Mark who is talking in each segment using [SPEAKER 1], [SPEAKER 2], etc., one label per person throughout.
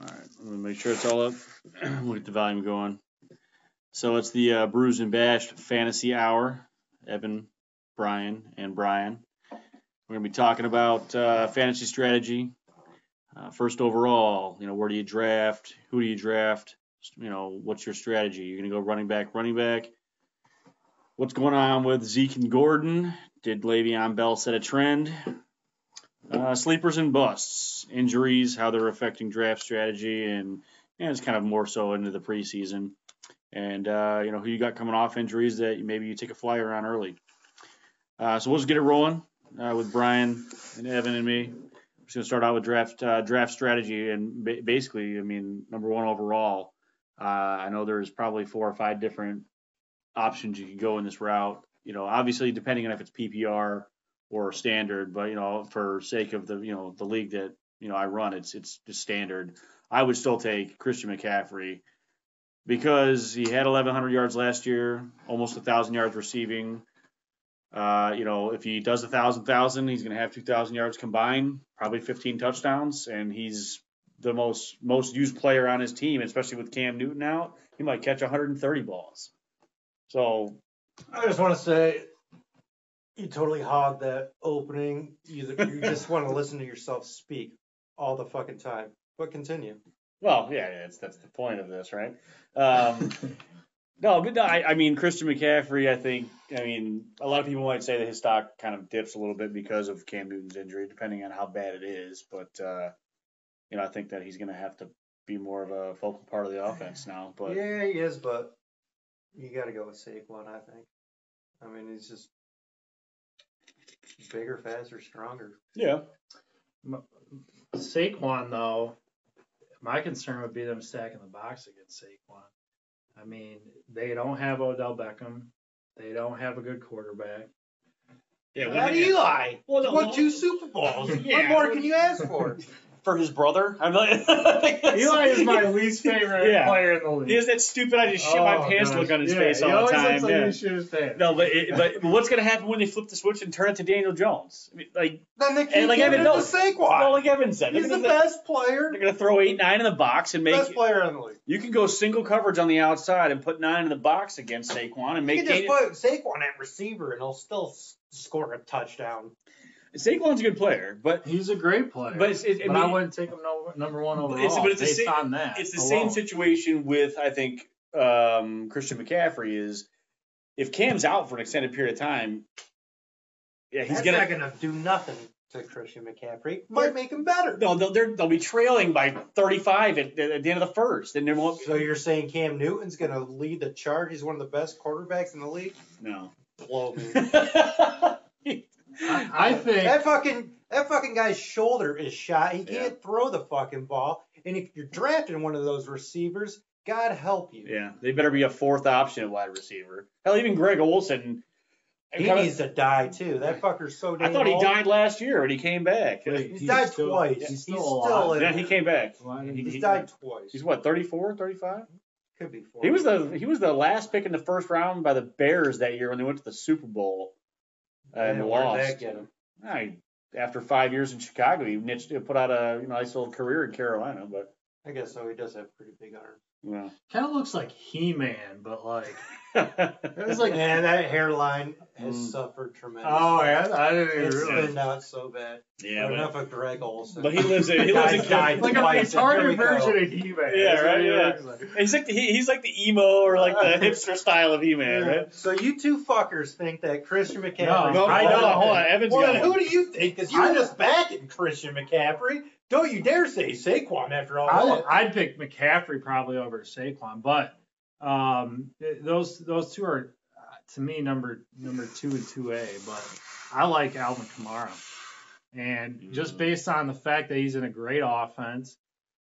[SPEAKER 1] All right, I'm gonna make sure it's all up. we'll get the volume going. So it's the uh, Bruised and Bashed Fantasy Hour. Evan, Brian, and Brian. We're gonna be talking about uh, fantasy strategy. Uh, first overall, you know, where do you draft? Who do you draft? You know, what's your strategy? You're gonna go running back, running back. What's going on with Zeke and Gordon? Did Le'Veon Bell set a trend? Uh, sleepers and busts, injuries, how they're affecting draft strategy, and you know, it's kind of more so into the preseason. And uh, you know who you got coming off injuries that maybe you take a flyer on early. Uh, so we'll just get it rolling uh, with Brian and Evan and me. We're just gonna start out with draft uh, draft strategy and ba- basically, I mean, number one overall. Uh, I know there's probably four or five different options you could go in this route. You know, obviously depending on if it's PPR or standard, but you know, for sake of the you know the league that you know I run, it's it's just standard. I would still take Christian McCaffrey because he had 1,100 yards last year, almost 1,000 yards receiving. Uh, you know, if he does 1,000, 1,000, he's going to have 2,000 yards combined, probably 15 touchdowns, and he's the most most used player on his team, especially with Cam Newton out. He might catch 130 balls. So
[SPEAKER 2] I just want to say you totally hogged that opening. You, you just want to listen to yourself speak all the fucking time. But continue.
[SPEAKER 1] Well, yeah, yeah, it's, that's the point of this, right? Um, no, but no, I, I mean Christian McCaffrey. I think I mean a lot of people might say that his stock kind of dips a little bit because of Cam Newton's injury, depending on how bad it is. But uh, you know, I think that he's going to have to be more of a focal part of the offense now. But
[SPEAKER 2] yeah, he is, but you got to go with Saquon, I think. I mean, he's just bigger, faster, stronger.
[SPEAKER 1] yeah,
[SPEAKER 3] Saquon though, my concern would be them stacking the box against Saquon. I mean, they don't have Odell Beckham. They don't have a good quarterback.
[SPEAKER 4] Yeah,
[SPEAKER 2] Not
[SPEAKER 4] what-
[SPEAKER 2] Eli.
[SPEAKER 4] Well, no,
[SPEAKER 2] He won
[SPEAKER 4] well-
[SPEAKER 2] two Super Bowls. what
[SPEAKER 4] Yeah.
[SPEAKER 2] more can you ask for?
[SPEAKER 1] for his brother, I'm like,
[SPEAKER 3] Eli is my least favorite
[SPEAKER 1] Yeah.
[SPEAKER 3] player in the league.
[SPEAKER 1] He has that stupid "I just shit my
[SPEAKER 3] Oh,
[SPEAKER 1] pants"
[SPEAKER 3] gosh.
[SPEAKER 1] look on his
[SPEAKER 3] Yeah,
[SPEAKER 1] face
[SPEAKER 3] he
[SPEAKER 1] all the
[SPEAKER 3] always
[SPEAKER 1] time.
[SPEAKER 3] Looks like
[SPEAKER 1] yeah.
[SPEAKER 3] he shit his pants.
[SPEAKER 1] No, but it, but what's going to happen when they flip the switch and turn it to Daniel Jones? I mean, like,
[SPEAKER 2] Then they
[SPEAKER 1] And
[SPEAKER 2] keep
[SPEAKER 1] like
[SPEAKER 2] giving
[SPEAKER 1] Evan
[SPEAKER 2] it to
[SPEAKER 1] knows, well,
[SPEAKER 2] Saquon.
[SPEAKER 1] like Evan said,
[SPEAKER 2] He's
[SPEAKER 1] they're
[SPEAKER 2] the
[SPEAKER 1] gonna-
[SPEAKER 2] best player.
[SPEAKER 1] They're going to throw eight, nine in the box and make
[SPEAKER 2] Best player in the league.
[SPEAKER 1] You can go single coverage on the outside and put nine in the box against Saquon and
[SPEAKER 2] You
[SPEAKER 1] make
[SPEAKER 2] can just
[SPEAKER 1] Daniel-
[SPEAKER 2] put Saquon at receiver and he'll still s- score a touchdown.
[SPEAKER 1] Saquon's a good player, but
[SPEAKER 3] He's a great player.
[SPEAKER 1] But it's- it- I
[SPEAKER 3] But
[SPEAKER 1] mean-
[SPEAKER 3] I wouldn't take him no, number one overall
[SPEAKER 1] But it's- but it's the
[SPEAKER 3] based
[SPEAKER 1] same-
[SPEAKER 3] on that.
[SPEAKER 1] it's the
[SPEAKER 3] alone.
[SPEAKER 1] same situation with I think um, Christian McCaffrey is if Cam's out for an extended period of time, yeah, he's
[SPEAKER 2] That's
[SPEAKER 1] gonna
[SPEAKER 2] not gonna do nothing to Christian McCaffrey. Might make him better.
[SPEAKER 1] no, they'll they're, they'll be trailing by 35 at, at the end of the first, and they won't.
[SPEAKER 2] So you're saying Cam Newton's going to lead the charge? He's one of the best quarterbacks in the league.
[SPEAKER 1] No.
[SPEAKER 2] Blow me.
[SPEAKER 3] I, I think
[SPEAKER 2] that fucking that fucking guy's shoulder is shot. He can't throw the fucking ball. And if you're drafting one of those receivers, God help you.
[SPEAKER 1] yeah, they better be a fourth option at wide receiver. Hell, even Greg Olson.
[SPEAKER 2] He needs to die too. That fucker's so damn
[SPEAKER 1] I thought he
[SPEAKER 2] old.
[SPEAKER 1] died last year and he came back.
[SPEAKER 3] Wait,
[SPEAKER 2] He's,
[SPEAKER 3] He's
[SPEAKER 2] died
[SPEAKER 3] still-
[SPEAKER 2] twice.
[SPEAKER 3] he's
[SPEAKER 2] He's
[SPEAKER 3] still
[SPEAKER 2] still,
[SPEAKER 3] alive.
[SPEAKER 2] in
[SPEAKER 1] Yeah,
[SPEAKER 2] there.
[SPEAKER 1] he came back.
[SPEAKER 3] Why-
[SPEAKER 2] He's
[SPEAKER 1] he-
[SPEAKER 2] died twice.
[SPEAKER 1] He's what, 34, 35?
[SPEAKER 2] Could be four.
[SPEAKER 1] He was the he was the last pick in the first round by the Bears that year when they went to the Super Bowl uh, and
[SPEAKER 2] Yeah, where'd that
[SPEAKER 1] lost.
[SPEAKER 2] get him?
[SPEAKER 1] I, after five years in Chicago, he niched, put out a you know nice little career in Carolina, but
[SPEAKER 2] I guess so. He does have a pretty big arm.
[SPEAKER 1] you know.
[SPEAKER 3] kind of looks like He-Man, but like
[SPEAKER 1] it
[SPEAKER 3] it was like
[SPEAKER 2] Man, that hairline has
[SPEAKER 1] Mm.
[SPEAKER 2] suffered tremendously.
[SPEAKER 3] oh yeah, I didn't even
[SPEAKER 2] It's
[SPEAKER 3] realize.
[SPEAKER 2] been out so bad.
[SPEAKER 1] yeah,
[SPEAKER 2] But
[SPEAKER 1] but,
[SPEAKER 2] enough of Greg Olson.
[SPEAKER 1] but he lives in he lives in
[SPEAKER 2] Guys died.
[SPEAKER 1] Cali-
[SPEAKER 3] like a
[SPEAKER 2] Twice, and here we
[SPEAKER 3] retarded
[SPEAKER 2] go.
[SPEAKER 3] version of He-Man.
[SPEAKER 1] Yeah,
[SPEAKER 3] That's what
[SPEAKER 1] right,
[SPEAKER 3] he
[SPEAKER 1] yeah.
[SPEAKER 3] looks like.
[SPEAKER 1] He's like the, he, he's like the emo or like the hipster style of He-Man, right?
[SPEAKER 2] So you two fuckers think that Christian McCaffrey?
[SPEAKER 3] No,
[SPEAKER 1] I know. Hold on, Evan's
[SPEAKER 2] Well,
[SPEAKER 1] got
[SPEAKER 2] who
[SPEAKER 1] one.
[SPEAKER 2] do you think? Because you're
[SPEAKER 3] I-
[SPEAKER 2] just backing Christian McCaffrey. Don't you dare say Saquon after all
[SPEAKER 3] I,
[SPEAKER 2] that.
[SPEAKER 3] I'd pick McCaffrey probably over Saquon, but um, th- those those two are uh, to me number number two and two A. But I like Alvin Kamara, and just
[SPEAKER 1] Mm.
[SPEAKER 3] based on the fact that he's in a great offense,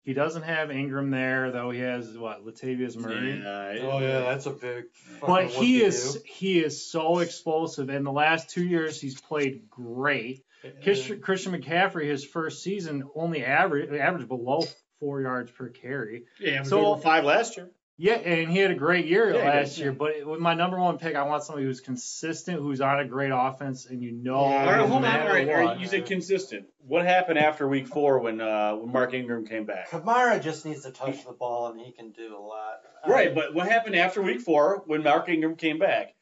[SPEAKER 3] he doesn't have Ingram there though. He has what Latavius Murray.
[SPEAKER 1] Oh, Yeah,
[SPEAKER 2] that's a big.
[SPEAKER 3] But he is he is so explosive. In the last two years, he's played great. Christian, Christian McCaffrey, his first season, only average averaged below four yards per carry.
[SPEAKER 1] yeah,
[SPEAKER 3] So-
[SPEAKER 1] so five last year.
[SPEAKER 3] Yeah, and he had a great year
[SPEAKER 1] Yeah, he
[SPEAKER 3] last
[SPEAKER 1] did,
[SPEAKER 3] year. But it, with my number one pick, I want somebody who's consistent, who's on a great offense, and you know.
[SPEAKER 2] Yeah.
[SPEAKER 1] All
[SPEAKER 3] no
[SPEAKER 1] right, hold on.
[SPEAKER 3] matter
[SPEAKER 1] All right, all right,
[SPEAKER 3] what-
[SPEAKER 1] you said consistent. What happened after week four when uh, when Mark Ingram came back?
[SPEAKER 2] Kamara just needs to touch the ball and he can do a lot. Uh, I
[SPEAKER 1] Right,
[SPEAKER 2] mean,
[SPEAKER 1] but what happened after week four when Mark Ingram came back?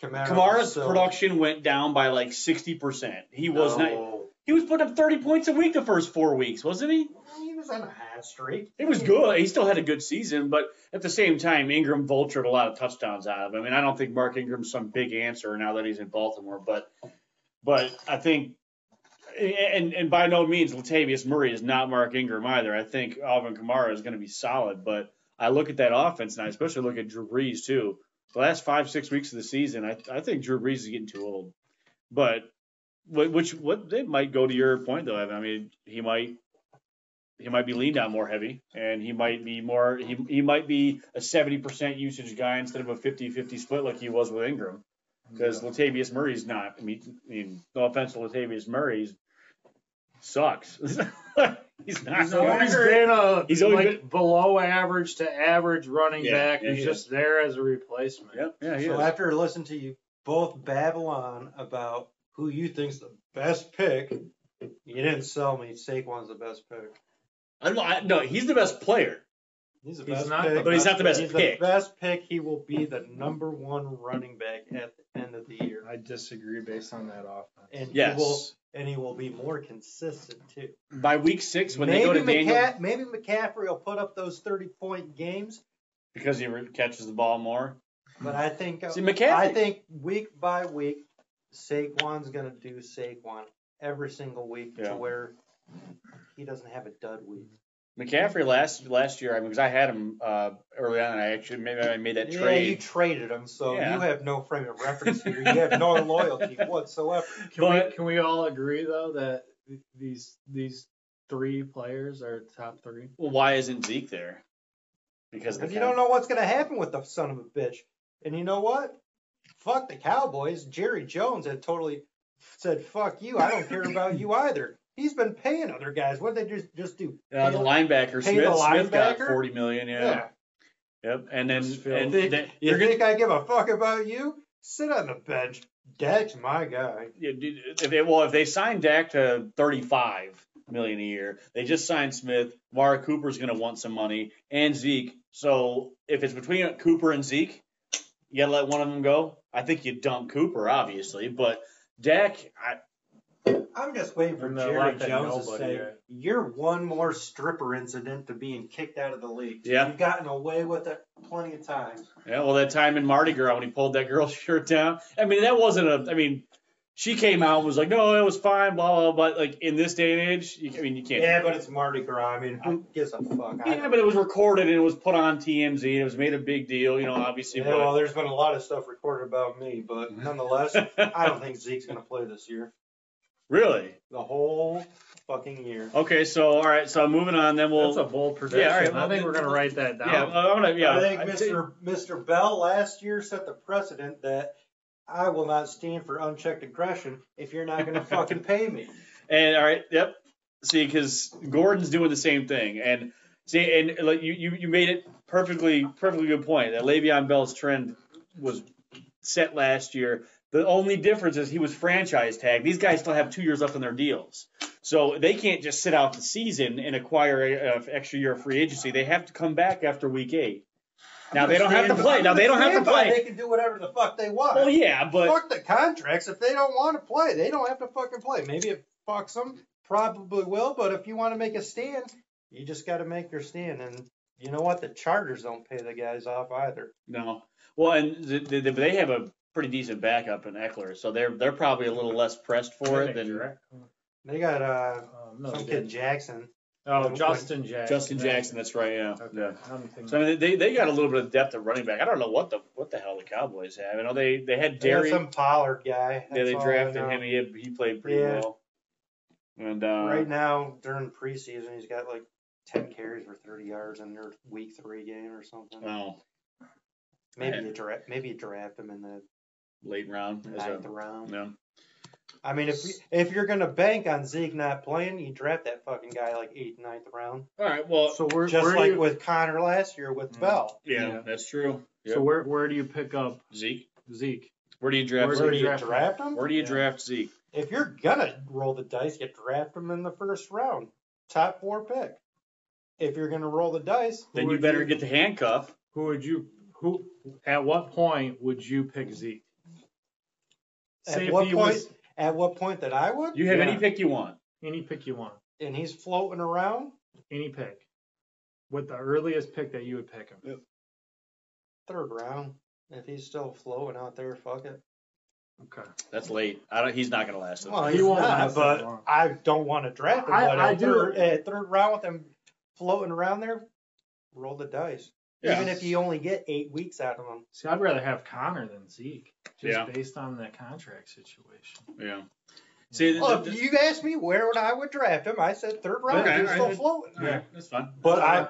[SPEAKER 2] Kamara
[SPEAKER 1] Kamara's
[SPEAKER 2] still-
[SPEAKER 1] production went down by like sixty percent. He was not.
[SPEAKER 2] No.
[SPEAKER 1] He was putting up thirty points a week the first four weeks, wasn't he?
[SPEAKER 2] He was on a hot streak.
[SPEAKER 1] It was good. He still had a good season, but at the same time, Ingram vultured a lot of touchdowns out of him. And I don't think Mark Ingram's some big answer now that he's in Baltimore, but but I think and and by no means Latavius Murray is not Mark Ingram either. I think Alvin Kamara is going to be solid, but I look at that offense and I especially look at Drew Brees too. The last five six weeks of the season, I I think Drew Brees is getting too old. But what- which what they might go to your point though. Evan. I mean, he might he might be leaned on more heavy and he might be more he, he might be a 70% usage guy instead of a 50-50 split like he was with ingram because latavius murray's not i mean, I mean no offense to latavius murray he sucks he's not
[SPEAKER 3] He's
[SPEAKER 1] good.
[SPEAKER 3] always been a
[SPEAKER 1] He's always
[SPEAKER 3] like below average to average running
[SPEAKER 1] Yeah,
[SPEAKER 3] back
[SPEAKER 1] yeah,
[SPEAKER 3] who's
[SPEAKER 1] he
[SPEAKER 3] just there as a replacement.
[SPEAKER 1] Yep, yeah he
[SPEAKER 2] So
[SPEAKER 1] is.
[SPEAKER 2] after listening to you both babble on about who you think's the best pick, you didn't sell me Saquon's the best pick.
[SPEAKER 1] I don't, I, no he's the best player
[SPEAKER 2] He's the
[SPEAKER 3] He's
[SPEAKER 2] best
[SPEAKER 3] not
[SPEAKER 2] pick.
[SPEAKER 3] the
[SPEAKER 1] but he's not the best
[SPEAKER 2] He's
[SPEAKER 1] pick
[SPEAKER 2] the best pick. He will be the number one running back at the end of the year,
[SPEAKER 3] I disagree based on that offense.
[SPEAKER 2] and he will
[SPEAKER 1] yes
[SPEAKER 2] and he will be more consistent too.
[SPEAKER 1] by week six when
[SPEAKER 2] maybe
[SPEAKER 1] they go to daniel
[SPEAKER 2] McCa- maybe McCaffrey will put up those thirty point games,
[SPEAKER 1] because he re- catches the ball more
[SPEAKER 2] but I think uh,
[SPEAKER 1] see mccaffrey
[SPEAKER 2] I think week by week, Saquon's gonna do Saquon every single week
[SPEAKER 1] Yeah.
[SPEAKER 2] to where he doesn't have a dud week.
[SPEAKER 1] mccaffrey last last year i mean because i had him uh early on and i actually maybe i made that
[SPEAKER 2] yeah,
[SPEAKER 1] trade
[SPEAKER 2] you traded him, so
[SPEAKER 1] Yeah.
[SPEAKER 2] you have no frame of reference here. You have no loyalty whatsoever.
[SPEAKER 3] Can
[SPEAKER 1] But-
[SPEAKER 3] we can we all agree though that th- these these three players are top three?
[SPEAKER 1] Well, why isn't Zeke there? Because of the
[SPEAKER 2] Because you don't know what's gonna happen with the son of a bitch. And you know what? Fuck the Cowboys. Jerry Jones had totally said, "Fuck you. I don't care about you either." He's been paying other guys. What did they just just do?
[SPEAKER 1] uh, the linebacker
[SPEAKER 2] Pay
[SPEAKER 1] Smith.
[SPEAKER 2] the
[SPEAKER 1] Smith got
[SPEAKER 2] linebacker?
[SPEAKER 1] forty million. Yeah. Yep. And then
[SPEAKER 3] Just fill.
[SPEAKER 1] and
[SPEAKER 2] Think-
[SPEAKER 1] then
[SPEAKER 2] You
[SPEAKER 1] you're gonna
[SPEAKER 2] think I give a fuck about you? Sit on the bench. Dak's my guy.
[SPEAKER 1] yeah, dude, if they, well if they sign Dak to thirty five million a year, they just signed Smith. Mara Cooper's gonna want some money and Zeke. So if it's between Cooper and Zeke, you gotta let one of them go. I think you dump Cooper obviously, but Dak, I,
[SPEAKER 2] I'm just waiting for
[SPEAKER 3] And they're
[SPEAKER 2] Jerry
[SPEAKER 3] like that
[SPEAKER 2] Jones to
[SPEAKER 3] nobody,
[SPEAKER 2] say,
[SPEAKER 3] right?
[SPEAKER 2] "You're one more stripper incident to being kicked out of the league."
[SPEAKER 1] Yeah.
[SPEAKER 2] You've gotten away with it plenty of times.
[SPEAKER 1] Yeah, well, that time in Mardi Gras when he pulled that girl's shirt down. I mean, that wasn't a. I mean, she came out and was like, "No, it was fine," blah blah. blah. But like in this day and age, you, I mean, you can't.
[SPEAKER 2] Yeah, but it's Mardi Gras. I mean, who gives a fuck? I-
[SPEAKER 1] Yeah, but it was recorded and it was put on TMZ and it was made a big deal. You know, obviously.
[SPEAKER 2] Yeah, well, there's been a lot of stuff recorded about me, but
[SPEAKER 1] Mm-hmm.
[SPEAKER 2] nonetheless, I don't think Zeke's going to play this year.
[SPEAKER 1] really?
[SPEAKER 2] The whole fucking year.
[SPEAKER 1] Okay, so all right, so moving on. Then we'll.
[SPEAKER 3] That's a bold prediction.
[SPEAKER 1] all right,
[SPEAKER 3] I think we're gonna write that down.
[SPEAKER 1] yeah, well, I'm gonna. Yeah,
[SPEAKER 2] I think
[SPEAKER 1] I'd say-
[SPEAKER 2] Mr. Mr. Bell last year set the precedent that I will not stand for unchecked aggression if you're not going to fucking pay me.
[SPEAKER 1] And all right, yep. See, because Gordon's doing the same thing, and see, and like you, you, you made it perfectly, perfectly good point that Le'Veon Bell's trend was set last year. The only difference is he was franchise tagged. These guys still have two years left on their deals, so they can't just sit out the season and acquire an extra year of free agency. They have to come back after week eight. Now they don't have to play. Now they don't have to
[SPEAKER 2] Stand by,
[SPEAKER 1] play.
[SPEAKER 2] They can do whatever the fuck they want.
[SPEAKER 1] Well, yeah, but
[SPEAKER 2] Fuck the contracts. If they don't want to play, they don't have to fucking play. Maybe it fucks them. Probably will. But if you want to make a stand, you just got to make your stand. And you know what? The Chargers don't pay the guys off either.
[SPEAKER 1] No. Well, and th th th- they have a pretty decent backup in Eckler, so they're they're probably a little less pressed for it than
[SPEAKER 2] They got uh,
[SPEAKER 3] Um, no,
[SPEAKER 2] some
[SPEAKER 3] they
[SPEAKER 2] kid
[SPEAKER 3] didn't.
[SPEAKER 2] Jackson.
[SPEAKER 3] oh, Justin Jackson.
[SPEAKER 1] Justin Jackson. That's right. Yeah.
[SPEAKER 3] Okay.
[SPEAKER 1] yeah.
[SPEAKER 3] I'm thinking-
[SPEAKER 1] So I mean, they they got a little bit of depth at running back. I don't know what the what the hell the Cowboys have. I know they they had
[SPEAKER 2] They got
[SPEAKER 1] Derry.
[SPEAKER 2] some Pollard guy.
[SPEAKER 1] Yeah, they
[SPEAKER 2] That's all I
[SPEAKER 1] drafted
[SPEAKER 2] know.
[SPEAKER 1] him. He he played pretty
[SPEAKER 2] Yeah.
[SPEAKER 1] well. And uh,
[SPEAKER 2] Right now, during preseason, he's got like 10 carries for 30 yards in their week three game or something.
[SPEAKER 1] well,
[SPEAKER 2] maybe
[SPEAKER 1] yeah.
[SPEAKER 2] you draft, maybe you draft him in the
[SPEAKER 1] late round. As
[SPEAKER 2] ninth
[SPEAKER 1] a,
[SPEAKER 2] round.
[SPEAKER 1] yeah.
[SPEAKER 2] I mean, if if you're gonna bank on Zeke not playing, you draft that fucking guy like eighth, ninth round,
[SPEAKER 1] All right. Well,
[SPEAKER 3] So where,
[SPEAKER 2] just
[SPEAKER 3] where
[SPEAKER 2] like
[SPEAKER 3] do you,
[SPEAKER 2] with Connor last year with
[SPEAKER 1] Hmm.
[SPEAKER 3] Mm.
[SPEAKER 2] Bell.
[SPEAKER 1] yeah,
[SPEAKER 3] Yeah.
[SPEAKER 1] that's true. Yep.
[SPEAKER 3] so where where do you pick up
[SPEAKER 1] Zeke,
[SPEAKER 3] Zeke?
[SPEAKER 1] where do you draft?
[SPEAKER 3] Where
[SPEAKER 2] Where,
[SPEAKER 1] Zeke?
[SPEAKER 2] do you
[SPEAKER 3] draft
[SPEAKER 2] draft,
[SPEAKER 3] him?
[SPEAKER 2] him?
[SPEAKER 1] Where do you
[SPEAKER 3] Yeah.
[SPEAKER 1] draft Zeke?
[SPEAKER 2] If you're gonna roll the dice, you draft him in the first round, top four pick. If you're gonna roll the dice,
[SPEAKER 1] Then you
[SPEAKER 3] would
[SPEAKER 1] better
[SPEAKER 3] you-
[SPEAKER 1] get the handcuff.
[SPEAKER 3] Who would you who at what point would you pick Zeke?
[SPEAKER 2] At
[SPEAKER 3] Say
[SPEAKER 2] what
[SPEAKER 3] if he was
[SPEAKER 2] at what point that I would,
[SPEAKER 1] You have
[SPEAKER 3] Yeah.
[SPEAKER 1] any pick you want.
[SPEAKER 3] any pick you want,
[SPEAKER 2] and he's floating around
[SPEAKER 3] any pick, with the earliest pick that you would pick him.
[SPEAKER 2] third round. If he's still floating out there, fuck it.
[SPEAKER 3] Okay.
[SPEAKER 1] That's late. I don't, he's not going to last.
[SPEAKER 2] Well,
[SPEAKER 3] He
[SPEAKER 2] he's
[SPEAKER 3] won't
[SPEAKER 2] not,
[SPEAKER 3] last
[SPEAKER 2] but
[SPEAKER 3] that long.
[SPEAKER 2] I don't want to draft him.
[SPEAKER 3] I-
[SPEAKER 2] but eh,
[SPEAKER 3] I
[SPEAKER 2] at
[SPEAKER 3] do.
[SPEAKER 2] Third, at third round with him floating around there, roll the dice. Even if you only get eight weeks out of him.
[SPEAKER 3] See, I'd rather have Connor than Zeke, just
[SPEAKER 1] Yeah.
[SPEAKER 3] based on that contract situation.
[SPEAKER 1] yeah. See, th-
[SPEAKER 2] Well,
[SPEAKER 1] th-
[SPEAKER 2] if you asked me where would I would draft him, I said third round.
[SPEAKER 1] Okay,
[SPEAKER 2] he's
[SPEAKER 1] I-
[SPEAKER 2] still
[SPEAKER 1] I-
[SPEAKER 2] floating.
[SPEAKER 1] all right, that's fine.
[SPEAKER 2] But I,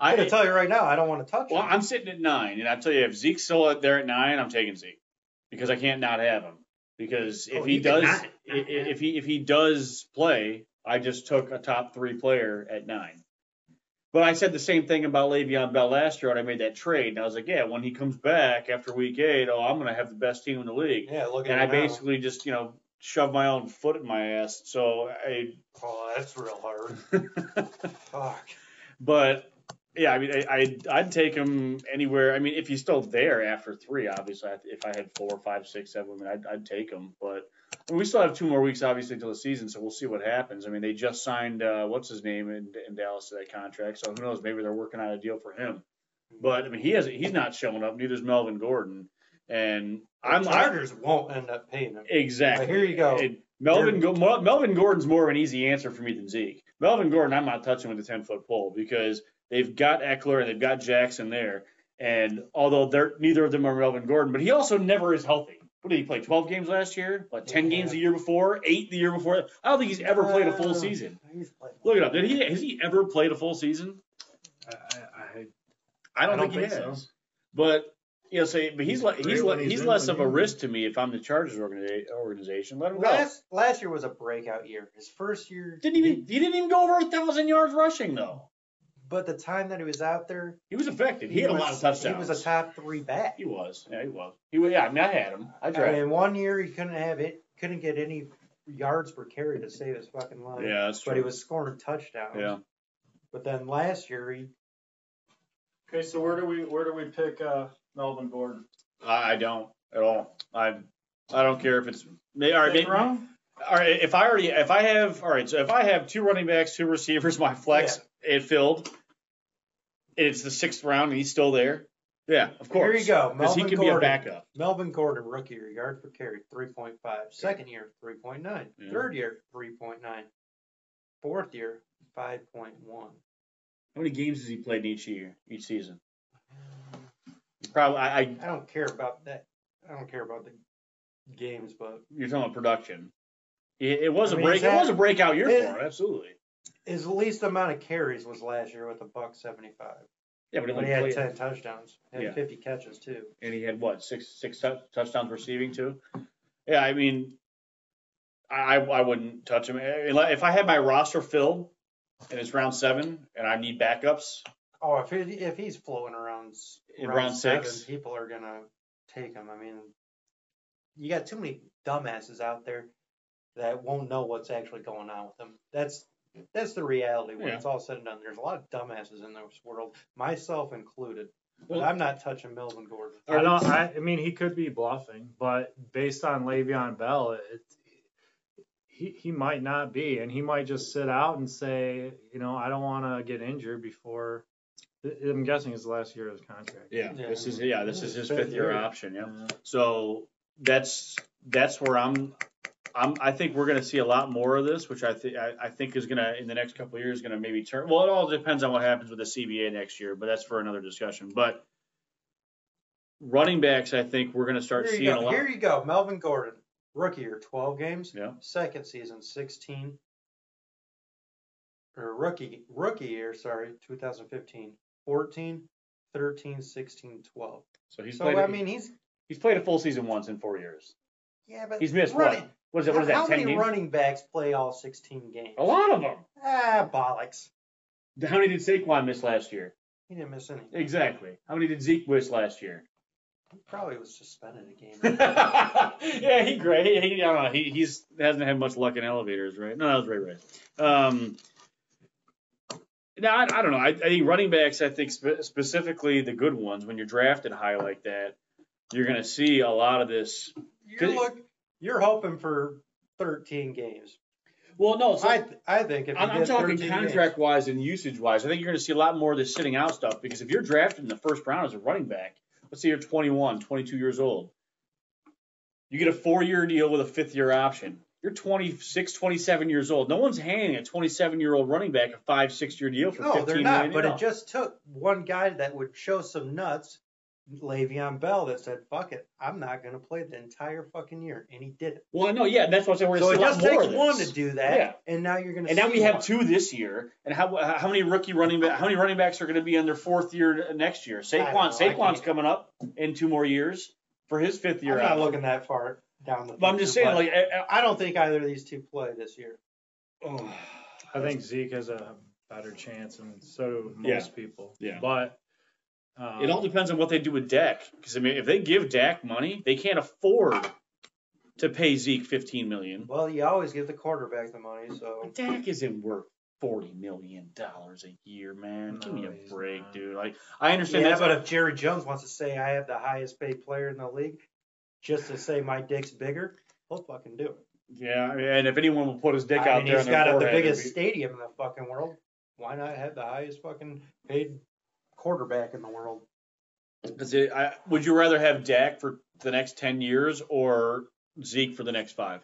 [SPEAKER 1] I,
[SPEAKER 2] I'm gonna tell you right now, I don't want to touch
[SPEAKER 1] well,
[SPEAKER 2] him.
[SPEAKER 1] I'm sitting at nine, and I tell you, if Zeke's still out there at nine, I'm taking Zeke because I can't not have him. Because if
[SPEAKER 3] Oh,
[SPEAKER 1] he
[SPEAKER 3] you could
[SPEAKER 1] does,
[SPEAKER 3] not-
[SPEAKER 1] i-
[SPEAKER 3] not have
[SPEAKER 1] if he if he does play, I just took a top three player at nine. But I said the same thing about Le'Veon Bell last year when I made that trade, and I was like, yeah, when he comes back after week eight, oh, I'm gonna have the best team in the league.
[SPEAKER 2] yeah, look at
[SPEAKER 1] and I
[SPEAKER 2] him now.
[SPEAKER 1] basically just you know shoved my own foot in my ass. So I,
[SPEAKER 2] Oh, that's real hard. Fuck.
[SPEAKER 1] but yeah, I mean I I'd, I'd take him anywhere. I mean if he's still there after three, obviously I- if I had four, five, six, seven, I mean I'd, I'd take him. But I mean, we still have two more weeks obviously until the season, so we'll see what happens. I mean they just signed uh, what's his name in, in Dallas to that contract, so who knows? Maybe they're working out a deal for him. But I mean he has not he's not showing up. Neither's Melvin Gordon. And I'm
[SPEAKER 2] the Chargers won't end up paying him.
[SPEAKER 1] Exactly.
[SPEAKER 2] But here you go.
[SPEAKER 1] And Melvin Go- Mel- Melvin Gordon's more of an easy answer for me than Zeke. Melvin Gordon, I'm not touching with a 10 foot pole because they've got Eckler and they've got Jackson there. And although they're neither of them are Melvin Gordon, but he also never is healthy. What did he play? 12 games last year? What, 10
[SPEAKER 2] Yeah.
[SPEAKER 1] games the year before? Eight the year before? I don't think he's ever played a full
[SPEAKER 2] Uh,
[SPEAKER 1] season.
[SPEAKER 2] He's playing.
[SPEAKER 1] Look it up. Did he? Has he ever played a full season?
[SPEAKER 3] I, I, I
[SPEAKER 1] I don't,
[SPEAKER 3] I don't
[SPEAKER 1] think, he
[SPEAKER 3] think
[SPEAKER 1] has. But you know, say, but he's le-
[SPEAKER 3] Great
[SPEAKER 1] he's
[SPEAKER 3] when
[SPEAKER 1] le-
[SPEAKER 3] he's
[SPEAKER 1] he's
[SPEAKER 3] in,
[SPEAKER 1] less
[SPEAKER 3] when
[SPEAKER 1] of a
[SPEAKER 3] he's in.
[SPEAKER 1] risk to me if I'm the Chargers organiza- organization. Let him go.
[SPEAKER 2] Last last year was a breakout year. His first year
[SPEAKER 1] Didn't even he didn't even go over a thousand yards rushing though.
[SPEAKER 2] But the time that he was out there,
[SPEAKER 1] He was effective. He, had
[SPEAKER 2] was,
[SPEAKER 1] a lot of touchdowns.
[SPEAKER 2] He was a top three back.
[SPEAKER 1] He was. Yeah, he was. He was. Yeah, I mean, I had him. I
[SPEAKER 2] I
[SPEAKER 1] drafted.
[SPEAKER 2] mean, one year he couldn't have it, couldn't get any yards per carry to save his fucking life.
[SPEAKER 1] him. yeah, that's
[SPEAKER 2] But he was scoring touchdowns.
[SPEAKER 1] Yeah.
[SPEAKER 2] But then last year he
[SPEAKER 3] Okay, so where do we where do we pick uh, Melvin Gordon?
[SPEAKER 1] I, I don't at all. I I don't care if it's they are. They,
[SPEAKER 3] Pick
[SPEAKER 1] all
[SPEAKER 3] Rome?
[SPEAKER 1] right. If I already if I have all right. So if I have two running backs, two receivers, my flex it filled. It's the sixth round and he's still there. Yeah, of course.
[SPEAKER 2] Here you go.
[SPEAKER 1] Because he
[SPEAKER 2] Melvin
[SPEAKER 1] can
[SPEAKER 2] Gordon.
[SPEAKER 1] be a backup.
[SPEAKER 2] Melvin Gordon, rookie year, yard per carry, 3.5. Second year, 3.9.
[SPEAKER 1] Yeah.
[SPEAKER 2] Third year, 3.9. Fourth year, 5.1.
[SPEAKER 1] How many games has he played in each year, each season? Probably. I, I
[SPEAKER 2] I don't care about that. I don't care about the games, but
[SPEAKER 1] you're talking about production. It, it was
[SPEAKER 2] I
[SPEAKER 1] a
[SPEAKER 2] mean,
[SPEAKER 1] break.
[SPEAKER 2] exact-
[SPEAKER 1] it was a breakout year
[SPEAKER 2] it-
[SPEAKER 1] for him, absolutely.
[SPEAKER 2] his least amount of carries was last year with a buck 75.
[SPEAKER 1] Yeah, but,
[SPEAKER 2] But he had 10 touchdowns, had
[SPEAKER 1] Yeah.
[SPEAKER 2] 50 catches too.
[SPEAKER 1] and he had what six six tou- touchdowns receiving too. Yeah, I mean, I I I wouldn't touch him Eh, Unless- if I had my roster filled and it's round seven and I need backups.
[SPEAKER 2] Oh, if he, if he's flowing around s-
[SPEAKER 1] In
[SPEAKER 2] round,
[SPEAKER 1] round
[SPEAKER 2] seven,
[SPEAKER 1] six.
[SPEAKER 2] people are gonna take him. I mean, you got too many dumbasses out there that won't know what's actually going on with them. That's that's the reality when
[SPEAKER 1] Yeah.
[SPEAKER 2] it's all said and done. There's a lot of dumbasses in this world, myself included. But
[SPEAKER 1] Well-
[SPEAKER 2] I'm not touching Melvin Gordon.
[SPEAKER 1] Or-
[SPEAKER 3] I don't. I, I mean, he could be bluffing, but based on Le'Veon Bell, it, he he might not be, and he might just sit out and say, you know, I don't want to get injured before. I'm guessing it's the last year of his contract.
[SPEAKER 1] Yeah,
[SPEAKER 2] Yeah.
[SPEAKER 1] this is yeah this is his fifth year option. Yeah,
[SPEAKER 3] Uh,
[SPEAKER 1] so that's that's where I'm. I'm, I think we're going to see a lot more of this, which I think I I think is going to in the next couple of years going to maybe turn. Well, it all depends on what happens with the CBA next year, but that's for another discussion. But running backs, I think we're going to start
[SPEAKER 2] Here you,
[SPEAKER 1] seeing a
[SPEAKER 2] go.
[SPEAKER 1] lot.
[SPEAKER 2] Here you go, Melvin Gordon, rookie year, 12 games.
[SPEAKER 1] Yeah.
[SPEAKER 2] Second season, 16. Or rookie rookie year, sorry, 2015, 14, 13, 16, 12.
[SPEAKER 1] So he's
[SPEAKER 2] so
[SPEAKER 1] played.
[SPEAKER 2] I mean, he's
[SPEAKER 1] he's played a full season once in four years.
[SPEAKER 2] yeah, but
[SPEAKER 1] He's missed
[SPEAKER 2] running
[SPEAKER 5] What is it? What is that?
[SPEAKER 2] How
[SPEAKER 5] 10
[SPEAKER 2] many
[SPEAKER 5] games?
[SPEAKER 2] running backs play all 16 games?
[SPEAKER 5] a lot of them.
[SPEAKER 2] Ah, bollocks.
[SPEAKER 5] How many did Saquon miss last year?
[SPEAKER 2] He didn't miss any.
[SPEAKER 5] Exactly. How many did Zeke miss last year?
[SPEAKER 2] He probably was suspended a game.
[SPEAKER 5] yeah, he great. He, I don't know.
[SPEAKER 1] he he's hasn't had much luck in elevators, right? No, that was Ray Ray. Um, no, I, I don't know. I, I think running backs. I think spe- specifically the good ones. When you're drafted high like that, you're gonna see a lot of this.
[SPEAKER 2] you're, look, you're hoping for 13 games.
[SPEAKER 5] Well, no. So
[SPEAKER 2] I, th- I think if you
[SPEAKER 5] I'm, I'm
[SPEAKER 2] get
[SPEAKER 5] talking
[SPEAKER 2] 13
[SPEAKER 5] contract
[SPEAKER 2] games,
[SPEAKER 5] wise and usage wise.
[SPEAKER 1] I think you're gonna see a lot more of this sitting out stuff because if you're drafted in the first round as a running back, let's say you're 21, 22 years old, you get a four-year deal with a fifth-year option. You're 26, 27 years old. No one's handing a 27-year-old running back a five, six-year deal for
[SPEAKER 2] no,
[SPEAKER 1] 15
[SPEAKER 2] they're not.
[SPEAKER 1] million.
[SPEAKER 2] But
[SPEAKER 1] No.
[SPEAKER 2] it just took one guy that would show some nuts, Le'Veon Bell, that said, "Fuck it, I'm not going to play the entire fucking year," and he did it.
[SPEAKER 5] Well, no, yeah, that's what I said. We're
[SPEAKER 2] so
[SPEAKER 5] gonna
[SPEAKER 2] it
[SPEAKER 5] see a lot
[SPEAKER 2] just
[SPEAKER 5] more
[SPEAKER 2] takes
[SPEAKER 5] of this.
[SPEAKER 2] one to do that,
[SPEAKER 5] Yeah.
[SPEAKER 2] and now you're going to.
[SPEAKER 1] And now we have two this year. And how how many rookie running back how many running backs are going to be on their fourth year next year?
[SPEAKER 2] I don't
[SPEAKER 1] Saquon
[SPEAKER 2] know. I
[SPEAKER 1] Saquon's
[SPEAKER 2] can't-
[SPEAKER 1] coming up in two more years for his fifth year.
[SPEAKER 2] I'm not
[SPEAKER 1] option.
[SPEAKER 2] looking that far down the.
[SPEAKER 1] But I'm just
[SPEAKER 2] future,
[SPEAKER 1] saying,
[SPEAKER 2] but Oh.
[SPEAKER 1] like, I,
[SPEAKER 2] I don't think either of these two play this year.
[SPEAKER 1] I,
[SPEAKER 3] I think Zeke has a better chance, and so do most
[SPEAKER 1] Yeah.
[SPEAKER 3] people.
[SPEAKER 1] Yeah.
[SPEAKER 3] But um,
[SPEAKER 1] it all depends on what they do with Dak. Because I mean, if they give Dak money, they can't afford to pay Zeke 15 million.
[SPEAKER 2] Well, you always give the quarterback the money, so
[SPEAKER 1] Dak isn't worth 40 million dollars a year, man. Give me
[SPEAKER 3] No, he's
[SPEAKER 1] a break,
[SPEAKER 3] not.
[SPEAKER 1] dude. Like, I understand
[SPEAKER 2] yeah.
[SPEAKER 1] that's
[SPEAKER 2] But if Jerry Jones wants to say I have the highest paid player in the league, just to say my dick's bigger, he'll fucking do it.
[SPEAKER 1] yeah, and if anyone will put his dick
[SPEAKER 2] I
[SPEAKER 1] out
[SPEAKER 2] mean,
[SPEAKER 1] there,
[SPEAKER 2] he's
[SPEAKER 1] on their
[SPEAKER 2] got the
[SPEAKER 1] forehead, it'd
[SPEAKER 2] biggest
[SPEAKER 1] be-
[SPEAKER 2] stadium in the fucking world. Why not have the highest fucking paid quarterback in the world?
[SPEAKER 1] Because I, would you rather have Dak for the next ten years or Zeke for the next five?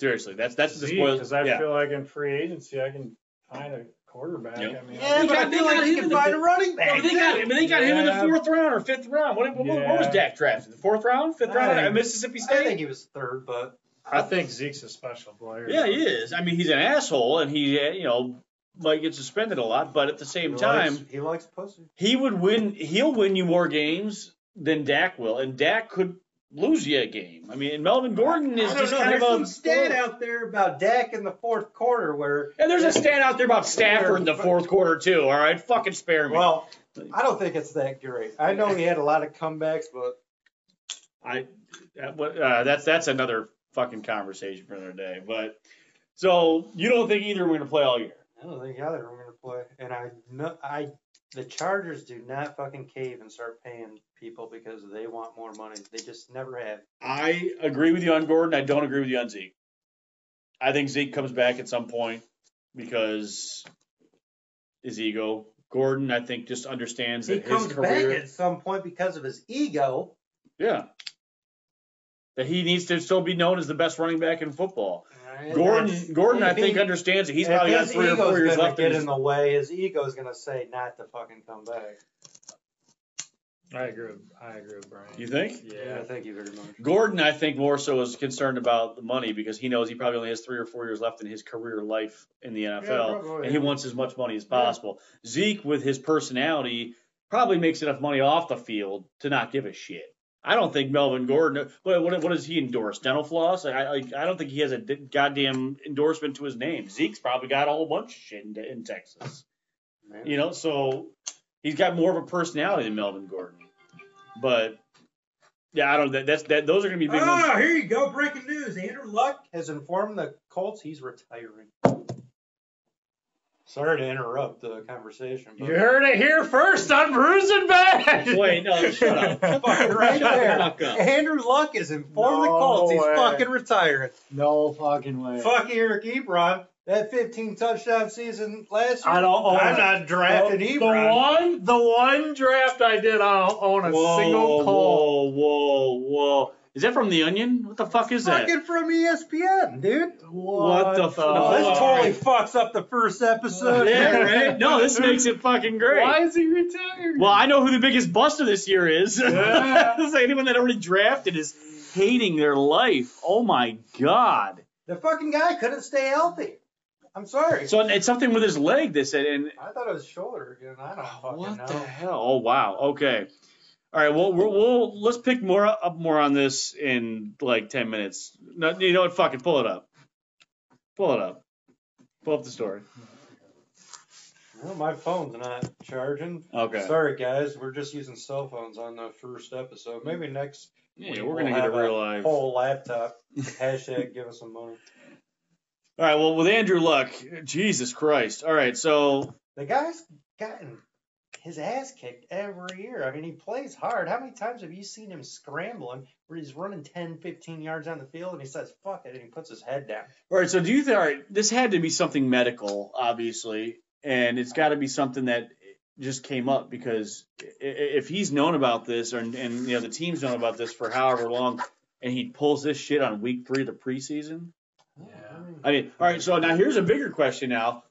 [SPEAKER 1] Seriously, that's that's the spoil.
[SPEAKER 3] because I
[SPEAKER 1] yeah.
[SPEAKER 3] feel like in free agency I can find a quarterback.
[SPEAKER 1] Yep.
[SPEAKER 3] I mean,
[SPEAKER 2] Yeah,
[SPEAKER 3] I
[SPEAKER 2] but I
[SPEAKER 1] got-
[SPEAKER 2] feel
[SPEAKER 1] they
[SPEAKER 2] like
[SPEAKER 1] got
[SPEAKER 2] you
[SPEAKER 1] him
[SPEAKER 2] can
[SPEAKER 1] in the
[SPEAKER 2] find a
[SPEAKER 1] big-
[SPEAKER 2] running
[SPEAKER 1] No,
[SPEAKER 2] back.
[SPEAKER 1] but they got,
[SPEAKER 2] too.
[SPEAKER 1] but they got him in the
[SPEAKER 3] Yeah.
[SPEAKER 1] fourth round or fifth round. What, what, what was
[SPEAKER 3] Yeah.
[SPEAKER 1] Dak drafted? The fourth round, fifth
[SPEAKER 2] I
[SPEAKER 1] round
[SPEAKER 2] think-
[SPEAKER 1] at Mississippi State.
[SPEAKER 2] I think he was third, but
[SPEAKER 3] I think Zeke's a special player.
[SPEAKER 1] yeah, he is. I mean, he's an asshole, and he uh, you know might get suspended a lot, but at the same
[SPEAKER 2] he
[SPEAKER 1] time,
[SPEAKER 2] likes, he likes pussy.
[SPEAKER 1] he would win. He'll win you more games than Dak will, and Dak could lose you a game. I mean, and Melvin Gordon is
[SPEAKER 2] I don't
[SPEAKER 1] just
[SPEAKER 2] know.
[SPEAKER 1] kind
[SPEAKER 2] There's
[SPEAKER 1] of a
[SPEAKER 2] some stat out there about Dak in the fourth quarter where
[SPEAKER 1] And there's a stat out there about Stafford in the fourth quarter too. All right, fucking spare me.
[SPEAKER 2] Well, I don't think it's that great. I know he had a lot of comebacks, but
[SPEAKER 1] I uh, what- uh, that's that's another fucking conversation for another day. But so you don't think either we're gonna play all year?
[SPEAKER 2] I don't think either we're going to play. And I, no, I, the Chargers do not fucking cave and start paying people because they want more money. They just never have.
[SPEAKER 1] I agree with you on Gordon. I don't agree with you on Zeke. I think Zeke comes back at some point because his ego. Gordon, I think, just understands
[SPEAKER 2] He
[SPEAKER 1] that his
[SPEAKER 2] comes
[SPEAKER 1] career.
[SPEAKER 2] back at some point because of his ego.
[SPEAKER 1] yeah. That he needs to still be known as the best running back in football.
[SPEAKER 2] And that's-
[SPEAKER 1] Gordon, Gordon, I
[SPEAKER 2] if he-
[SPEAKER 1] think understands it. He's
[SPEAKER 2] if
[SPEAKER 1] probably got
[SPEAKER 2] his
[SPEAKER 1] three or
[SPEAKER 2] ego's
[SPEAKER 1] four years
[SPEAKER 2] gonna
[SPEAKER 1] left. in
[SPEAKER 2] Get
[SPEAKER 1] his-
[SPEAKER 2] in the way. His ego's going to say not to fucking come back.
[SPEAKER 3] I agree. With, I agree with Brian.
[SPEAKER 1] You think?
[SPEAKER 3] Yeah.
[SPEAKER 2] thank you very much.
[SPEAKER 1] Gordon, I think more so is concerned about the money because he knows he probably only has three or four years left in his career life in the NFL,
[SPEAKER 2] probably,
[SPEAKER 1] and he
[SPEAKER 2] yeah.
[SPEAKER 1] wants as much money as possible. Zeke, with his personality, probably makes enough money off the field to not give a shit. I don't think Melvin Gordon. What what, what does he endorse? Dental floss? I, I I don't think he has a d- goddamn endorsement to his name. Zeke's probably got a whole bunch of shit in, in Texas.
[SPEAKER 2] Man.
[SPEAKER 1] You know, so he's got more of a personality than Melvin Gordon. But yeah, I don't. That, that's that. Those are gonna be big
[SPEAKER 3] Ah,
[SPEAKER 1] ones.
[SPEAKER 2] Oh, here you go. Breaking news. Andrew Luck has informed the Colts he's retiring. Sorry to interrupt the conversation. But
[SPEAKER 3] You heard it here first on Bruising Bash.
[SPEAKER 1] Wait, no, shut up.
[SPEAKER 2] Fucking right
[SPEAKER 1] Shut the
[SPEAKER 2] there.
[SPEAKER 1] fuck up.
[SPEAKER 2] Andrew Luck has informed the
[SPEAKER 3] No
[SPEAKER 2] Colts
[SPEAKER 3] way.
[SPEAKER 2] he's fucking retiring.
[SPEAKER 3] No fucking way.
[SPEAKER 2] Fuck Eric Ebron. That 15 touchdown season last year.
[SPEAKER 3] I don't own
[SPEAKER 2] I'm
[SPEAKER 3] it.
[SPEAKER 2] not drafting
[SPEAKER 3] the
[SPEAKER 2] Ebron.
[SPEAKER 3] one, the one draft I did, I don't own a
[SPEAKER 1] Whoa,
[SPEAKER 3] single call.
[SPEAKER 1] whoa, whoa, whoa! Is that from The Onion? What the fuck is that?
[SPEAKER 2] Fucking from E ESPN, dude.
[SPEAKER 1] What the fuck?
[SPEAKER 2] No, this
[SPEAKER 1] Oh,
[SPEAKER 2] totally fucks up the first episode.
[SPEAKER 1] Yeah, right? No, this makes it fucking great.
[SPEAKER 3] Why is he retired?
[SPEAKER 1] Well, I know who the biggest buster this year is.
[SPEAKER 3] Yeah.
[SPEAKER 1] It's like anyone that already drafted is hating their life. Oh my god.
[SPEAKER 2] The fucking guy couldn't stay healthy. I'm sorry.
[SPEAKER 1] So it's something with his leg. They said, and
[SPEAKER 2] I thought it was shoulder again. I don't fucking
[SPEAKER 1] Ah, What
[SPEAKER 2] know.
[SPEAKER 1] the hell? Oh wow. Okay. All right, well, we'll, we'll let's pick more up more on this in like ten minutes. No, you know what? Fuck it, pull it up. Pull it up. Pull up the story.
[SPEAKER 2] Well, my phone's not charging.
[SPEAKER 1] Okay.
[SPEAKER 2] Sorry, guys. We're just using cell phones on the first episode. Maybe next
[SPEAKER 1] Yeah,
[SPEAKER 2] week
[SPEAKER 1] we're
[SPEAKER 2] we'll
[SPEAKER 1] gonna get a
[SPEAKER 2] have
[SPEAKER 1] real life. All
[SPEAKER 2] whole laptop. Hashtag give us some money.
[SPEAKER 1] right, well, with Andrew Luck, Jesus Christ. All right, so
[SPEAKER 2] The guy's gotten his ass kicked every year. I mean, he plays hard. How many times have you seen him scrambling where he's running 10, 15 yards on the field and he says, fuck it, and he puts his head down?
[SPEAKER 1] all right, so do you think? All right, this had to be something medical, obviously, and it's got to be something that just came up because i- i- if he's known about this, or and you know the team's known about this for however long, and he pulls this shit on week three of the preseason.
[SPEAKER 6] Yeah.
[SPEAKER 1] I mean, all right. So now here's a bigger question. Now,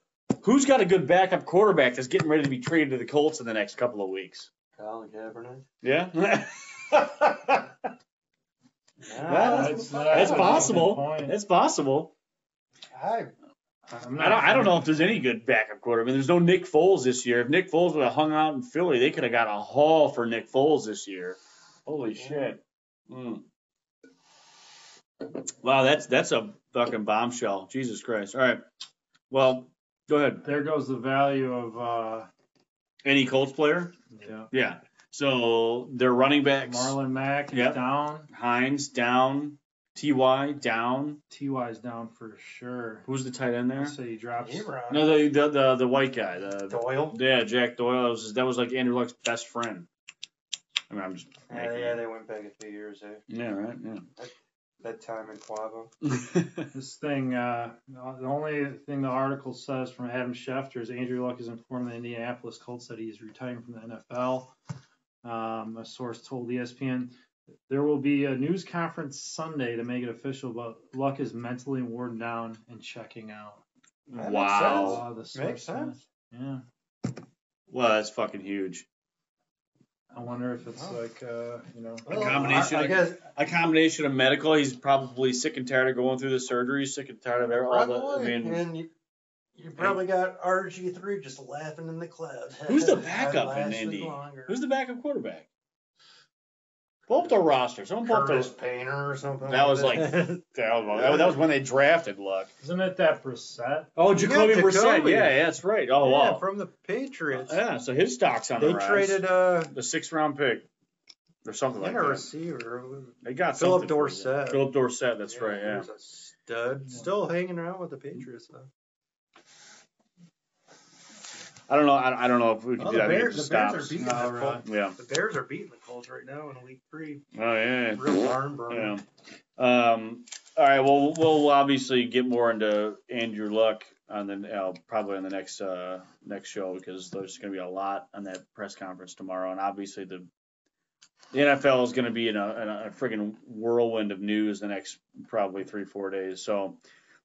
[SPEAKER 1] who's got a good backup quarterback that's getting ready to be traded to the Colts in the next couple of weeks?
[SPEAKER 2] Colin Kaepernick.
[SPEAKER 1] Yeah.
[SPEAKER 2] Nah,
[SPEAKER 1] Well,
[SPEAKER 2] that's,
[SPEAKER 1] that's
[SPEAKER 6] a
[SPEAKER 1] possible.
[SPEAKER 6] good point.
[SPEAKER 1] It's possible.
[SPEAKER 2] I,
[SPEAKER 6] I'm
[SPEAKER 1] I
[SPEAKER 6] not-
[SPEAKER 1] don't, I don't know if there's any good backup quarterback. I mean, there's no Nick Foles this year. If Nick Foles would have hung out in Philly, they could have got a haul for Nick Foles this year. Holy shit.
[SPEAKER 2] Hmm.
[SPEAKER 1] Mm. Wow, that's that's a fucking bombshell. Jesus Christ. All right. Well, go ahead.
[SPEAKER 6] There goes the value of uh,
[SPEAKER 1] Any Colts player?
[SPEAKER 6] yeah.
[SPEAKER 1] Yeah. So their running backs,
[SPEAKER 6] Marlon Mack is
[SPEAKER 1] Yep.
[SPEAKER 6] down.
[SPEAKER 1] Hines down, Ty down.
[SPEAKER 6] Ty's down for sure.
[SPEAKER 1] Who's the tight end there?
[SPEAKER 6] So he drops.
[SPEAKER 2] Ebron.
[SPEAKER 1] No, the the the, the white guy. The,
[SPEAKER 2] Doyle.
[SPEAKER 1] yeah, Jack Doyle. That was, that was like Andrew Luck's best friend. I mean, I'm just.
[SPEAKER 2] Yeah, yeah, they went back a few years there.
[SPEAKER 1] Yeah, right. Yeah.
[SPEAKER 2] That time in Quavo.
[SPEAKER 6] This thing, uh, the only thing the article says from Adam Schefter is Andrew Luck is informed the Indianapolis Colts that he is retiring from the NFL. Um, a source told ESPN there will be a news conference Sunday to make it official, but Luck is mentally worn down and checking out.
[SPEAKER 2] That makes
[SPEAKER 1] wow.
[SPEAKER 2] sense.
[SPEAKER 6] Uh, the source
[SPEAKER 2] Makes sense.
[SPEAKER 6] says. Yeah.
[SPEAKER 1] Well, that's fucking huge.
[SPEAKER 6] I wonder if it's
[SPEAKER 2] Oh.
[SPEAKER 6] like, uh, you know,
[SPEAKER 1] A combination
[SPEAKER 2] I, I
[SPEAKER 1] of-
[SPEAKER 2] guess
[SPEAKER 1] A combination of medical. He's probably sick and tired of going through the surgery. Sick and tired of every- all
[SPEAKER 2] probably.
[SPEAKER 1] the. I mean,
[SPEAKER 2] and you, you probably got RG3 just laughing in the clouds.
[SPEAKER 1] Who's the
[SPEAKER 2] I
[SPEAKER 1] backup in
[SPEAKER 2] lasted
[SPEAKER 1] Indy?
[SPEAKER 2] longer.
[SPEAKER 1] who's the backup quarterback? Pull up the roster. Someone pull up the
[SPEAKER 2] Curtis Painter or something.
[SPEAKER 1] That was
[SPEAKER 2] that.
[SPEAKER 1] That was, that was- that was when they drafted Luck.
[SPEAKER 6] isn't it that Brissett?
[SPEAKER 1] Oh,
[SPEAKER 2] Jacoby Brissett.
[SPEAKER 1] Yeah, yeah, that's right. Oh,
[SPEAKER 2] yeah,
[SPEAKER 1] wow.
[SPEAKER 2] from the Patriots.
[SPEAKER 1] yeah, so his stock's on
[SPEAKER 2] they
[SPEAKER 1] the rise.
[SPEAKER 2] traded uh,
[SPEAKER 1] the sixth round pick or something
[SPEAKER 2] in
[SPEAKER 1] like
[SPEAKER 2] a
[SPEAKER 1] that.
[SPEAKER 2] receiver.
[SPEAKER 1] They got
[SPEAKER 2] Philip
[SPEAKER 1] something for
[SPEAKER 2] Dorsett.
[SPEAKER 1] them. Philip Dorsett, that's right.
[SPEAKER 2] he
[SPEAKER 1] Yeah.
[SPEAKER 2] was a stud. Still hanging around with the Patriots though.
[SPEAKER 1] I don't know. I, I don't know if we can
[SPEAKER 2] Oh,
[SPEAKER 1] do
[SPEAKER 2] the,
[SPEAKER 1] that. We
[SPEAKER 2] Bears,
[SPEAKER 1] just
[SPEAKER 2] the Bears are
[SPEAKER 1] stops.
[SPEAKER 2] beating
[SPEAKER 6] No,
[SPEAKER 2] the
[SPEAKER 6] really.
[SPEAKER 2] Colts.
[SPEAKER 1] yeah.
[SPEAKER 2] The Bears are beating the Colts right now in week three.
[SPEAKER 1] Oh yeah.
[SPEAKER 2] Real barn burner.
[SPEAKER 1] Yeah. Um. All right. Well, we'll obviously get more into Andrew Luck on the uh, probably on the next uh, next show because there's going to be a lot on that press conference tomorrow, and obviously the the NFL is going to be in a, in a friggin' whirlwind of news the next probably three four days. So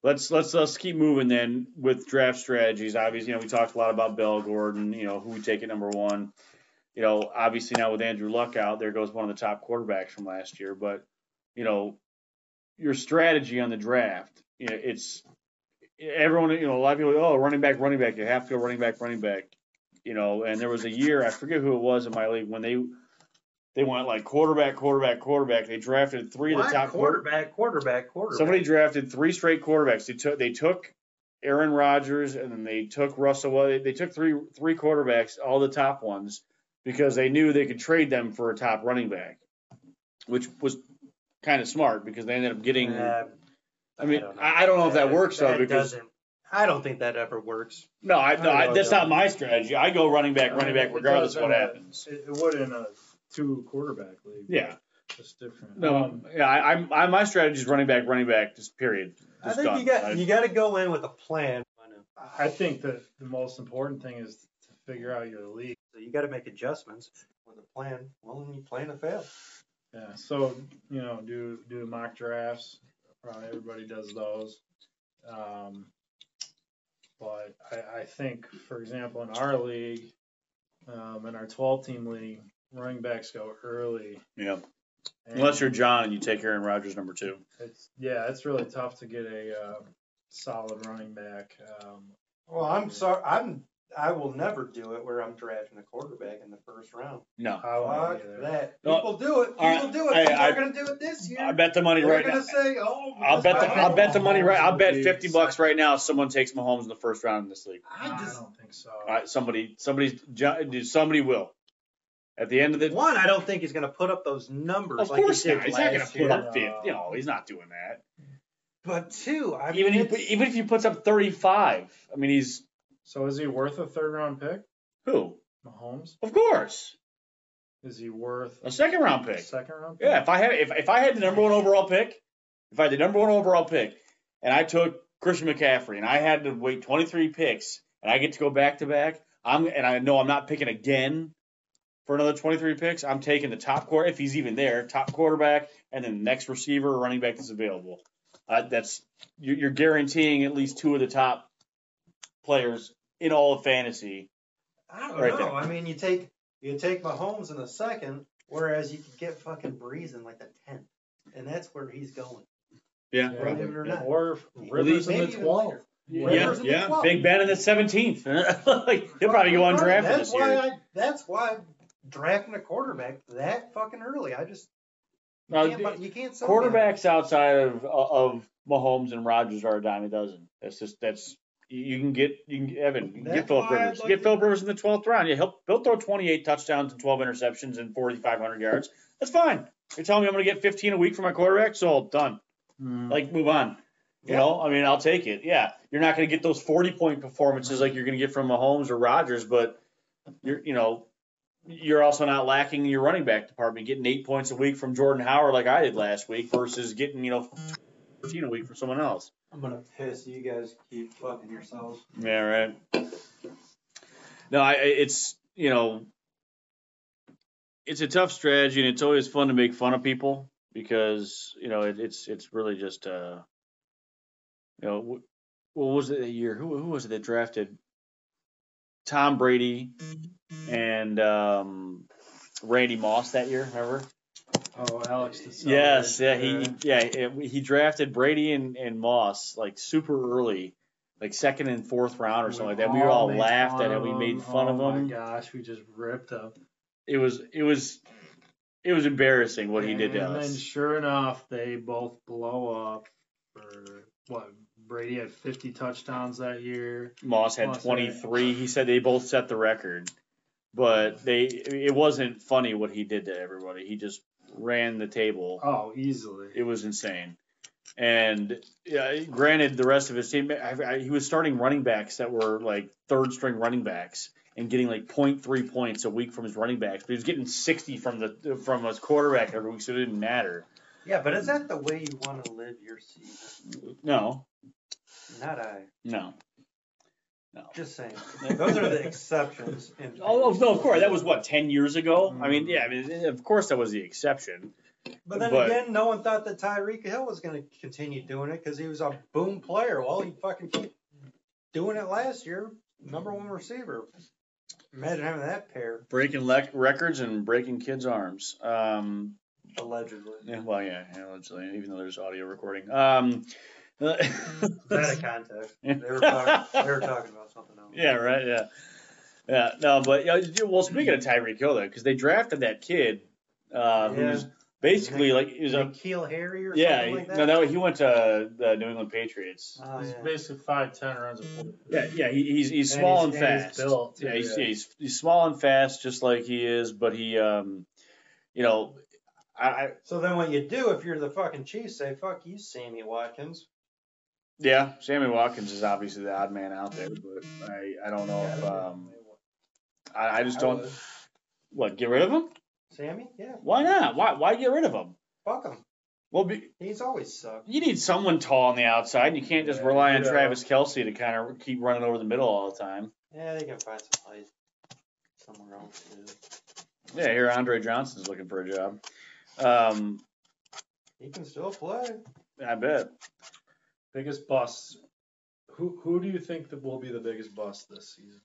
[SPEAKER 1] let's let's let's keep moving then with draft strategies. Obviously, you know we talked a lot about Bell Gordon. You know who we take at number one. You know, obviously now with Andrew Luck out, there goes one of the top quarterbacks from last year. But you know, your strategy on the draft. You know, it's everyone, you know, a lot of people, oh, running back, running back, you have to go running back, running back. You know, and there was a year, I forget who it was in my league, when they they went like quarterback, quarterback, quarterback. They drafted three of
[SPEAKER 2] Why
[SPEAKER 1] the top quarterbacks.
[SPEAKER 2] quarterback, quarterback, quarterback. Uh,
[SPEAKER 1] Somebody drafted three straight quarterbacks. They took they took Aaron Rodgers and then they took Russell. Well, they, they took three three quarterbacks, all the top ones, because they knew they could trade them for a top running back, which was kind of smart because they ended up getting.
[SPEAKER 2] Uh,
[SPEAKER 1] I mean, I I don't
[SPEAKER 2] don't know.
[SPEAKER 1] know, if that, works though
[SPEAKER 2] that
[SPEAKER 1] because
[SPEAKER 2] doesn't- I don't think that ever works.
[SPEAKER 1] no, I,
[SPEAKER 6] I
[SPEAKER 1] no, I-
[SPEAKER 6] know,
[SPEAKER 1] that's
[SPEAKER 6] though.
[SPEAKER 1] not my strategy. I go running back, running back,
[SPEAKER 6] It
[SPEAKER 1] regardless
[SPEAKER 6] does
[SPEAKER 1] of what
[SPEAKER 6] in a-
[SPEAKER 1] happens.
[SPEAKER 6] It, it would in a two quarterback league.
[SPEAKER 1] Yeah,
[SPEAKER 6] Just different.
[SPEAKER 1] no,
[SPEAKER 6] Um,
[SPEAKER 1] yeah, I, I'm, I, my strategy is running back, running back, just period.
[SPEAKER 2] I
[SPEAKER 1] Just
[SPEAKER 2] think
[SPEAKER 1] done.
[SPEAKER 2] you got
[SPEAKER 1] I-
[SPEAKER 2] you got to go in with a plan.
[SPEAKER 6] I think that the most important thing is to figure out your league.
[SPEAKER 2] So you got to make adjustments with a plan. Well, then you plan to fail.
[SPEAKER 6] Yeah. So you know, do do mock drafts. Probably everybody does those. Um, but I, I think, for example, in our league, um, in our 12-team league, running backs go early.
[SPEAKER 1] yeah,
[SPEAKER 6] and-
[SPEAKER 1] unless you're John and you take Aaron Rodgers number two.
[SPEAKER 6] It's yeah, it's really tough to get a um, solid running uh, back. Um,
[SPEAKER 2] Well, I'm sorry. I'm I will never do it where I'm drafting a quarterback in the first round.
[SPEAKER 1] No.
[SPEAKER 6] I
[SPEAKER 2] Fuck
[SPEAKER 6] won't either.
[SPEAKER 2] that.
[SPEAKER 1] No.
[SPEAKER 2] People do it. People
[SPEAKER 1] All right.
[SPEAKER 2] do it.
[SPEAKER 1] Hey,
[SPEAKER 2] People
[SPEAKER 1] I-
[SPEAKER 2] are gonna do it this year.
[SPEAKER 1] I bet the money
[SPEAKER 2] They're
[SPEAKER 1] right
[SPEAKER 2] gonna
[SPEAKER 1] now.
[SPEAKER 2] say, "Oh,
[SPEAKER 1] I'll bet the I'll bet the money right. I'll bet
[SPEAKER 6] Mahomes
[SPEAKER 1] fifty
[SPEAKER 6] would be
[SPEAKER 1] bucks right now. Someone takes Mahomes in the first round in this league.
[SPEAKER 2] I just
[SPEAKER 6] don't think so.
[SPEAKER 1] All right, somebody somebody's jo- dude, somebody will. At the end of the
[SPEAKER 2] one. I don't think he's gonna put up those numbers.
[SPEAKER 1] of
[SPEAKER 2] like
[SPEAKER 1] course
[SPEAKER 2] he did
[SPEAKER 1] not. He's not gonna
[SPEAKER 2] last
[SPEAKER 1] put
[SPEAKER 2] year.
[SPEAKER 1] up fifty. No, he's not doing that.
[SPEAKER 2] But two, I mean,
[SPEAKER 1] even if he,
[SPEAKER 2] it's-
[SPEAKER 1] put- even if he puts up thirty five, I mean he's
[SPEAKER 6] So is he worth a third round pick?
[SPEAKER 1] who?
[SPEAKER 6] Mahomes?
[SPEAKER 1] Of course,
[SPEAKER 6] Is he worth
[SPEAKER 1] a second round
[SPEAKER 6] a
[SPEAKER 1] pick.
[SPEAKER 6] second round pick?
[SPEAKER 1] Yeah, if I had if, if I had the number one overall pick, if I had the number one overall pick, and I took Christian McCaffrey, and I had to wait 23 picks, and I get to go back to back, I'm and I know I'm not picking again for another 23 picks. I'm taking the top quarter if he's even there, top quarterback, and then the next receiver or running back that's available. Uh, that's you're, you're guaranteeing at least two of the top players in all of fantasy.
[SPEAKER 2] I don't
[SPEAKER 1] right
[SPEAKER 2] know.
[SPEAKER 1] there.
[SPEAKER 2] I mean, you take you take Mahomes in the second, whereas you could get fucking Breeze in like the tenth, and that's where he's going.
[SPEAKER 1] Yeah,
[SPEAKER 6] Yeah.
[SPEAKER 2] Believe it or not.
[SPEAKER 6] Or Rivers in the
[SPEAKER 2] Maybe even
[SPEAKER 6] 12th.
[SPEAKER 2] later.
[SPEAKER 6] Yeah.
[SPEAKER 1] yeah,
[SPEAKER 2] Rivers in the
[SPEAKER 1] yeah.
[SPEAKER 2] 12th.
[SPEAKER 1] Big Ben in the 17th. like, he'll probably go undrafted
[SPEAKER 2] That's
[SPEAKER 1] this year.
[SPEAKER 2] why I, that's why I'm drafting a quarterback that fucking early. I just you
[SPEAKER 1] Now,
[SPEAKER 2] can't,
[SPEAKER 1] d-
[SPEAKER 2] bu- you can't sell me on it.
[SPEAKER 1] Quarterbacks outside of uh, of Mahomes and Rodgers are a dime a dozen. That's just that's you can get you can Evan you can get
[SPEAKER 2] That's
[SPEAKER 1] Philip
[SPEAKER 2] why I'd
[SPEAKER 1] Rivers.
[SPEAKER 2] like
[SPEAKER 1] get
[SPEAKER 2] to-
[SPEAKER 1] Philip Rivers in the twelfth round. Yeah, he'll he'll throw twenty eight touchdowns and twelve interceptions and forty five hundred yards. That's fine. You're telling me I'm going to get fifteen a week from my quarterback? So done.
[SPEAKER 2] Hmm.
[SPEAKER 6] Mm.
[SPEAKER 1] Like move on. You
[SPEAKER 2] Mm-hmm. Yeah.
[SPEAKER 1] know, I mean, I'll take it. Yeah, you're not going to get those 40 point performances like you're going to get from Mahomes or Rodgers, but you're, you know, you're also not lacking in your running back department, getting eight points a week from Jordan Howard like I did last week versus getting, you know, 15 a week from someone else.
[SPEAKER 2] I'm gonna piss you guys. Keep fucking yourselves.
[SPEAKER 1] Yeah, right. No, I, I- it's, you know, it's a tough strategy and it's always fun to make fun of people because, you know, it, it's, it's really just, uh, you know, wh- what was it that year? Who, who was it that drafted Tom Brady and um, Randy Moss that year? Remember?
[SPEAKER 6] Oh, Alex DeSalvo.
[SPEAKER 1] Yes, yeah, he yeah it- he drafted Brady and, and Moss like super early, like second and fourth round or something like that. We all
[SPEAKER 6] made
[SPEAKER 1] laughed at
[SPEAKER 6] fun
[SPEAKER 1] it.
[SPEAKER 6] of
[SPEAKER 1] We
[SPEAKER 6] him.
[SPEAKER 1] made fun
[SPEAKER 6] oh
[SPEAKER 1] of him.
[SPEAKER 6] my gosh, we just ripped up.
[SPEAKER 1] It was it was it was embarrassing what he did to
[SPEAKER 6] And then
[SPEAKER 1] us.
[SPEAKER 6] sure enough, they both blow up. For what? Brady had 50 touchdowns that year.
[SPEAKER 1] Moss had
[SPEAKER 6] Moss had-
[SPEAKER 1] 23. He said they both set the record, but they it wasn't funny what he did to everybody. He just ran the table.
[SPEAKER 6] Oh, easily.
[SPEAKER 1] It was insane. And yeah, granted, the rest of his team, I, I, he was starting running backs that were like third string running backs and getting like 0.3 points a week from his running backs, but he was getting 60 from the from his quarterback every week, so it didn't matter.
[SPEAKER 2] Yeah, but is that the way you want to live your season?
[SPEAKER 1] No,
[SPEAKER 2] Not I.
[SPEAKER 1] no.
[SPEAKER 2] Just saying. Those are the exceptions. in-
[SPEAKER 1] Oh no, of course that was what 10 years ago. I mean, yeah, I mean, of course that was the exception.
[SPEAKER 2] But then
[SPEAKER 1] But-
[SPEAKER 2] again, no one thought that Tyreek Hill was going to continue doing it because he was a boom player. Well, he fucking kept doing it last year, number one receiver. Imagine having that pair,
[SPEAKER 1] Breaking lec records and breaking kids' arms. Um,
[SPEAKER 2] allegedly.
[SPEAKER 1] yeah, well, yeah, allegedly, even though there's audio recording. Um,
[SPEAKER 2] Out of context. They were, talking, they were talking about something else.
[SPEAKER 1] Yeah, right. Yeah, yeah. No, but yeah, you- well, speaking of Tyreek Hill, though, because they drafted that kid uh, who
[SPEAKER 2] Yeah.
[SPEAKER 1] was basically like he was a
[SPEAKER 2] Nikhil Harry or
[SPEAKER 1] yeah.
[SPEAKER 2] something like
[SPEAKER 1] he-
[SPEAKER 2] that?
[SPEAKER 1] no, that was- he went to the New England Patriots.
[SPEAKER 2] Oh,
[SPEAKER 6] he's
[SPEAKER 2] yeah.
[SPEAKER 6] basically 5'10, runs a 40.
[SPEAKER 1] Yeah, yeah. He, he's he's
[SPEAKER 6] And
[SPEAKER 1] small and,
[SPEAKER 6] he's- and he's
[SPEAKER 1] fast.
[SPEAKER 6] built,
[SPEAKER 1] yeah,
[SPEAKER 6] too,
[SPEAKER 1] he's,
[SPEAKER 6] yeah.
[SPEAKER 1] he's he's small and fast, just like he is. But he, um, you know, I, I
[SPEAKER 2] So then what you do if you're the fucking Chiefs, say, fuck you, Sammy Watkins.
[SPEAKER 1] yeah. Sammy Watkins is obviously the odd man out there, but I I don't know if um I, I just don't
[SPEAKER 2] would.
[SPEAKER 1] what get rid of him.
[SPEAKER 2] Sammy? Yeah,
[SPEAKER 1] Why not? Why why get rid of him?
[SPEAKER 2] fuck him.
[SPEAKER 1] Well, be,
[SPEAKER 2] He's always sucked.
[SPEAKER 1] You need someone tall on the outside. You can't just
[SPEAKER 6] Yeah,
[SPEAKER 1] rely on
[SPEAKER 6] yeah.
[SPEAKER 1] Travis Kelsey to kind of keep running over the middle all the time.
[SPEAKER 2] Yeah, they can find some place somewhere else, too.
[SPEAKER 1] Yeah, here Andre Johnson's looking for a job. Um,
[SPEAKER 2] He can still play.
[SPEAKER 1] I bet.
[SPEAKER 6] Biggest busts. Who who do you think that will be the biggest bust this season?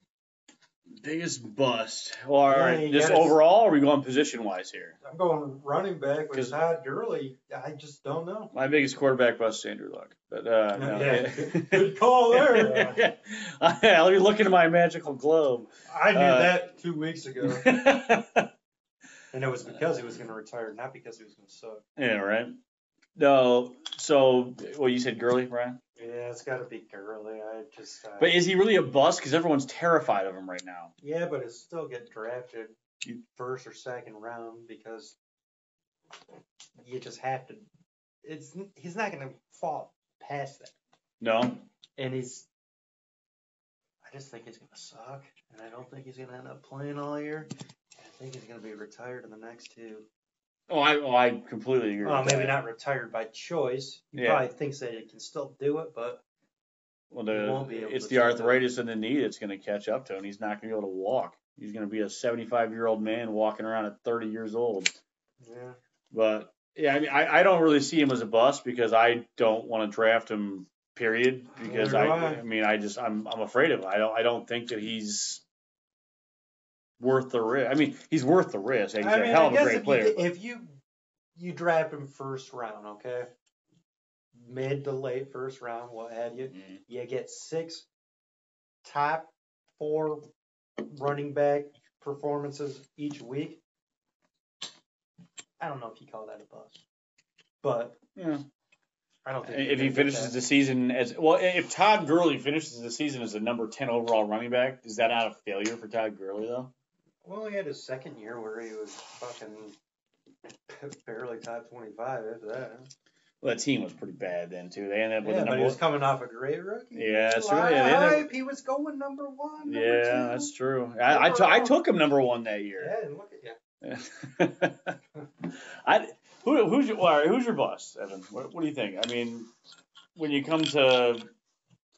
[SPEAKER 1] Biggest bust, or
[SPEAKER 2] Yeah, you
[SPEAKER 1] just
[SPEAKER 2] gotta-
[SPEAKER 1] overall? Or are we going position wise here?
[SPEAKER 2] I'm going running back with
[SPEAKER 1] 'Cause-
[SPEAKER 2] Todd Gurley. I just don't know.
[SPEAKER 1] My biggest quarterback bust is Andrew Luck, but uh, no.
[SPEAKER 2] Yeah. Good call there.
[SPEAKER 1] Let me look into my magical globe.
[SPEAKER 2] I knew
[SPEAKER 1] Uh,
[SPEAKER 2] that two weeks ago,
[SPEAKER 1] yeah,
[SPEAKER 2] and it was
[SPEAKER 1] uh,
[SPEAKER 2] because he was going to retire, not because he was going to suck.
[SPEAKER 1] right. No, so well, you said Gurley, Brian,
[SPEAKER 2] Yeah, it's got to be Gurley. I just. Uh,
[SPEAKER 1] but is he really a bust? Because everyone's terrified of him right now.
[SPEAKER 2] yeah, but it still get drafted
[SPEAKER 1] You-
[SPEAKER 2] first or second round because you just have to. It's he's not going to fall past that,
[SPEAKER 1] No,
[SPEAKER 2] and he's. I just think he's going to suck, and I don't think he's going to end up playing all year. I think he's going to be retired in the next two.
[SPEAKER 1] oh, I, oh, I completely agree.
[SPEAKER 2] Well,
[SPEAKER 1] with
[SPEAKER 2] maybe
[SPEAKER 1] that.
[SPEAKER 2] not retired by choice. He
[SPEAKER 1] Yeah.
[SPEAKER 2] probably thinks that he can still do it, but
[SPEAKER 1] Well,
[SPEAKER 2] He won't be
[SPEAKER 1] the,
[SPEAKER 2] able
[SPEAKER 1] it's
[SPEAKER 2] to
[SPEAKER 1] the
[SPEAKER 2] do that.
[SPEAKER 1] arthritis in the knee that's going to catch up to him. He's not going to be able to walk. He's going to be a 75 year old man walking around at 30 years old.
[SPEAKER 2] yeah.
[SPEAKER 1] But yeah, I mean, I, I don't really see him as a bust because I don't want to draft him. Period. Because
[SPEAKER 2] Neither
[SPEAKER 1] I,
[SPEAKER 2] do I.
[SPEAKER 1] I mean, I just I'm I'm afraid of him. I don't I don't think that he's worth the risk. I mean, he's worth the risk. He's
[SPEAKER 2] I
[SPEAKER 1] a
[SPEAKER 2] mean,
[SPEAKER 1] hell
[SPEAKER 2] I
[SPEAKER 1] of a
[SPEAKER 2] guess
[SPEAKER 1] great
[SPEAKER 2] if,
[SPEAKER 1] player.
[SPEAKER 2] you, if you you draft him first round, okay, mid to late first round, what have you,
[SPEAKER 1] but- Mm.
[SPEAKER 2] you get six top four running back performances each week. I don't know if you call that a bust, but
[SPEAKER 1] Yeah.
[SPEAKER 2] I don't think
[SPEAKER 1] If he finishes the season as well, if Todd Gurley finishes the season as the number ten overall running back, is that not a failure for Todd Gurley though?
[SPEAKER 2] Well, he had his second year where he was fucking barely top 25 after that.
[SPEAKER 1] Well, that team was pretty bad then too. They ended up with
[SPEAKER 2] yeah,
[SPEAKER 1] the
[SPEAKER 2] but
[SPEAKER 1] number.
[SPEAKER 2] he was coming off a great rookie.
[SPEAKER 1] yeah, that's true.
[SPEAKER 2] Live,
[SPEAKER 1] Yeah, they ended up-
[SPEAKER 2] he was going number one. Number
[SPEAKER 1] yeah,
[SPEAKER 2] two.
[SPEAKER 1] that's true. I I, t- I took him number one that year.
[SPEAKER 2] Yeah, and look at you.
[SPEAKER 1] I who who's your well, who's your boss, Evan? What, what do you think? I mean, when you come to,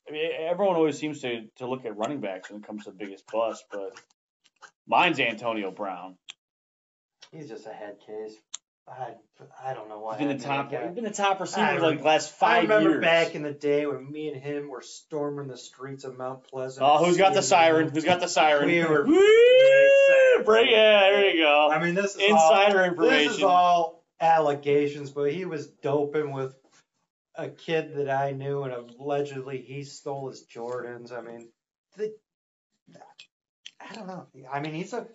[SPEAKER 1] I mean, everyone always seems to to look at running backs when it comes to the biggest bust, but mine's Antonio Brown.
[SPEAKER 2] He's just a head case. I, I don't know why.
[SPEAKER 1] He's been
[SPEAKER 2] I
[SPEAKER 1] the
[SPEAKER 2] had
[SPEAKER 1] top.
[SPEAKER 2] that guy.
[SPEAKER 1] He's been the top
[SPEAKER 2] I
[SPEAKER 1] receiver
[SPEAKER 2] remember-
[SPEAKER 1] like the last
[SPEAKER 2] I
[SPEAKER 1] five
[SPEAKER 2] remember
[SPEAKER 1] years.
[SPEAKER 2] back in the day when me and him were storming the streets of Mount Pleasant.
[SPEAKER 1] oh, who's got the siren? Who's got the siren?
[SPEAKER 2] We were-
[SPEAKER 1] Woo! Bring it. There you go.
[SPEAKER 2] I mean, this is all,
[SPEAKER 1] Insider information.
[SPEAKER 2] This is all allegations, but he was doping with a kid that I knew, and allegedly he stole his Jordans. I mean, the, I don't know. I mean, he's a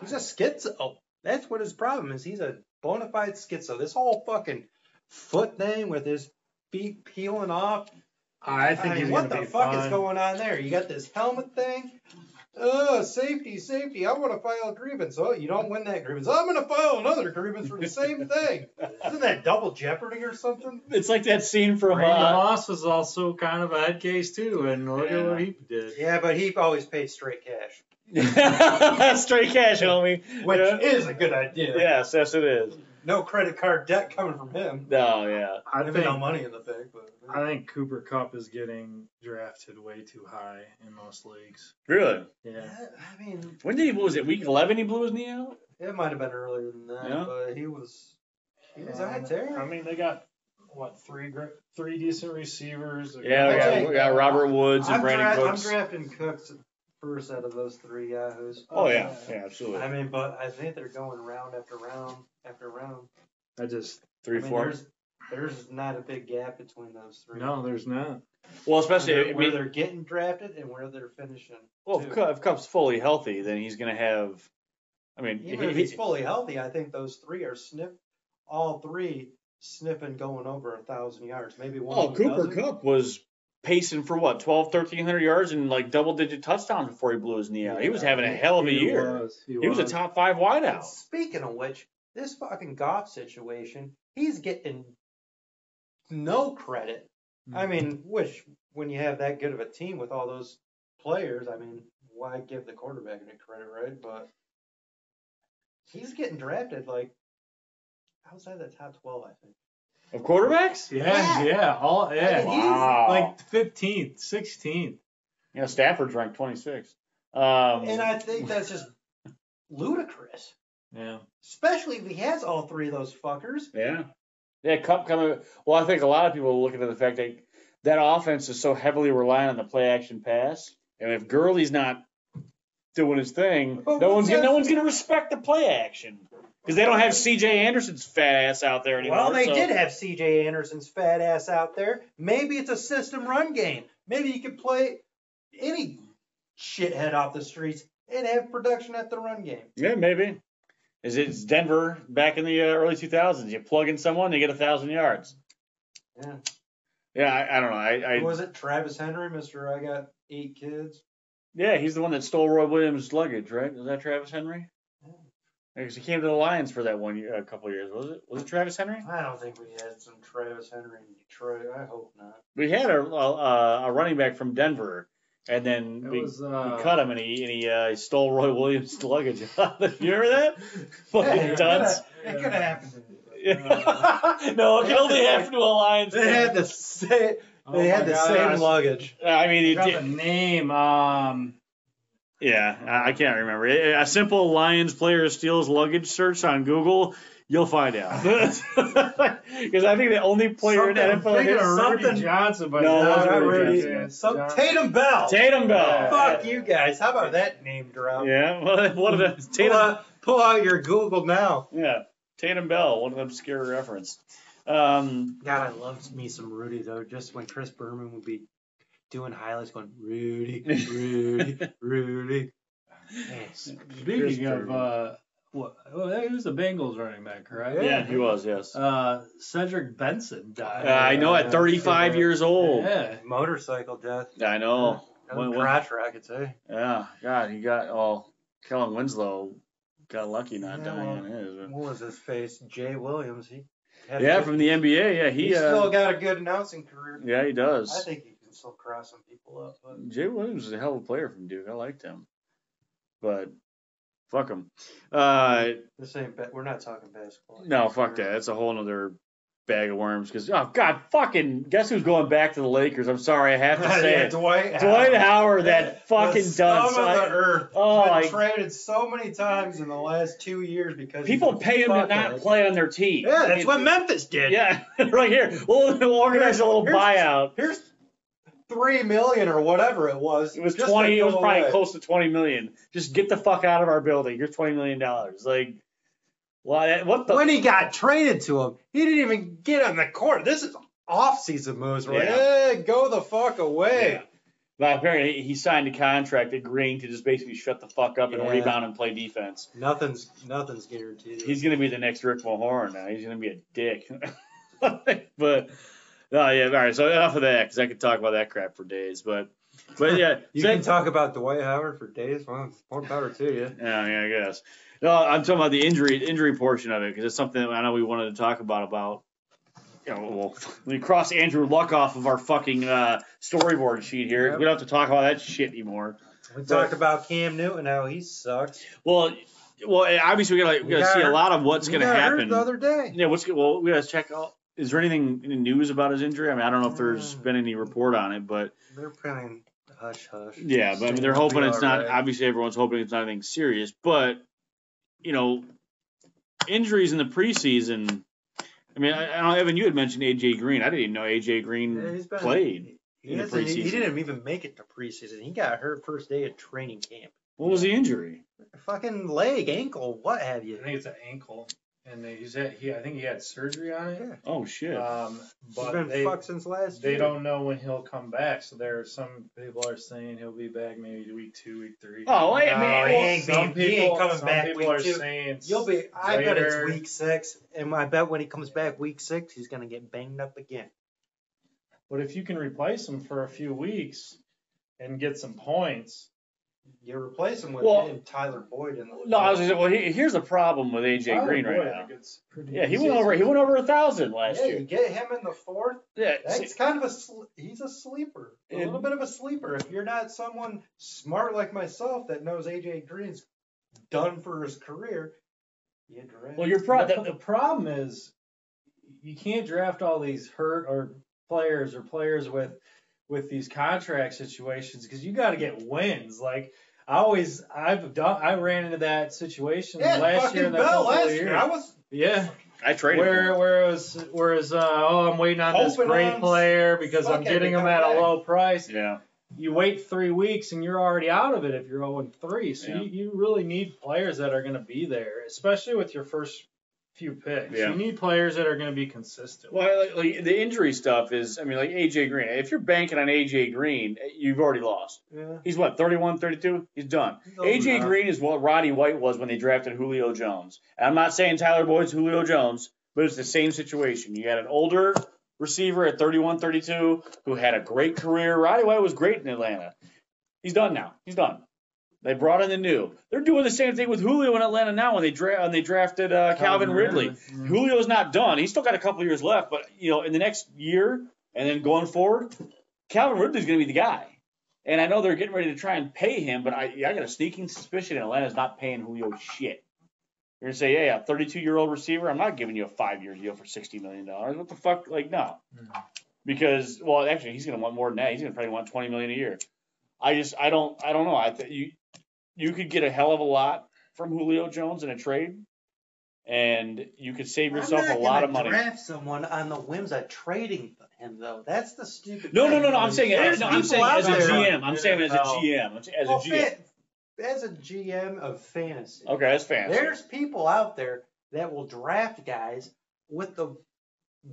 [SPEAKER 2] he's a schizo. That's what his problem is. He's a bona fide schizo. This whole fucking foot thing with his feet peeling off.
[SPEAKER 6] I
[SPEAKER 2] I
[SPEAKER 6] think
[SPEAKER 2] mean,
[SPEAKER 6] he's
[SPEAKER 2] what
[SPEAKER 6] gonna
[SPEAKER 2] the
[SPEAKER 6] be
[SPEAKER 2] fuck
[SPEAKER 6] fine.
[SPEAKER 2] is going on there? You got this helmet thing. Oh, safety, safety. I want to file a grievance. Oh, you don't win that grievance. I'm going to file another grievance for the same thing. Isn't that double jeopardy or something?
[SPEAKER 1] it's like that scene from.
[SPEAKER 6] Randy
[SPEAKER 1] Uh,
[SPEAKER 6] Moss was also kind of a head case too, and look at what he did.
[SPEAKER 2] Yeah, but he always paid straight cash,
[SPEAKER 1] uh, Straight cash, homie.
[SPEAKER 2] which
[SPEAKER 1] Yeah.
[SPEAKER 2] is a good idea.
[SPEAKER 1] Yes, yes, it is.
[SPEAKER 2] No credit card debt coming from him.
[SPEAKER 1] No, Oh, yeah.
[SPEAKER 6] I
[SPEAKER 2] Maybe
[SPEAKER 6] think
[SPEAKER 2] no money in the thing, but
[SPEAKER 6] I think Cooper Cup is getting drafted way too high in most leagues.
[SPEAKER 1] Really?
[SPEAKER 6] Yeah.
[SPEAKER 2] I mean,
[SPEAKER 1] When did he? What was it? Week 11? He blew his knee out.
[SPEAKER 2] it might have been earlier than that,
[SPEAKER 1] Yeah.
[SPEAKER 2] but he was he was
[SPEAKER 6] Um,
[SPEAKER 2] out there.
[SPEAKER 6] I mean, they got what three gr- three decent receivers. a
[SPEAKER 1] Yeah, we
[SPEAKER 6] guy-
[SPEAKER 1] got, we got Robert Woods and
[SPEAKER 2] I'm,
[SPEAKER 1] Brandon
[SPEAKER 2] dra-
[SPEAKER 1] Cooks.
[SPEAKER 2] I'm drafting Cooks first out of those three yahoos.
[SPEAKER 1] oh yeah, yeah, absolutely.
[SPEAKER 2] I mean, but I think they're going round after round after round.
[SPEAKER 6] I just
[SPEAKER 1] Three,
[SPEAKER 2] I mean,
[SPEAKER 1] four.
[SPEAKER 2] There's, there's not a big gap between those three.
[SPEAKER 6] no, there's not.
[SPEAKER 1] Well,
[SPEAKER 2] Where
[SPEAKER 1] especially
[SPEAKER 2] they're,
[SPEAKER 1] I
[SPEAKER 2] where
[SPEAKER 1] mean,
[SPEAKER 2] they're getting drafted and where they're finishing.
[SPEAKER 1] well, if,
[SPEAKER 2] too.
[SPEAKER 1] Cup, if Cup's fully healthy, then he's gonna have. I mean,
[SPEAKER 2] Even if
[SPEAKER 1] he-
[SPEAKER 2] he's fully healthy, I think those three are sniff, all three sniffing going over a thousand yards. Maybe one.
[SPEAKER 1] oh,
[SPEAKER 2] of them
[SPEAKER 1] Cooper
[SPEAKER 2] doesn't.
[SPEAKER 1] Cup was pacing for what 12, 1300 yards and like double digit touchdowns before he blew his knee out. he was having a hell of a
[SPEAKER 6] He
[SPEAKER 1] year.
[SPEAKER 6] was,
[SPEAKER 1] He was a top five wideout.
[SPEAKER 2] Speaking of which, this fucking golf situation, he's getting no credit. I mean, which when you have that good of a team with all those players, I mean, why give the quarterback any credit, right? But he's getting drafted like outside the top twelve, I think.
[SPEAKER 1] Of quarterbacks?
[SPEAKER 6] Yeah, yeah, all yeah.
[SPEAKER 2] Wow.
[SPEAKER 6] Like fifteenth, sixteenth.
[SPEAKER 1] You know, Stafford's ranked 26. Um,
[SPEAKER 2] And I think that's just ludicrous.
[SPEAKER 6] Yeah.
[SPEAKER 2] Especially if he has all three of those fuckers.
[SPEAKER 1] yeah, yeah, Cup coming. Well, I think a lot of people are looking at the fact that that offense is so heavily reliant on the play action pass, and if Gurley's not doing his thing,
[SPEAKER 2] But
[SPEAKER 1] no
[SPEAKER 2] what's
[SPEAKER 1] one's gonna,
[SPEAKER 2] that-
[SPEAKER 1] no one's gonna respect the play action because they don't have C.J. Anderson's fat ass out there anymore.
[SPEAKER 2] Well, they
[SPEAKER 1] so-
[SPEAKER 2] did have C.J. Anderson's fat ass out there. Maybe it's a system run game. Maybe you could play any shithead off the streets and have production at the run game.
[SPEAKER 1] Yeah, maybe. Is it's Denver back in the uh, early 2000s? You plug in someone, they get a thousand yards.
[SPEAKER 2] Yeah.
[SPEAKER 1] Yeah, I, I don't know. I, I
[SPEAKER 2] was it Travis Henry, Mister? I got eight kids.
[SPEAKER 1] Yeah, he's the one that stole Roy Williams' luggage, right? Is that Travis Henry? Because he came to the Lions for that one year, a couple years, was it? Was it Travis Henry?
[SPEAKER 2] I don't think we had some Travis Henry in Detroit. I hope not.
[SPEAKER 1] We had a a, a running back from Denver, and then
[SPEAKER 6] It
[SPEAKER 1] we,
[SPEAKER 6] was
[SPEAKER 1] we
[SPEAKER 6] uh,
[SPEAKER 1] cut him, and he and he, uh, he stole Roy Williams' luggage. you remember that? Fucking
[SPEAKER 2] Hey,
[SPEAKER 1] dunce.
[SPEAKER 2] It could have happened. to me.
[SPEAKER 1] Yeah. no, it can only happen to a Lions.
[SPEAKER 2] They
[SPEAKER 1] fan.
[SPEAKER 2] had the same.
[SPEAKER 6] oh
[SPEAKER 2] They had
[SPEAKER 6] my
[SPEAKER 2] the
[SPEAKER 6] God, I
[SPEAKER 2] same luggage.
[SPEAKER 1] I mean, it did.
[SPEAKER 6] forgot the name. Um,
[SPEAKER 1] Yeah, I I can't remember. A a simple Lions player steals luggage search on Google, you'll find out. Because I think the only player in
[SPEAKER 6] something-
[SPEAKER 1] NFL
[SPEAKER 6] thinking of
[SPEAKER 1] history.
[SPEAKER 6] Rudy Johnson, but
[SPEAKER 1] No,
[SPEAKER 6] no,
[SPEAKER 1] it
[SPEAKER 6] not
[SPEAKER 1] wasn't
[SPEAKER 6] Rudy
[SPEAKER 1] Rudy
[SPEAKER 6] Johnson.
[SPEAKER 2] Some
[SPEAKER 6] Johnson.
[SPEAKER 2] Tatum Bell.
[SPEAKER 1] Tatum Bell.
[SPEAKER 2] Fuck you guys. How about that name drop?
[SPEAKER 1] Yeah, well, one of the
[SPEAKER 2] Pull
[SPEAKER 1] Tatum.
[SPEAKER 2] out, pull out your Google now.
[SPEAKER 1] Yeah, Tatum Bell, one of the obscure reference. Um,
[SPEAKER 2] God, I loved me some Rudy though. Just when Chris Berman would be doing highlights, going Rudy, Rudy, Rudy. Yes.
[SPEAKER 6] Speaking of
[SPEAKER 1] Christopher.
[SPEAKER 6] uh, what? Well, he was a Bengals running back, right?
[SPEAKER 1] yeah, he was. Yes, uh,
[SPEAKER 6] Uh, Cedric Benson died.
[SPEAKER 1] I know. At 35 years old,
[SPEAKER 6] Yeah.
[SPEAKER 2] Motorcycle death.
[SPEAKER 1] I know. When- when-
[SPEAKER 2] crotch rocket, eh?
[SPEAKER 1] Yeah, God, he got. Oh, Kellen Winslow got lucky not
[SPEAKER 2] Yeah,
[SPEAKER 1] dying. his, but-
[SPEAKER 2] What was his face? Jay Williams. He. had a
[SPEAKER 1] Yeah,
[SPEAKER 2] good-
[SPEAKER 1] from the NBA. Yeah, he.
[SPEAKER 2] He's
[SPEAKER 1] uh,
[SPEAKER 2] still got a good announcing career.
[SPEAKER 1] Yeah, he
[SPEAKER 2] I
[SPEAKER 1] does.
[SPEAKER 2] think he can still cross some people up. But
[SPEAKER 1] Jay Williams is a hell of a player from Duke. I liked him, but fuck him. Uh,
[SPEAKER 2] this ain't. Ba- we're not talking basketball.
[SPEAKER 1] no, fuck that. That's a whole nother bag of worms. Because oh god, fucking guess who's going back to the Lakers? I'm sorry, I have to say
[SPEAKER 2] yeah,
[SPEAKER 1] it.
[SPEAKER 2] Dwight.
[SPEAKER 1] Dwight Howard, that
[SPEAKER 2] the
[SPEAKER 1] fucking
[SPEAKER 2] scum
[SPEAKER 1] dunce.
[SPEAKER 2] of the
[SPEAKER 1] I-
[SPEAKER 2] earth.
[SPEAKER 1] Oh,
[SPEAKER 2] been
[SPEAKER 1] I-
[SPEAKER 2] traded so many times in the last two years because
[SPEAKER 1] people
[SPEAKER 2] he's a
[SPEAKER 1] pay him to
[SPEAKER 2] fuckhead.
[SPEAKER 1] not play on their team.
[SPEAKER 2] Yeah, that's what Memphis did.
[SPEAKER 1] Yeah, right here. We'll, we'll organize a little
[SPEAKER 2] Here's-
[SPEAKER 1] buyout.
[SPEAKER 2] Here's three million or whatever it was.
[SPEAKER 1] It was
[SPEAKER 2] just to
[SPEAKER 1] twenty. It
[SPEAKER 2] go
[SPEAKER 1] was probably
[SPEAKER 2] away.
[SPEAKER 1] close to twenty million. Just get the fuck out of our building. You're twenty million dollars. Like, why? What the?
[SPEAKER 2] When he got traded to him, he didn't even get on the court. This is off-season moves. We're like,
[SPEAKER 1] Yeah.
[SPEAKER 2] eh, go the fuck away.
[SPEAKER 1] Yeah. But apparently he signed a contract agreeing to just basically shut the fuck up and
[SPEAKER 2] Yeah.
[SPEAKER 1] rebound and play defense.
[SPEAKER 2] Nothing's nothing's guaranteed.
[SPEAKER 1] He's gonna be the next Rick Mahorn now. He's gonna be a dick. but no, yeah, all right. So enough of that because I could talk about that crap for days. But but yeah,
[SPEAKER 2] you
[SPEAKER 1] Zach-
[SPEAKER 2] can talk about Dwight Howard for days. Well, more power to you.
[SPEAKER 1] Yeah, I, mean, I guess. No, I'm talking about the injury injury portion of it because it's something that I know we wanted to talk about about. You know, well, we cross Andrew Luck off of our fucking uh, storyboard sheet here.
[SPEAKER 2] Yep.
[SPEAKER 1] We don't have to talk about that shit anymore.
[SPEAKER 2] We talked about Cam Newton how he sucks.
[SPEAKER 1] Well, well, eh, obviously we gotta, we
[SPEAKER 2] We
[SPEAKER 1] gotta
[SPEAKER 2] got
[SPEAKER 1] see a
[SPEAKER 2] hurt.
[SPEAKER 1] lot of what's
[SPEAKER 2] He
[SPEAKER 1] gonna
[SPEAKER 2] got hurt
[SPEAKER 1] happen.
[SPEAKER 2] the other day.
[SPEAKER 1] Yeah, what's go- well, we gotta check out. Is there anything in the news about his injury? I mean, I don't know if there's
[SPEAKER 2] Mm.
[SPEAKER 1] been any report on it, but
[SPEAKER 2] They're playing hush hush.
[SPEAKER 1] yeah, but I mean, they're
[SPEAKER 2] It'll
[SPEAKER 1] hoping
[SPEAKER 2] be
[SPEAKER 1] it's not.
[SPEAKER 2] all right.
[SPEAKER 1] Obviously, everyone's hoping it's not anything serious, but you know, injuries in the preseason. I mean, I, I don't, Evan, you had mentioned AJ Green. I didn't even know AJ Green
[SPEAKER 2] Yeah, he's been-
[SPEAKER 1] played.
[SPEAKER 2] He,
[SPEAKER 1] in the
[SPEAKER 2] hasn't- he
[SPEAKER 1] preseason.
[SPEAKER 2] didn't even make it to preseason. He got hurt first day at training camp.
[SPEAKER 1] What was the injury?
[SPEAKER 2] Fucking leg, ankle, what have
[SPEAKER 6] I
[SPEAKER 2] you.
[SPEAKER 6] think it's an ankle, and he's had, he. I think he had surgery on it.
[SPEAKER 1] Oh shit!
[SPEAKER 2] Uh,
[SPEAKER 6] Um,
[SPEAKER 2] He's
[SPEAKER 6] but
[SPEAKER 2] been
[SPEAKER 6] they,
[SPEAKER 2] fucked since last
[SPEAKER 6] they
[SPEAKER 2] year.
[SPEAKER 6] don't know when he'll come back. So there are some people are saying he'll be back maybe week two, week three. Uh,
[SPEAKER 1] oh, I mean,
[SPEAKER 2] No,
[SPEAKER 1] well,
[SPEAKER 2] uh, he ain't
[SPEAKER 6] some
[SPEAKER 2] be- he ain't
[SPEAKER 6] people,
[SPEAKER 2] coming
[SPEAKER 6] some
[SPEAKER 2] back
[SPEAKER 6] people
[SPEAKER 2] week
[SPEAKER 6] are
[SPEAKER 2] two.
[SPEAKER 6] saying
[SPEAKER 2] You'll be. I bet it's
[SPEAKER 6] later.
[SPEAKER 2] week six, and I bet when he comes back week six, he's gonna get banged up again.
[SPEAKER 6] But if you can replace him for a few weeks and get some points,
[SPEAKER 2] You replace him with
[SPEAKER 1] Well-
[SPEAKER 2] him, Tyler Boyd in the.
[SPEAKER 1] no, I was gonna say. Well, he, here's the problem with AJ
[SPEAKER 6] Tyler
[SPEAKER 1] Green right
[SPEAKER 6] Boyd, I
[SPEAKER 1] now.
[SPEAKER 6] think it's pretty
[SPEAKER 1] Yeah, he
[SPEAKER 6] easy.
[SPEAKER 1] went over. He went over a thousand last
[SPEAKER 2] yeah,
[SPEAKER 1] year.
[SPEAKER 2] you get him in the fourth.
[SPEAKER 1] Yeah, see-
[SPEAKER 2] That's kind of a sl- he's a sleeper, a
[SPEAKER 1] And-
[SPEAKER 2] little bit of a sleeper. If you're not someone smart like myself that knows AJ Green's done for his career, you draft.
[SPEAKER 1] Well, you're
[SPEAKER 6] But
[SPEAKER 1] probably
[SPEAKER 6] the, the problem is you can't draft all these hurt or players or players with with these contract situations because you got to get wins. Like I always, I've done, I ran into that situation
[SPEAKER 2] yeah,
[SPEAKER 6] last
[SPEAKER 2] fucking
[SPEAKER 6] year. and that
[SPEAKER 2] Bell
[SPEAKER 6] couple of
[SPEAKER 2] last year.
[SPEAKER 6] years.
[SPEAKER 2] I was
[SPEAKER 6] yeah.
[SPEAKER 1] I traded.
[SPEAKER 6] Where where it was where it was uh, oh I'm waiting on this
[SPEAKER 2] Open
[SPEAKER 6] great
[SPEAKER 2] arms.
[SPEAKER 6] player because I'm
[SPEAKER 2] Fuck it,
[SPEAKER 6] getting
[SPEAKER 2] they
[SPEAKER 6] him
[SPEAKER 2] come
[SPEAKER 6] at
[SPEAKER 2] back.
[SPEAKER 6] a low price.
[SPEAKER 1] him. Yeah.
[SPEAKER 6] you wait three weeks and you're already out of it if you're 0 3. So
[SPEAKER 1] Yeah.
[SPEAKER 6] you, you really need players that are going to be there, especially with your first few picks.
[SPEAKER 1] Yeah.
[SPEAKER 6] You need players that are going to be consistent.
[SPEAKER 1] Well, like, like the injury stuff is, I mean, like AJ Green. If you're banking on AJ Green, eh, you've already lost.
[SPEAKER 2] Yeah.
[SPEAKER 1] He's what, 31, 32? He's done.
[SPEAKER 2] No,
[SPEAKER 1] AJ
[SPEAKER 2] no.
[SPEAKER 1] Green is what Roddy White was when they drafted Julio Jones. And I'm not saying Tyler Boyd's Julio Jones, but it's the same situation. You had an older receiver at 31, 32 who had a great career. Roddy White was great in Atlanta. He's done now. He's done. They brought in the new. They're doing the same thing with Julio in Atlanta now when they dra- when they drafted uh, Calvin Ridley. Mm-hmm.
[SPEAKER 6] Mhm.
[SPEAKER 1] Julio's not done. He's still got a couple years left, but you know, in the next year and then going forward, Calvin Ridley's going to be the guy. And I know they're getting ready to try and pay him, but I, I got a sneaking suspicion Atlanta's not paying Julio shit. You're gonna say, yeah, yeah, 32 year old receiver. I'm not giving you a five year deal for 60 million dollars. What the fuck? Like, no
[SPEAKER 2] Mm-hmm.
[SPEAKER 1] because well actually he's going to want more than that he's going to probably want 20 million a year i just i don't i don't know i th- you you could get a hell of a lot from julio jones in a trade and you could save yourself
[SPEAKER 2] I'm
[SPEAKER 1] a
[SPEAKER 2] not
[SPEAKER 1] lot
[SPEAKER 2] gonna
[SPEAKER 1] of money
[SPEAKER 2] Draft someone on the whims of trading him though. That's the stupid.
[SPEAKER 1] no no
[SPEAKER 2] thing.
[SPEAKER 1] no no i'm saying
[SPEAKER 2] There's
[SPEAKER 1] no, i'm
[SPEAKER 2] people
[SPEAKER 1] saying
[SPEAKER 2] out
[SPEAKER 1] as a
[SPEAKER 2] there- Oh.
[SPEAKER 1] gm i'm saying as a
[SPEAKER 6] NFL.
[SPEAKER 1] gm I'm saying as a
[SPEAKER 2] Well,
[SPEAKER 1] gm
[SPEAKER 2] fa- as a GM of fantasy.
[SPEAKER 1] okay that's fancy
[SPEAKER 2] There's people out there that will draft guys with the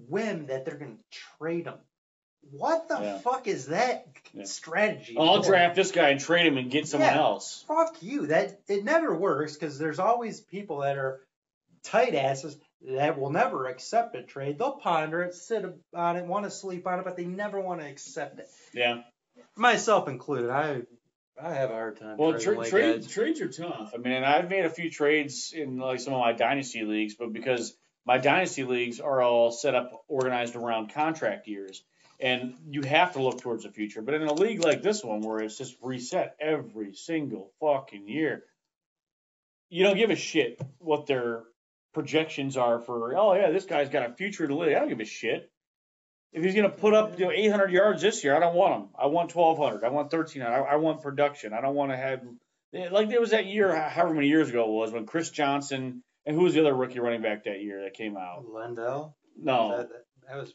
[SPEAKER 2] whim that they're going to trade them. What the
[SPEAKER 1] Yeah.
[SPEAKER 2] fuck is that
[SPEAKER 1] Yeah.
[SPEAKER 2] strategy?
[SPEAKER 1] i'll
[SPEAKER 2] for?
[SPEAKER 1] draft this guy and trade him and get someone
[SPEAKER 2] Yeah.
[SPEAKER 1] else
[SPEAKER 2] Fuck you. That it never works because there's always people that are tight asses that will never accept a trade. They'll ponder it, sit on it, want to sleep on it, but they never want to accept it.
[SPEAKER 1] yeah
[SPEAKER 2] Myself included. I I have a hard time.
[SPEAKER 1] well
[SPEAKER 2] trading
[SPEAKER 1] tra-
[SPEAKER 2] like
[SPEAKER 1] trade,
[SPEAKER 2] that.
[SPEAKER 1] trades are tough i mean and i've made a few trades in like some of my dynasty leagues but because my dynasty leagues are all set up organized around contract years and you have to look towards the future but in a league like this one where it's just reset every single fucking year you don't give a shit what their projections are for oh yeah this guy's got a future to live i don't give a shit if he's going to put up you know, 800 yards this year i don't want him i want 1200 i want 1300 I, I want production i don't want to have like there was that year however many years ago it was when chris johnson and who was the other rookie running back that year that came out
[SPEAKER 2] Lindell.
[SPEAKER 1] no.
[SPEAKER 2] That, that, that was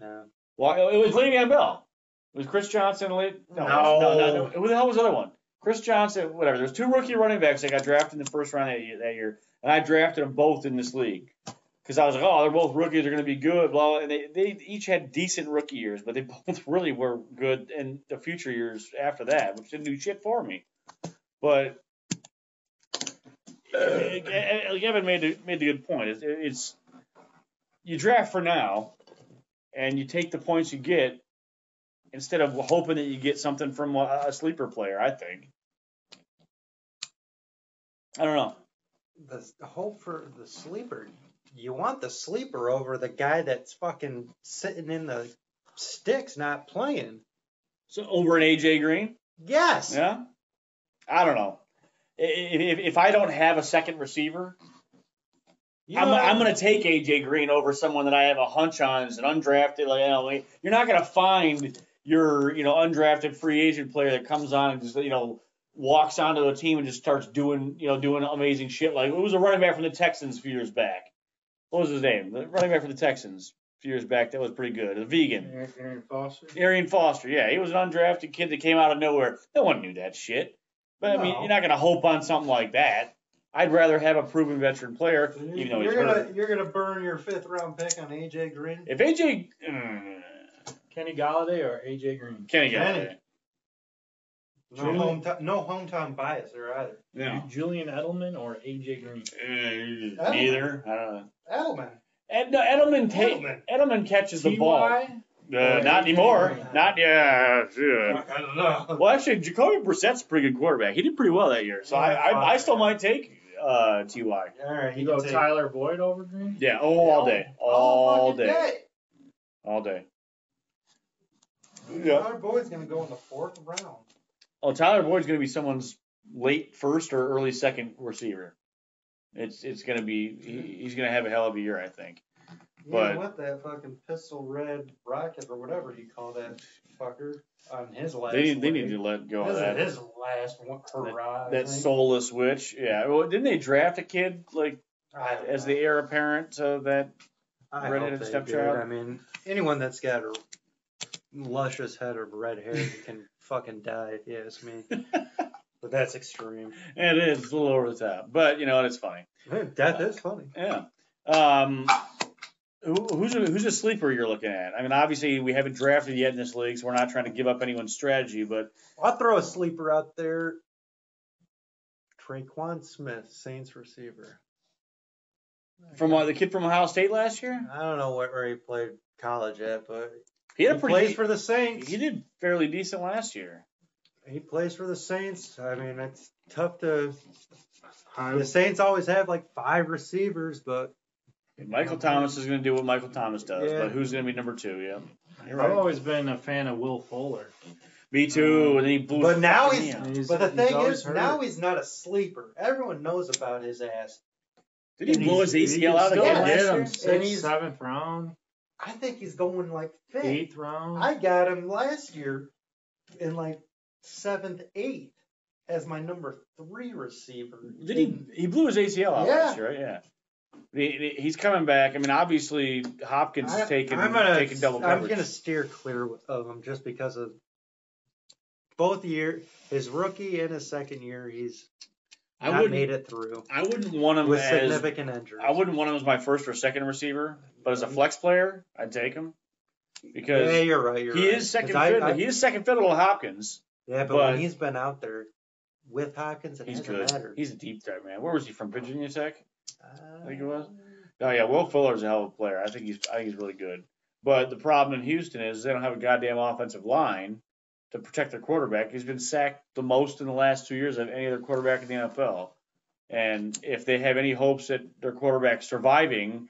[SPEAKER 2] no.
[SPEAKER 1] Well, it was Le'Veon Bell. It was Chris Johnson. Le- no,
[SPEAKER 6] No.
[SPEAKER 1] no, no, no. Who the hell was the other one? Chris Johnson, whatever. There's two rookie running backs that got drafted in the first round that year, that year and I drafted them both in this league because I was like, oh, they're both rookies. They're going to be good. Blah. blah. And they, they each had decent rookie years, but they both really were good in the future years after that, which didn't do shit for me. But eh, eh, eh, Gavin made the, made the good point. It's, it's you draft for now, and you take the points you get instead of hoping that you get something from a, a sleeper player. I think. I don't know.
[SPEAKER 2] the s- hope for the sleeper. You want the sleeper over the guy that's fucking sitting in the sticks not playing.
[SPEAKER 1] So over in AJ Green.
[SPEAKER 2] Yes.
[SPEAKER 1] Yeah. I don't know. I- i- If, if I don't have a second receiver,
[SPEAKER 2] You
[SPEAKER 1] I'm,
[SPEAKER 2] know what?
[SPEAKER 1] I'm going to take AJ Green over someone that I have a hunch on is an undrafted. Like, you know, like, you're not going to find your you know undrafted free agent player that comes on and just you know walks onto a team and just starts doing you know doing amazing shit. Like it was a running back from the Texans a few years back. What was his name? The running back for the Texans a few years back that was pretty good. A vegan.
[SPEAKER 6] Aaron- Aaron Foster.
[SPEAKER 1] Arian Foster, yeah, he was an undrafted kid that came out of nowhere. No one knew that shit. But I mean,
[SPEAKER 2] No.
[SPEAKER 1] you're not gonna hope on something like that. I'd rather have a proven veteran player, even though he's
[SPEAKER 2] you're gonna
[SPEAKER 1] hurt.
[SPEAKER 2] you're gonna burn your fifth round pick on AJ Green.
[SPEAKER 1] If AJ mm,
[SPEAKER 6] Kenny Galladay or AJ Green?
[SPEAKER 1] Kenny got
[SPEAKER 2] Kenny.
[SPEAKER 1] it.
[SPEAKER 2] No
[SPEAKER 6] Julian-
[SPEAKER 2] hometown no hometown bias there either.
[SPEAKER 1] No.
[SPEAKER 6] Julian Edelman or AJ Green?
[SPEAKER 1] Uh, Neither. I don't know.
[SPEAKER 2] Edelman.
[SPEAKER 1] Ed, no, Edelman, ta- Edelman.
[SPEAKER 2] Edelman.
[SPEAKER 1] catches the ball.
[SPEAKER 6] TY?
[SPEAKER 1] Uh, not anymore. Not yeah. yeah.
[SPEAKER 2] I don't know.
[SPEAKER 1] Well, actually, Jacoby Brissett's a pretty good quarterback. He did pretty well that year, so I I, I still might take uh, Ty.
[SPEAKER 2] All right,
[SPEAKER 6] You
[SPEAKER 2] you
[SPEAKER 6] go
[SPEAKER 2] can take
[SPEAKER 6] Tyler Boyd over Green?
[SPEAKER 1] Yeah. Oh, all day. All
[SPEAKER 2] fucking
[SPEAKER 1] day. All day.
[SPEAKER 2] Our boy's gonna go in the fourth round.
[SPEAKER 1] Oh, Tyler Boyd's going to be someone's late first or early second receiver. It's it's going to be he, he's going to have a hell of a year, I think.
[SPEAKER 2] You
[SPEAKER 1] But-
[SPEAKER 2] know what that fucking pistol red rocket or whatever you call that fucker on his last.
[SPEAKER 1] They need they need
[SPEAKER 2] leg.
[SPEAKER 1] to let go of
[SPEAKER 2] This is
[SPEAKER 1] that
[SPEAKER 2] his last one, hurrah. I
[SPEAKER 1] that
[SPEAKER 2] think.
[SPEAKER 1] soulless witch. Yeah. Well, didn't they draft a kid like
[SPEAKER 2] I don't
[SPEAKER 1] as
[SPEAKER 2] know.
[SPEAKER 1] the heir apparent to that?
[SPEAKER 2] I hope
[SPEAKER 1] redheaded
[SPEAKER 2] they
[SPEAKER 1] stepchild?
[SPEAKER 2] do it. I mean, anyone that's got a luscious head of red hair can fucking die if you ask me. but that's extreme.
[SPEAKER 1] It is it's a little over the top, but you know what? It's funny.
[SPEAKER 2] Death is funny.
[SPEAKER 1] Yeah. Um, who, who's a, who's a sleeper you're looking at? I mean, obviously we haven't drafted yet in this league, so we're not trying to give up anyone's strategy. But
[SPEAKER 2] I'll throw a sleeper out there. Traquan Smith, Saints receiver.
[SPEAKER 1] from uh, the kid from Ohio State last year,
[SPEAKER 2] I don't know where, where he played college at, but
[SPEAKER 1] he
[SPEAKER 2] he,
[SPEAKER 1] had a pretty.
[SPEAKER 2] plays
[SPEAKER 1] de-
[SPEAKER 2] for the Saints.
[SPEAKER 1] he did fairly decent last year.
[SPEAKER 2] He plays for the Saints. I mean, it's tough to.
[SPEAKER 6] I,
[SPEAKER 2] The Saints always have like five receivers, but
[SPEAKER 1] Michael Thomas is going to do what Michael Thomas does,
[SPEAKER 2] Yeah. Oh.
[SPEAKER 1] but who's going to be number two? Yeah, You're
[SPEAKER 6] I've
[SPEAKER 1] right.
[SPEAKER 6] always been a fan of Will Fuller.
[SPEAKER 1] Me too. And then he blew.
[SPEAKER 2] But
[SPEAKER 1] his
[SPEAKER 2] now
[SPEAKER 1] fucking
[SPEAKER 2] he's-
[SPEAKER 1] knee out.
[SPEAKER 6] And he's-
[SPEAKER 2] but the
[SPEAKER 6] he's
[SPEAKER 2] thing
[SPEAKER 6] always
[SPEAKER 2] is,
[SPEAKER 6] hurt.
[SPEAKER 2] now he's not a sleeper. Everyone knows about his ass.
[SPEAKER 1] did he
[SPEAKER 6] And
[SPEAKER 1] blow his
[SPEAKER 6] he's- he
[SPEAKER 1] ACL
[SPEAKER 6] can
[SPEAKER 1] out
[SPEAKER 6] still
[SPEAKER 1] again
[SPEAKER 6] get
[SPEAKER 1] last
[SPEAKER 6] him
[SPEAKER 1] year?
[SPEAKER 2] And
[SPEAKER 6] Sixth,
[SPEAKER 2] he's-
[SPEAKER 6] seventh round,
[SPEAKER 2] I think he's going like fifth.
[SPEAKER 6] eighth round.
[SPEAKER 2] I got him last year in like seventh, eighth as my number three receiver.
[SPEAKER 1] Did he?
[SPEAKER 2] And
[SPEAKER 1] He blew his ACL out
[SPEAKER 2] Yeah.
[SPEAKER 1] last year, right? Yeah. He- he- He's coming back. I mean, obviously Hopkins
[SPEAKER 2] I-
[SPEAKER 1] is taking
[SPEAKER 2] I'm gonna,
[SPEAKER 1] taking double
[SPEAKER 2] I'm
[SPEAKER 1] coverage.
[SPEAKER 2] gonna steer clear of him just because of both year his rookie and his second year. He's
[SPEAKER 1] I
[SPEAKER 2] not
[SPEAKER 1] wouldn't.
[SPEAKER 2] made it through
[SPEAKER 1] I wouldn't want him
[SPEAKER 2] with
[SPEAKER 1] as.
[SPEAKER 2] significant injuries.
[SPEAKER 1] I wouldn't want him as my first or second receiver, but as a flex player, I'd take him because
[SPEAKER 2] Yeah, you're right. You're
[SPEAKER 1] he
[SPEAKER 2] right.
[SPEAKER 1] is second
[SPEAKER 2] 'Cause I-
[SPEAKER 1] fiddle.
[SPEAKER 2] I-
[SPEAKER 1] he is second fiddle to Hopkins.
[SPEAKER 2] yeah, but,
[SPEAKER 1] but-
[SPEAKER 2] when he's been out there with Hopkins, it
[SPEAKER 1] He's
[SPEAKER 2] hasn't
[SPEAKER 1] good.
[SPEAKER 2] mattered.
[SPEAKER 1] He's a deep threat, man. Where was he from? Virginia Tech.
[SPEAKER 2] I
[SPEAKER 1] think it was. Oh yeah, Will Fuller's a hell of a player. I think he's I think he's really good. But the problem in Houston is they don't have a goddamn offensive line to protect their quarterback. He's been sacked the most in the last two years of any other quarterback in the NFL. And if they have any hopes that their quarterback surviving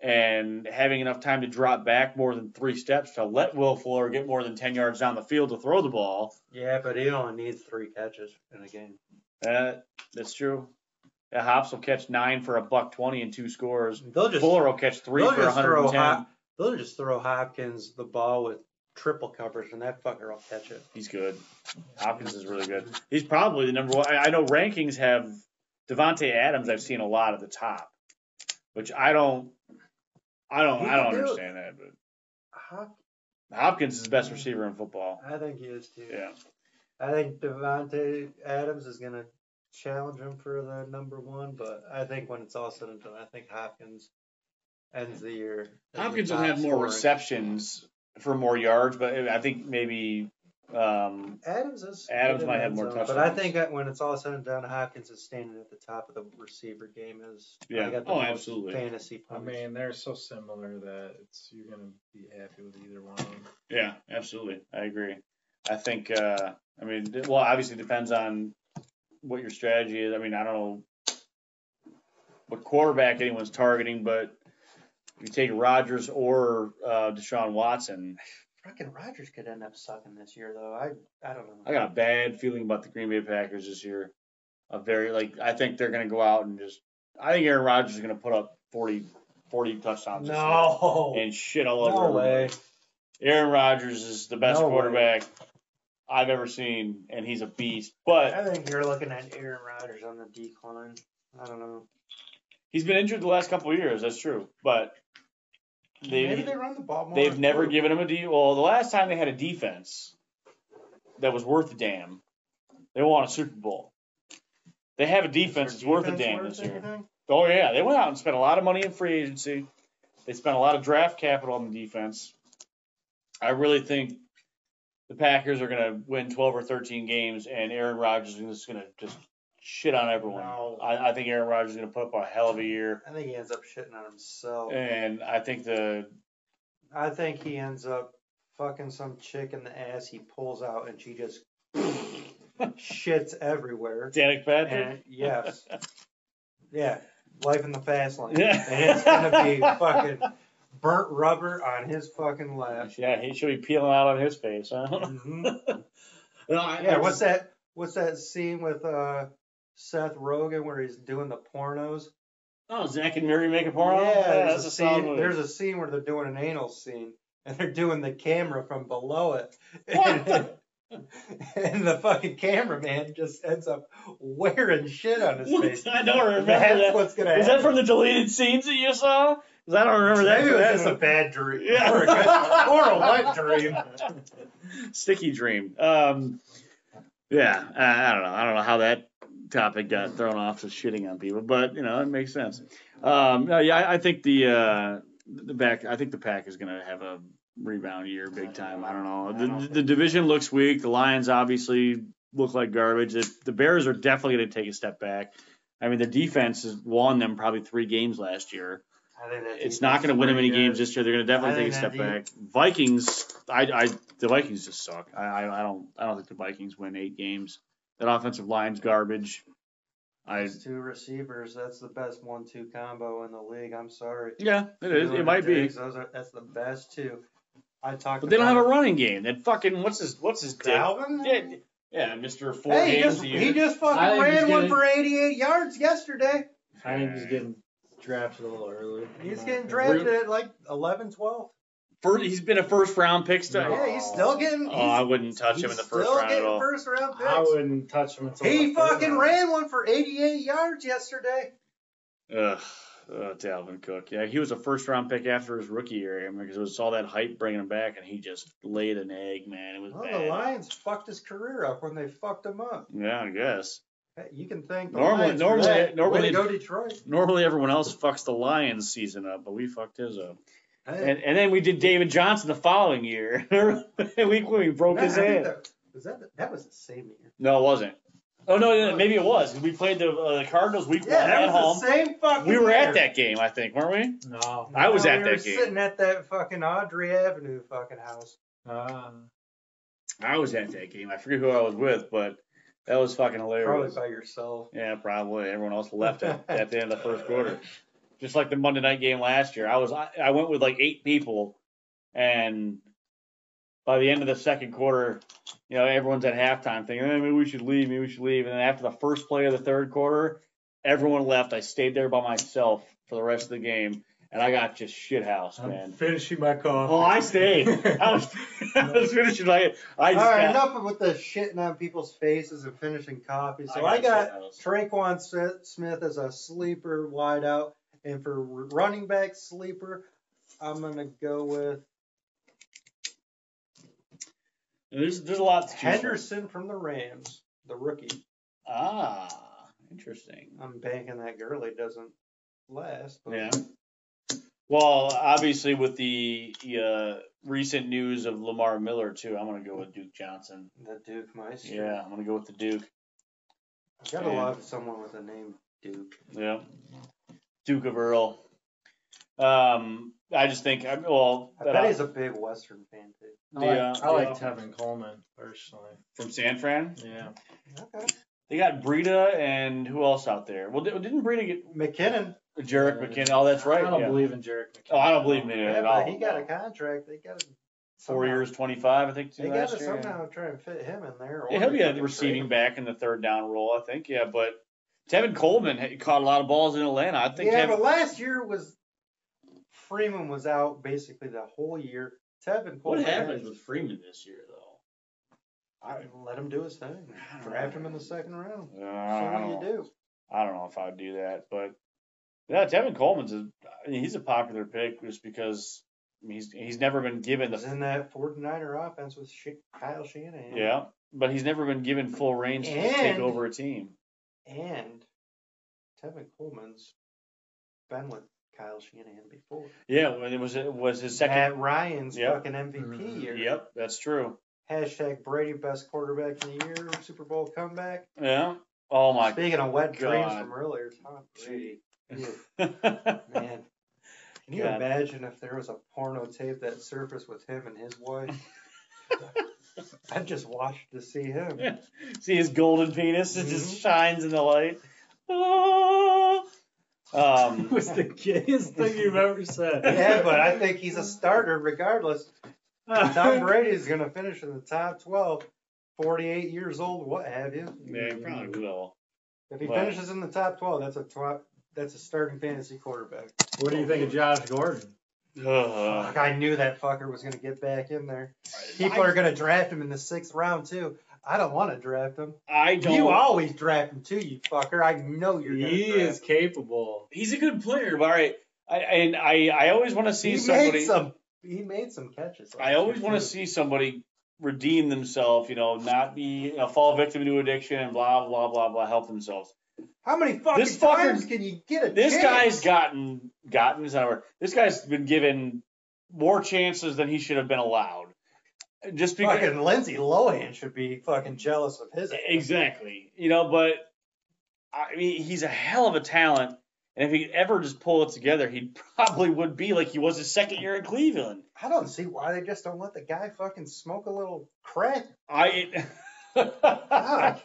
[SPEAKER 1] and having enough time to drop back more than three steps to let Will Fuller get more than ten yards down the field to throw the ball,
[SPEAKER 2] Yeah, but he only needs three catches in a game.
[SPEAKER 1] uh, that's true. Uh, Hops will catch nine for a buck twenty and two scores.
[SPEAKER 2] They'll just
[SPEAKER 1] Fuller will catch three
[SPEAKER 2] they'll
[SPEAKER 1] for
[SPEAKER 2] just throw
[SPEAKER 1] 110.
[SPEAKER 2] Hop, they'll just throw Hopkins the ball with triple coverage, and that fucker will catch it.
[SPEAKER 1] He's good. Hopkins is really good. He's probably the number one. I, I know rankings have Devonte Adams. I've seen a lot at the top, which I don't. I don't.
[SPEAKER 2] He
[SPEAKER 1] I don't
[SPEAKER 2] can do it.
[SPEAKER 1] understand that. But
[SPEAKER 2] Hop,
[SPEAKER 1] Hopkins is the best receiver in football.
[SPEAKER 2] I think he is too.
[SPEAKER 1] Yeah.
[SPEAKER 2] I think Devonte Adams is gonna challenge him for the number one, but I think when it's all said and done, I think Hopkins ends the year. as the
[SPEAKER 1] Hopkins will
[SPEAKER 2] top
[SPEAKER 1] have more
[SPEAKER 2] scorer.
[SPEAKER 1] receptions for more yards, but I think maybe. Um,
[SPEAKER 2] Adams is.
[SPEAKER 1] Adams
[SPEAKER 2] good in
[SPEAKER 1] might
[SPEAKER 2] the
[SPEAKER 1] have
[SPEAKER 2] end
[SPEAKER 1] more
[SPEAKER 2] zone, But I
[SPEAKER 1] touchdowns.
[SPEAKER 2] think that when it's all said and done, Hopkins is standing at the top of the receiver game. Is
[SPEAKER 1] Yeah.
[SPEAKER 2] I got the
[SPEAKER 1] Oh,
[SPEAKER 2] most
[SPEAKER 1] absolutely.
[SPEAKER 2] Fantasy
[SPEAKER 6] I
[SPEAKER 2] points.
[SPEAKER 6] mean, they're so similar that it's you're gonna be happy with either one. of them.
[SPEAKER 1] yeah, absolutely. I agree. I think. Uh, I mean, d- well, obviously it depends on what your strategy is. I mean, I don't know what quarterback anyone's targeting, but if you take Rodgers or uh, Deshaun Watson,
[SPEAKER 2] Fucking Rodgers could end up sucking this year, though. I I don't know.
[SPEAKER 1] I got a bad feeling about the Green Bay Packers this year. A very like I think they're going to go out and just. I think Aaron Rodgers is going to put up 40, 40 touchdowns. this
[SPEAKER 2] no.
[SPEAKER 1] year And shit all over.
[SPEAKER 2] No
[SPEAKER 1] everybody.
[SPEAKER 2] way.
[SPEAKER 1] Aaron Rodgers is the best
[SPEAKER 2] No way.
[SPEAKER 1] quarterback I've ever seen, and he's a beast. But
[SPEAKER 2] I think you're looking at Aaron Rodgers on the decline. I don't know.
[SPEAKER 1] he's been injured the last couple of years. That's true. But
[SPEAKER 2] Maybe
[SPEAKER 1] they
[SPEAKER 2] they run the ball more.
[SPEAKER 1] they've never given him a D. Well, the last time they had a defense that was worth a damn, they won a Super Bowl. They have a defense that's worth a damn this year. Oh yeah, they went out and spent a lot of money in free agency. They spent a lot of draft capital on the defense. I really think the Packers are going to win 12 or 13 games, and Aaron Rodgers is just going to just shit on everyone.
[SPEAKER 2] No.
[SPEAKER 1] I, I think Aaron Rodgers is going to put up a hell of a year,
[SPEAKER 2] I think he ends up shitting on
[SPEAKER 1] Eh,
[SPEAKER 2] himself.
[SPEAKER 1] and I think the
[SPEAKER 2] I think he ends up fucking some chick in the ass. He pulls out and she just shits everywhere.
[SPEAKER 1] Danik Patrick.
[SPEAKER 2] And Eh, yes, yeah, life in the fast lane.
[SPEAKER 1] Yeah.
[SPEAKER 2] And it's gonna be fucking burnt rubber on his fucking lap.
[SPEAKER 1] Yeah, he should be peeling out on his face. Huh?
[SPEAKER 2] Mhm.
[SPEAKER 1] No, I- I
[SPEAKER 2] Yeah,
[SPEAKER 1] just-
[SPEAKER 2] what's that? What's that scene with uh, Seth Rogen where he's doing the pornos?
[SPEAKER 1] Oh, Zach and Mary make a porno.
[SPEAKER 2] Yeah,
[SPEAKER 1] that's
[SPEAKER 2] there's
[SPEAKER 1] a
[SPEAKER 2] a
[SPEAKER 1] solid
[SPEAKER 2] scene.
[SPEAKER 1] movie.
[SPEAKER 2] There's a scene where they're doing an anal scene and they're doing the camera from below it.
[SPEAKER 1] What the-
[SPEAKER 2] and the fucking cameraman just ends up wearing shit on his face.
[SPEAKER 1] I don't remember
[SPEAKER 2] That's
[SPEAKER 1] that.
[SPEAKER 2] what's gonna
[SPEAKER 1] Is that
[SPEAKER 2] happen.
[SPEAKER 1] from the deleted scenes that you saw? 'Cause I don't remember that.
[SPEAKER 2] Maybe it was
[SPEAKER 1] that
[SPEAKER 2] just a bad dream.
[SPEAKER 1] Yeah.
[SPEAKER 2] Or, a good, or a wet dream.
[SPEAKER 1] Sticky dream. Um, yeah, I, I don't know. I don't know how that topic got thrown off to shitting on people, but you know it makes sense. Um, no, yeah, I, I think the uh, the back. I think the pack is gonna have a rebound year, big time. I don't know. The,
[SPEAKER 6] I don't think-
[SPEAKER 1] the division looks weak. The Lions obviously look like garbage. The, the Bears are definitely gonna take a step back. I mean, their defense has won them probably three games last year
[SPEAKER 2] I think that
[SPEAKER 1] it's not going to win them any games this year. They're going to
[SPEAKER 2] I
[SPEAKER 1] definitely
[SPEAKER 2] think
[SPEAKER 1] take a step back.
[SPEAKER 2] that
[SPEAKER 1] Vikings, I, I, the Vikings just suck. I, I, I don't, I don't think the Vikings win eight games. That offensive line's garbage. I,
[SPEAKER 2] Those two receivers. That's the best one-two combo in the league. I'm sorry.
[SPEAKER 1] yeah, it is. It might be,
[SPEAKER 2] Diggs, Those are, that's the best two. I talked.
[SPEAKER 1] but they don't
[SPEAKER 2] about
[SPEAKER 1] have a running game. That fucking what's his, what's his dick?
[SPEAKER 2] Dalvin?
[SPEAKER 1] Yeah, yeah, Mister Four
[SPEAKER 2] hey, he
[SPEAKER 1] games
[SPEAKER 2] just,
[SPEAKER 1] a year.
[SPEAKER 2] he just
[SPEAKER 6] I
[SPEAKER 2] fucking
[SPEAKER 6] think he's
[SPEAKER 2] ran one
[SPEAKER 6] gonna-
[SPEAKER 2] for 88 yards yesterday.
[SPEAKER 6] I think he's getting drafted a little early.
[SPEAKER 2] He's getting drafted at like 11, 12.
[SPEAKER 1] First, he's been a first round pick. St-
[SPEAKER 6] No.
[SPEAKER 2] Yeah, he's still getting.
[SPEAKER 1] Oh, I
[SPEAKER 2] He's,
[SPEAKER 1] wouldn't touch him in
[SPEAKER 2] he's
[SPEAKER 1] the first
[SPEAKER 2] still
[SPEAKER 1] round at
[SPEAKER 2] getting
[SPEAKER 1] all.
[SPEAKER 2] first round
[SPEAKER 6] I
[SPEAKER 2] picks.
[SPEAKER 6] wouldn't touch him until
[SPEAKER 2] He
[SPEAKER 6] the third
[SPEAKER 2] fucking
[SPEAKER 6] round.
[SPEAKER 2] ran one for 88 yards yesterday.
[SPEAKER 1] Ugh, oh, Dalvin Cook. Yeah, he was a first round pick after his rookie year. I mean, because it was all that hype bringing him back, and he just laid an egg, Oh, man. It was
[SPEAKER 2] Well, the
[SPEAKER 1] bad.
[SPEAKER 2] Lions fucked his career up when they fucked him up.
[SPEAKER 1] Yeah, I guess.
[SPEAKER 2] Hey, You can thank the
[SPEAKER 1] Normally-
[SPEAKER 2] Lions
[SPEAKER 1] normally-
[SPEAKER 2] for that.
[SPEAKER 1] normally-
[SPEAKER 2] Way to go Detroit.
[SPEAKER 1] Normally, everyone else fucks the Lions season up, but we fucked his up.
[SPEAKER 2] Hey,
[SPEAKER 1] And, and then we did David Johnson the following year. we, we broke
[SPEAKER 2] man,
[SPEAKER 1] his
[SPEAKER 2] I think
[SPEAKER 1] hand.
[SPEAKER 2] That, was that, the- that was the same year.
[SPEAKER 1] No, it wasn't. Oh no, yeah, maybe it was. We played the, uh, the Cardinals week
[SPEAKER 2] Yeah,
[SPEAKER 1] one
[SPEAKER 2] that
[SPEAKER 1] at
[SPEAKER 2] was
[SPEAKER 1] home.
[SPEAKER 2] the same fucking.
[SPEAKER 1] We were
[SPEAKER 2] year.
[SPEAKER 1] at that game, I think, weren't we?
[SPEAKER 6] No.
[SPEAKER 1] I was
[SPEAKER 2] No,
[SPEAKER 1] at
[SPEAKER 2] we
[SPEAKER 1] that
[SPEAKER 2] were
[SPEAKER 1] game.
[SPEAKER 2] Sitting at that fucking Audrey Avenue fucking house.
[SPEAKER 6] Uh,
[SPEAKER 1] I was at that game. I forget who I was with, but that was fucking hilarious.
[SPEAKER 2] Probably by yourself.
[SPEAKER 1] Yeah, probably. Everyone else left at, at the end of the first quarter. Just like the Monday night game last year. I was I, I went with like eight people and by the end of the second quarter, you know, everyone's at halftime thinking, eh, maybe we should leave, maybe we should leave. And then after the first play of the third quarter, everyone left. I stayed there by myself for the rest of the game and I got just shit housed,
[SPEAKER 2] Um,
[SPEAKER 6] I'm
[SPEAKER 1] man.
[SPEAKER 6] finishing my coffee.
[SPEAKER 1] Oh, I stayed. I was, I was finishing like I
[SPEAKER 2] All
[SPEAKER 1] just
[SPEAKER 2] right,
[SPEAKER 1] got,
[SPEAKER 2] enough with the shitting on people's faces and finishing coffee. So
[SPEAKER 1] I
[SPEAKER 2] I got,
[SPEAKER 1] shithoused.
[SPEAKER 2] Traquan Smith- Smith as a sleeper wideout, and for running back sleeper, I'm gonna go with
[SPEAKER 1] There's there's a lot to choose from.
[SPEAKER 2] Henderson from the Rams, the rookie.
[SPEAKER 1] Ah, interesting.
[SPEAKER 2] I'm banking that Gurley doesn't last. But
[SPEAKER 1] Yeah. Well, obviously, with the uh, recent news of Lamar Miller too, I'm gonna go with Duke Johnson.
[SPEAKER 2] The Duke Meister.
[SPEAKER 1] Yeah, I'm gonna go with the Duke.
[SPEAKER 2] I gotta
[SPEAKER 1] Yeah.
[SPEAKER 2] love someone with the name Duke.
[SPEAKER 1] Yeah, Duke of Earl. Um, I just think I well
[SPEAKER 2] I
[SPEAKER 1] that
[SPEAKER 2] bet
[SPEAKER 1] I-
[SPEAKER 2] he's a big Western fan too.
[SPEAKER 6] I
[SPEAKER 1] the,
[SPEAKER 6] like,
[SPEAKER 1] uh,
[SPEAKER 6] I like
[SPEAKER 1] the-
[SPEAKER 6] Tevin Coleman personally.
[SPEAKER 1] from San Fran.
[SPEAKER 6] Yeah.
[SPEAKER 2] Okay.
[SPEAKER 1] They got Breida and who else out there? Well, di- didn't Breida get
[SPEAKER 2] McKinnon.
[SPEAKER 1] Jarek McKinnon? Oh, that's right.
[SPEAKER 6] I don't
[SPEAKER 1] yeah.
[SPEAKER 6] believe in Jarek McKinnon.
[SPEAKER 1] Oh, I don't believe in it
[SPEAKER 2] Yeah,
[SPEAKER 1] at
[SPEAKER 2] but
[SPEAKER 1] all.
[SPEAKER 2] he got a contract. They gotta
[SPEAKER 1] four
[SPEAKER 2] somehow-
[SPEAKER 1] years, 25, I think.
[SPEAKER 2] They
[SPEAKER 1] last
[SPEAKER 2] gotta
[SPEAKER 1] year.
[SPEAKER 2] somehow try and fit him in there. or
[SPEAKER 1] Yeah, he'll
[SPEAKER 2] they
[SPEAKER 1] be a
[SPEAKER 2] fucking
[SPEAKER 1] receiving
[SPEAKER 2] trade
[SPEAKER 1] back in the third down role, I think. Yeah, but Tevin Coleman had caught a lot of balls in Atlanta. I think.
[SPEAKER 2] yeah,
[SPEAKER 1] Tevin-
[SPEAKER 2] but last year was Freeman was out basically the whole year.
[SPEAKER 1] what
[SPEAKER 2] Tevin Coleman
[SPEAKER 1] happened with Freeman this year, though? I,
[SPEAKER 2] Let him do his thing. Draft him in the second round.
[SPEAKER 1] Uh,
[SPEAKER 2] See
[SPEAKER 1] I,
[SPEAKER 2] what
[SPEAKER 1] don't
[SPEAKER 2] you
[SPEAKER 1] know.
[SPEAKER 2] do.
[SPEAKER 1] I don't know if I would do that, but yeah, Tevin Coleman's a, I mean, he's a popular pick just because I mean, he's he's never been given
[SPEAKER 2] He's
[SPEAKER 1] the
[SPEAKER 2] in that 49er offense with Sh- Kyle Shanahan.
[SPEAKER 1] yeah, but he's never been given full reigns to take
[SPEAKER 2] And-
[SPEAKER 1] over a team.
[SPEAKER 2] And Tevin Coleman's been with Kyle Shanahan before.
[SPEAKER 1] Yeah, when it was it was his second.
[SPEAKER 2] Matt Ryan's
[SPEAKER 1] Yep.
[SPEAKER 2] fucking MVP
[SPEAKER 6] Mhm.
[SPEAKER 2] year.
[SPEAKER 1] Yep, that's true.
[SPEAKER 2] Hashtag Brady best quarterback in the year. Super Bowl comeback.
[SPEAKER 1] Yeah. Oh my
[SPEAKER 2] Speaking of wet dreams
[SPEAKER 1] God.
[SPEAKER 2] from earlier, Tom Brady. Ew.
[SPEAKER 1] god.
[SPEAKER 2] Man, can you
[SPEAKER 1] God.
[SPEAKER 2] imagine if there was a porno tape that surfaced with him and his wife? I'd just watch to see him.
[SPEAKER 1] See his golden penis? It
[SPEAKER 2] Mm-hmm.
[SPEAKER 1] just shines in the light. Ah.
[SPEAKER 6] It
[SPEAKER 1] Um,
[SPEAKER 6] was the gayest thing you've ever said.
[SPEAKER 2] Yeah, but I think he's a starter regardless. Tom Brady's going to finish in the top 12, 48 years old, what have you.
[SPEAKER 1] yeah,
[SPEAKER 2] Mm-hmm.
[SPEAKER 1] probably will.
[SPEAKER 2] If he
[SPEAKER 1] Wow.
[SPEAKER 2] finishes in the top 12, that's a top, that's a starting fantasy quarterback.
[SPEAKER 6] What do you think of Josh Gordon?
[SPEAKER 1] Ugh.
[SPEAKER 2] Fuck, I knew that fucker was going to get back in there. People are going to draft him in the sixth round, too. I don't want to draft him.
[SPEAKER 1] I don't.
[SPEAKER 2] You always draft him, too, you fucker. I know you're going
[SPEAKER 3] He
[SPEAKER 2] to draft
[SPEAKER 3] is capable.
[SPEAKER 1] He's a good player, but all right. I, and I, I always want to see
[SPEAKER 2] he
[SPEAKER 1] somebody.
[SPEAKER 2] Made some, he made some catches. last
[SPEAKER 1] I always
[SPEAKER 2] year,
[SPEAKER 1] want to
[SPEAKER 2] too.
[SPEAKER 1] see somebody redeem themselves, you know, not be you know, fall victim to addiction and blah blah blah blah, help themselves.
[SPEAKER 2] How many fucking
[SPEAKER 1] This fucker-
[SPEAKER 2] times can you get a
[SPEAKER 1] This
[SPEAKER 2] chance?
[SPEAKER 1] guy's gotten gotten is not a word. This guy's been given more chances than he should have been allowed. Just because
[SPEAKER 2] Fucking Lindsay Lohan should be fucking jealous of his. ass.
[SPEAKER 1] exactly, you know, but I mean, he's a hell of a talent. And if he could ever just pull it together, he probably would be like he was his second year in Cleveland.
[SPEAKER 2] I don't see why they just don't let the guy fucking smoke a little crack.
[SPEAKER 1] I
[SPEAKER 2] Ah,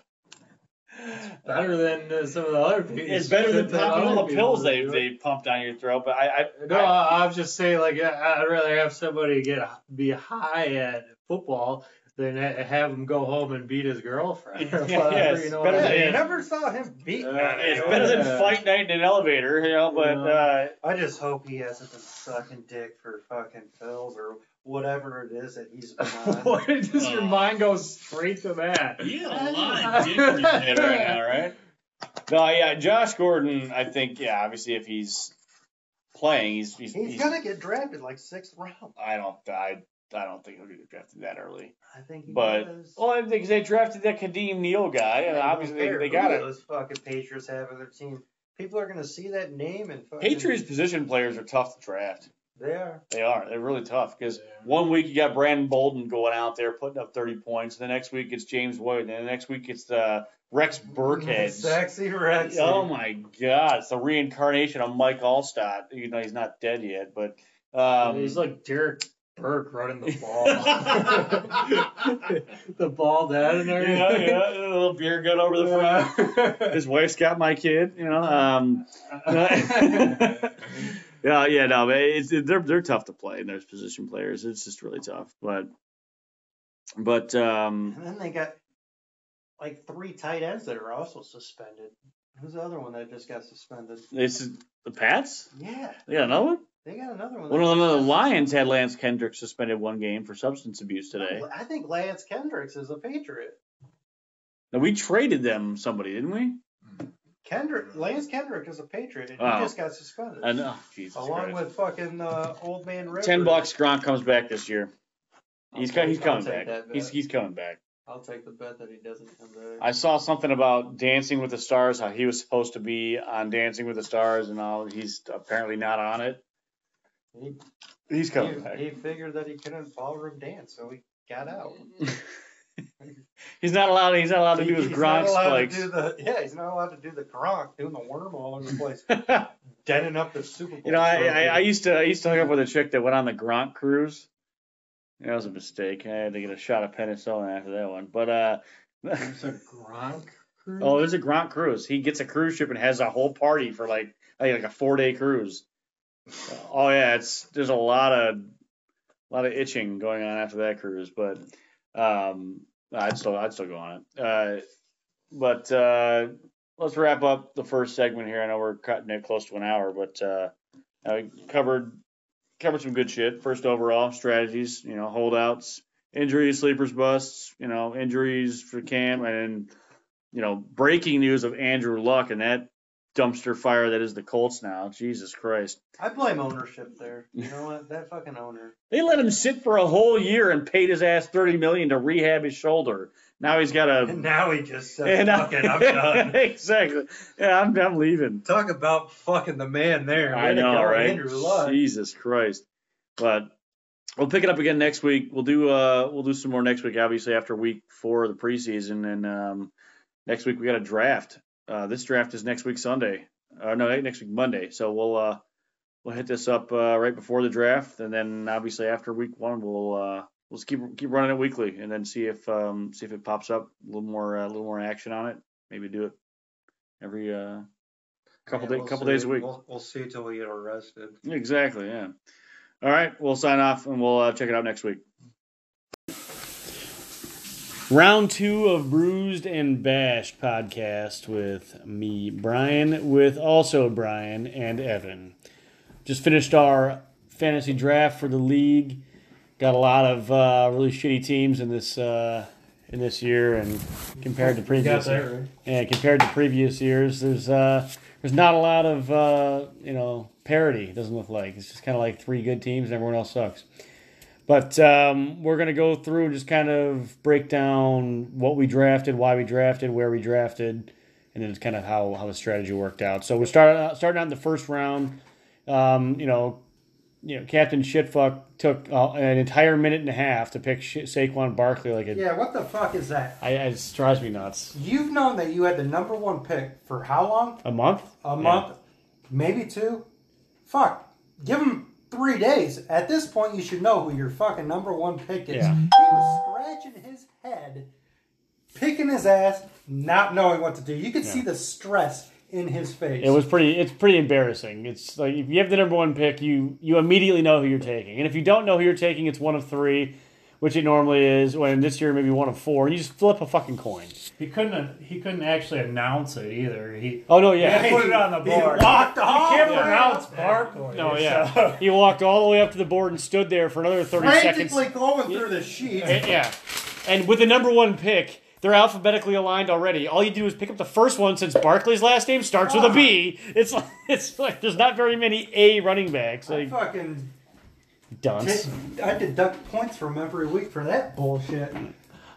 [SPEAKER 3] Better than uh, some of the other people.
[SPEAKER 1] It's better than
[SPEAKER 3] That
[SPEAKER 1] popping all
[SPEAKER 3] other
[SPEAKER 1] the pills
[SPEAKER 3] people
[SPEAKER 1] they
[SPEAKER 3] do.
[SPEAKER 1] they pump down your throat. But I, I
[SPEAKER 3] No, I, I'm just saying, like, I- I'd rather have somebody get be high at football than ha- have him go home and beat his girlfriend. or
[SPEAKER 1] Yeah,
[SPEAKER 3] whatever,
[SPEAKER 1] yes,
[SPEAKER 3] you know
[SPEAKER 1] better
[SPEAKER 3] what
[SPEAKER 2] yeah,
[SPEAKER 3] I
[SPEAKER 1] than-
[SPEAKER 3] mean?
[SPEAKER 2] you never saw him beat.
[SPEAKER 3] Uh,
[SPEAKER 2] none of
[SPEAKER 1] it's
[SPEAKER 2] you.
[SPEAKER 1] better than
[SPEAKER 3] Yeah.
[SPEAKER 1] fight night in an elevator, you know. But uh,
[SPEAKER 2] I just hope he hasn't been sucking dick for fucking pills or whatever it is that he's been on.
[SPEAKER 3] Why does your
[SPEAKER 6] Oh.
[SPEAKER 3] mind go straight to that?
[SPEAKER 6] He had a lot of dick in his
[SPEAKER 1] head
[SPEAKER 6] head
[SPEAKER 1] right now, right? No, yeah, Josh Gordon. I think, yeah, obviously, if he's playing, he's he's,
[SPEAKER 2] he's
[SPEAKER 1] he's-
[SPEAKER 2] gonna get drafted like sixth round.
[SPEAKER 1] I don't, I, I don't think he'll get drafted that early.
[SPEAKER 2] I think he
[SPEAKER 1] But-
[SPEAKER 2] does.
[SPEAKER 1] Well, I think they drafted that Kadeem Neal guy, and obviously they, they got it.
[SPEAKER 2] Those fucking Patriots have on their team. People are gonna see that name and fucking.
[SPEAKER 1] Patriots position players are tough to draft.
[SPEAKER 2] They are.
[SPEAKER 1] They are. They're really tough because one week you got Brandon Bolden going out there putting up 30 points, and the next week it's James Wood, and the next week it's uh, Rex
[SPEAKER 2] Mm,
[SPEAKER 1] Burkhead.
[SPEAKER 2] Sexy Rex.
[SPEAKER 1] Oh my God! It's the reincarnation of Mike Allstott. You know he's not dead yet, but um,
[SPEAKER 3] He's like Derek Burke running the ball. the ball dead and
[SPEAKER 1] yeah,
[SPEAKER 3] everything.
[SPEAKER 1] yeah, a little beer gun over the front. His wife's got my kid. You know. Um, yeah, yeah, no, but it's, it- they're they're tough to play, and there's position players. It's just really tough, but but um,
[SPEAKER 2] And then they got like three tight ends that are also suspended. Who's the other one that just got suspended?
[SPEAKER 1] this is the Pats.
[SPEAKER 2] Yeah,
[SPEAKER 1] They got another one.
[SPEAKER 2] they got another one.
[SPEAKER 1] One of
[SPEAKER 2] that-
[SPEAKER 1] the the Lions had Lance Kendrick suspended one game for substance abuse today.
[SPEAKER 2] I think Lance Kendricks is a Patriot.
[SPEAKER 1] Now we traded them somebody, didn't we?
[SPEAKER 2] Kendrick, Lance Kendrick is a Patriot, and
[SPEAKER 1] Wow.
[SPEAKER 2] he just got suspended.
[SPEAKER 1] I know. Uh, Jesus
[SPEAKER 2] Along
[SPEAKER 1] Christ.
[SPEAKER 2] with fucking uh, old man River.
[SPEAKER 1] Ten bucks. Gronk comes back this year.
[SPEAKER 2] I'll
[SPEAKER 1] He's co-
[SPEAKER 2] take-
[SPEAKER 1] he's
[SPEAKER 2] I'll
[SPEAKER 1] coming
[SPEAKER 2] take
[SPEAKER 1] back.
[SPEAKER 2] that bet.
[SPEAKER 1] He's he's coming back.
[SPEAKER 2] I'll take the bet that he doesn't come back.
[SPEAKER 1] I saw something about Dancing with the Stars, how he was supposed to be on Dancing with the Stars, and all he's apparently not on it.
[SPEAKER 2] He,
[SPEAKER 1] He's coming
[SPEAKER 2] he, he figured that he couldn't ballroom dance, so he got out.
[SPEAKER 1] back. he's not allowed. He's not allowed to do his
[SPEAKER 2] He's not
[SPEAKER 1] Gronk
[SPEAKER 2] allowed to
[SPEAKER 1] spikes.
[SPEAKER 2] do the, yeah, he's not allowed to do the Gronk, doing the worm all over the place,
[SPEAKER 1] you
[SPEAKER 2] denning up the Super Bowl.
[SPEAKER 1] know, I, I,
[SPEAKER 2] trophy.
[SPEAKER 1] I used to I used to hook up with a chick that went on the Gronk cruise. That was a mistake. I had to get a shot of penicillin after that one. But uh,
[SPEAKER 3] It's a Gronk. crew?
[SPEAKER 1] oh, there's a Gronk cruise. He gets a cruise ship and has a whole party for like I think like a four day cruise. Oh yeah, it's there's a lot of lot of itching going on after that cruise, but um, I'd still I'd still go on it. Uh, but uh, let's wrap up the first segment here. I know we're cutting it close to an hour, but uh, I covered covered some good shit. First overall strategies, you know, holdouts, injuries, sleepers, busts, you know, injuries for Cam, and then you know, breaking news of Andrew Luck and that dumpster fire that is the Colts now. Jesus Christ.
[SPEAKER 2] I blame ownership there. You know what? That fucking owner.
[SPEAKER 1] They let him sit for a whole year and paid his ass thirty million to rehab his shoulder. Now he's got a
[SPEAKER 2] And now he just said,
[SPEAKER 1] and I-
[SPEAKER 2] "Fucking, I'm done."
[SPEAKER 1] exactly. Yeah, I'm, I'm leaving.
[SPEAKER 2] Talk about fucking the man there.
[SPEAKER 1] I
[SPEAKER 2] Way to
[SPEAKER 1] know,
[SPEAKER 2] go,
[SPEAKER 1] right?
[SPEAKER 2] Andrew Luck.
[SPEAKER 1] Jesus Christ. But we'll pick it up again next week. We'll do uh we'll do some more next week, obviously after week four of the preseason, and um next week we got a draft. Uh, this draft is next week Sunday, or no, next week Monday. So we'll uh we'll hit this up uh, right before the draft, and then obviously after week one we'll uh let's keep keep running it weekly, and then see if um see if it pops up a little more uh, a little more action on it. Maybe do it every uh couple
[SPEAKER 2] Yeah,
[SPEAKER 1] day,
[SPEAKER 2] we'll
[SPEAKER 1] couple
[SPEAKER 2] see.
[SPEAKER 1] days a week.
[SPEAKER 2] We'll, we'll see till we get arrested.
[SPEAKER 1] Exactly. Yeah. All right. We'll sign off and we'll uh, check it out next week.
[SPEAKER 7] Round two of Bruised and Bashed podcast with me, Brian, with also Brian and Evan. Just finished our
[SPEAKER 1] fantasy draft for the league. Got a lot of uh, really shitty teams in this uh, in this year, and compared to previous, yeah, compared to previous years, there's uh, there's not a lot of uh, you know parity. It doesn't look like it's just kind of like three good teams and everyone else sucks. But um, we're gonna go through and just kind of break down what we drafted, why we drafted, where we drafted, and then kind of how, how the strategy worked out. So we're starting uh, starting out in the first round. Um, you know, you know, Captain Shitfuck took uh, an entire minute and a half to pick Sha- Saquon Barkley. Like, it,
[SPEAKER 8] Yeah, what the fuck is that?
[SPEAKER 1] I, it just drives me nuts.
[SPEAKER 8] You've known that you had the number one pick for how long?
[SPEAKER 1] A month?
[SPEAKER 8] A month, maybe two. Fuck, give him three days. At this point, you should know who your fucking number one pick is.
[SPEAKER 1] Yeah.
[SPEAKER 8] He was scratching his head, picking his ass, not knowing what to do. You could see the stress in his face.
[SPEAKER 1] It was pretty. It's pretty embarrassing. It's like if you have the number one pick, you you immediately know who you're taking, and if you don't know who you're taking, it's one of three, which it normally is. When this year maybe one of four, and you just flip a fucking coin.
[SPEAKER 3] He couldn't. He couldn't actually announce it either. He
[SPEAKER 1] Oh no, yeah.
[SPEAKER 3] put it on the
[SPEAKER 8] He
[SPEAKER 3] board.
[SPEAKER 8] walked off.
[SPEAKER 3] can't
[SPEAKER 8] man.
[SPEAKER 3] pronounce Barkley.
[SPEAKER 1] No, yeah. He walked all the way up to the board and stood there for another 30 seconds.
[SPEAKER 8] Frantically going through the sheet.
[SPEAKER 1] And- yeah. And with the number one pick, they're alphabetically aligned already. All you do is pick up the first one since Barkley's last name starts with a B. It's like, it's like there's not very many A running backs.
[SPEAKER 8] I
[SPEAKER 1] Like,
[SPEAKER 8] fucking
[SPEAKER 1] dunce.
[SPEAKER 8] I deduct points from every week for that bullshit.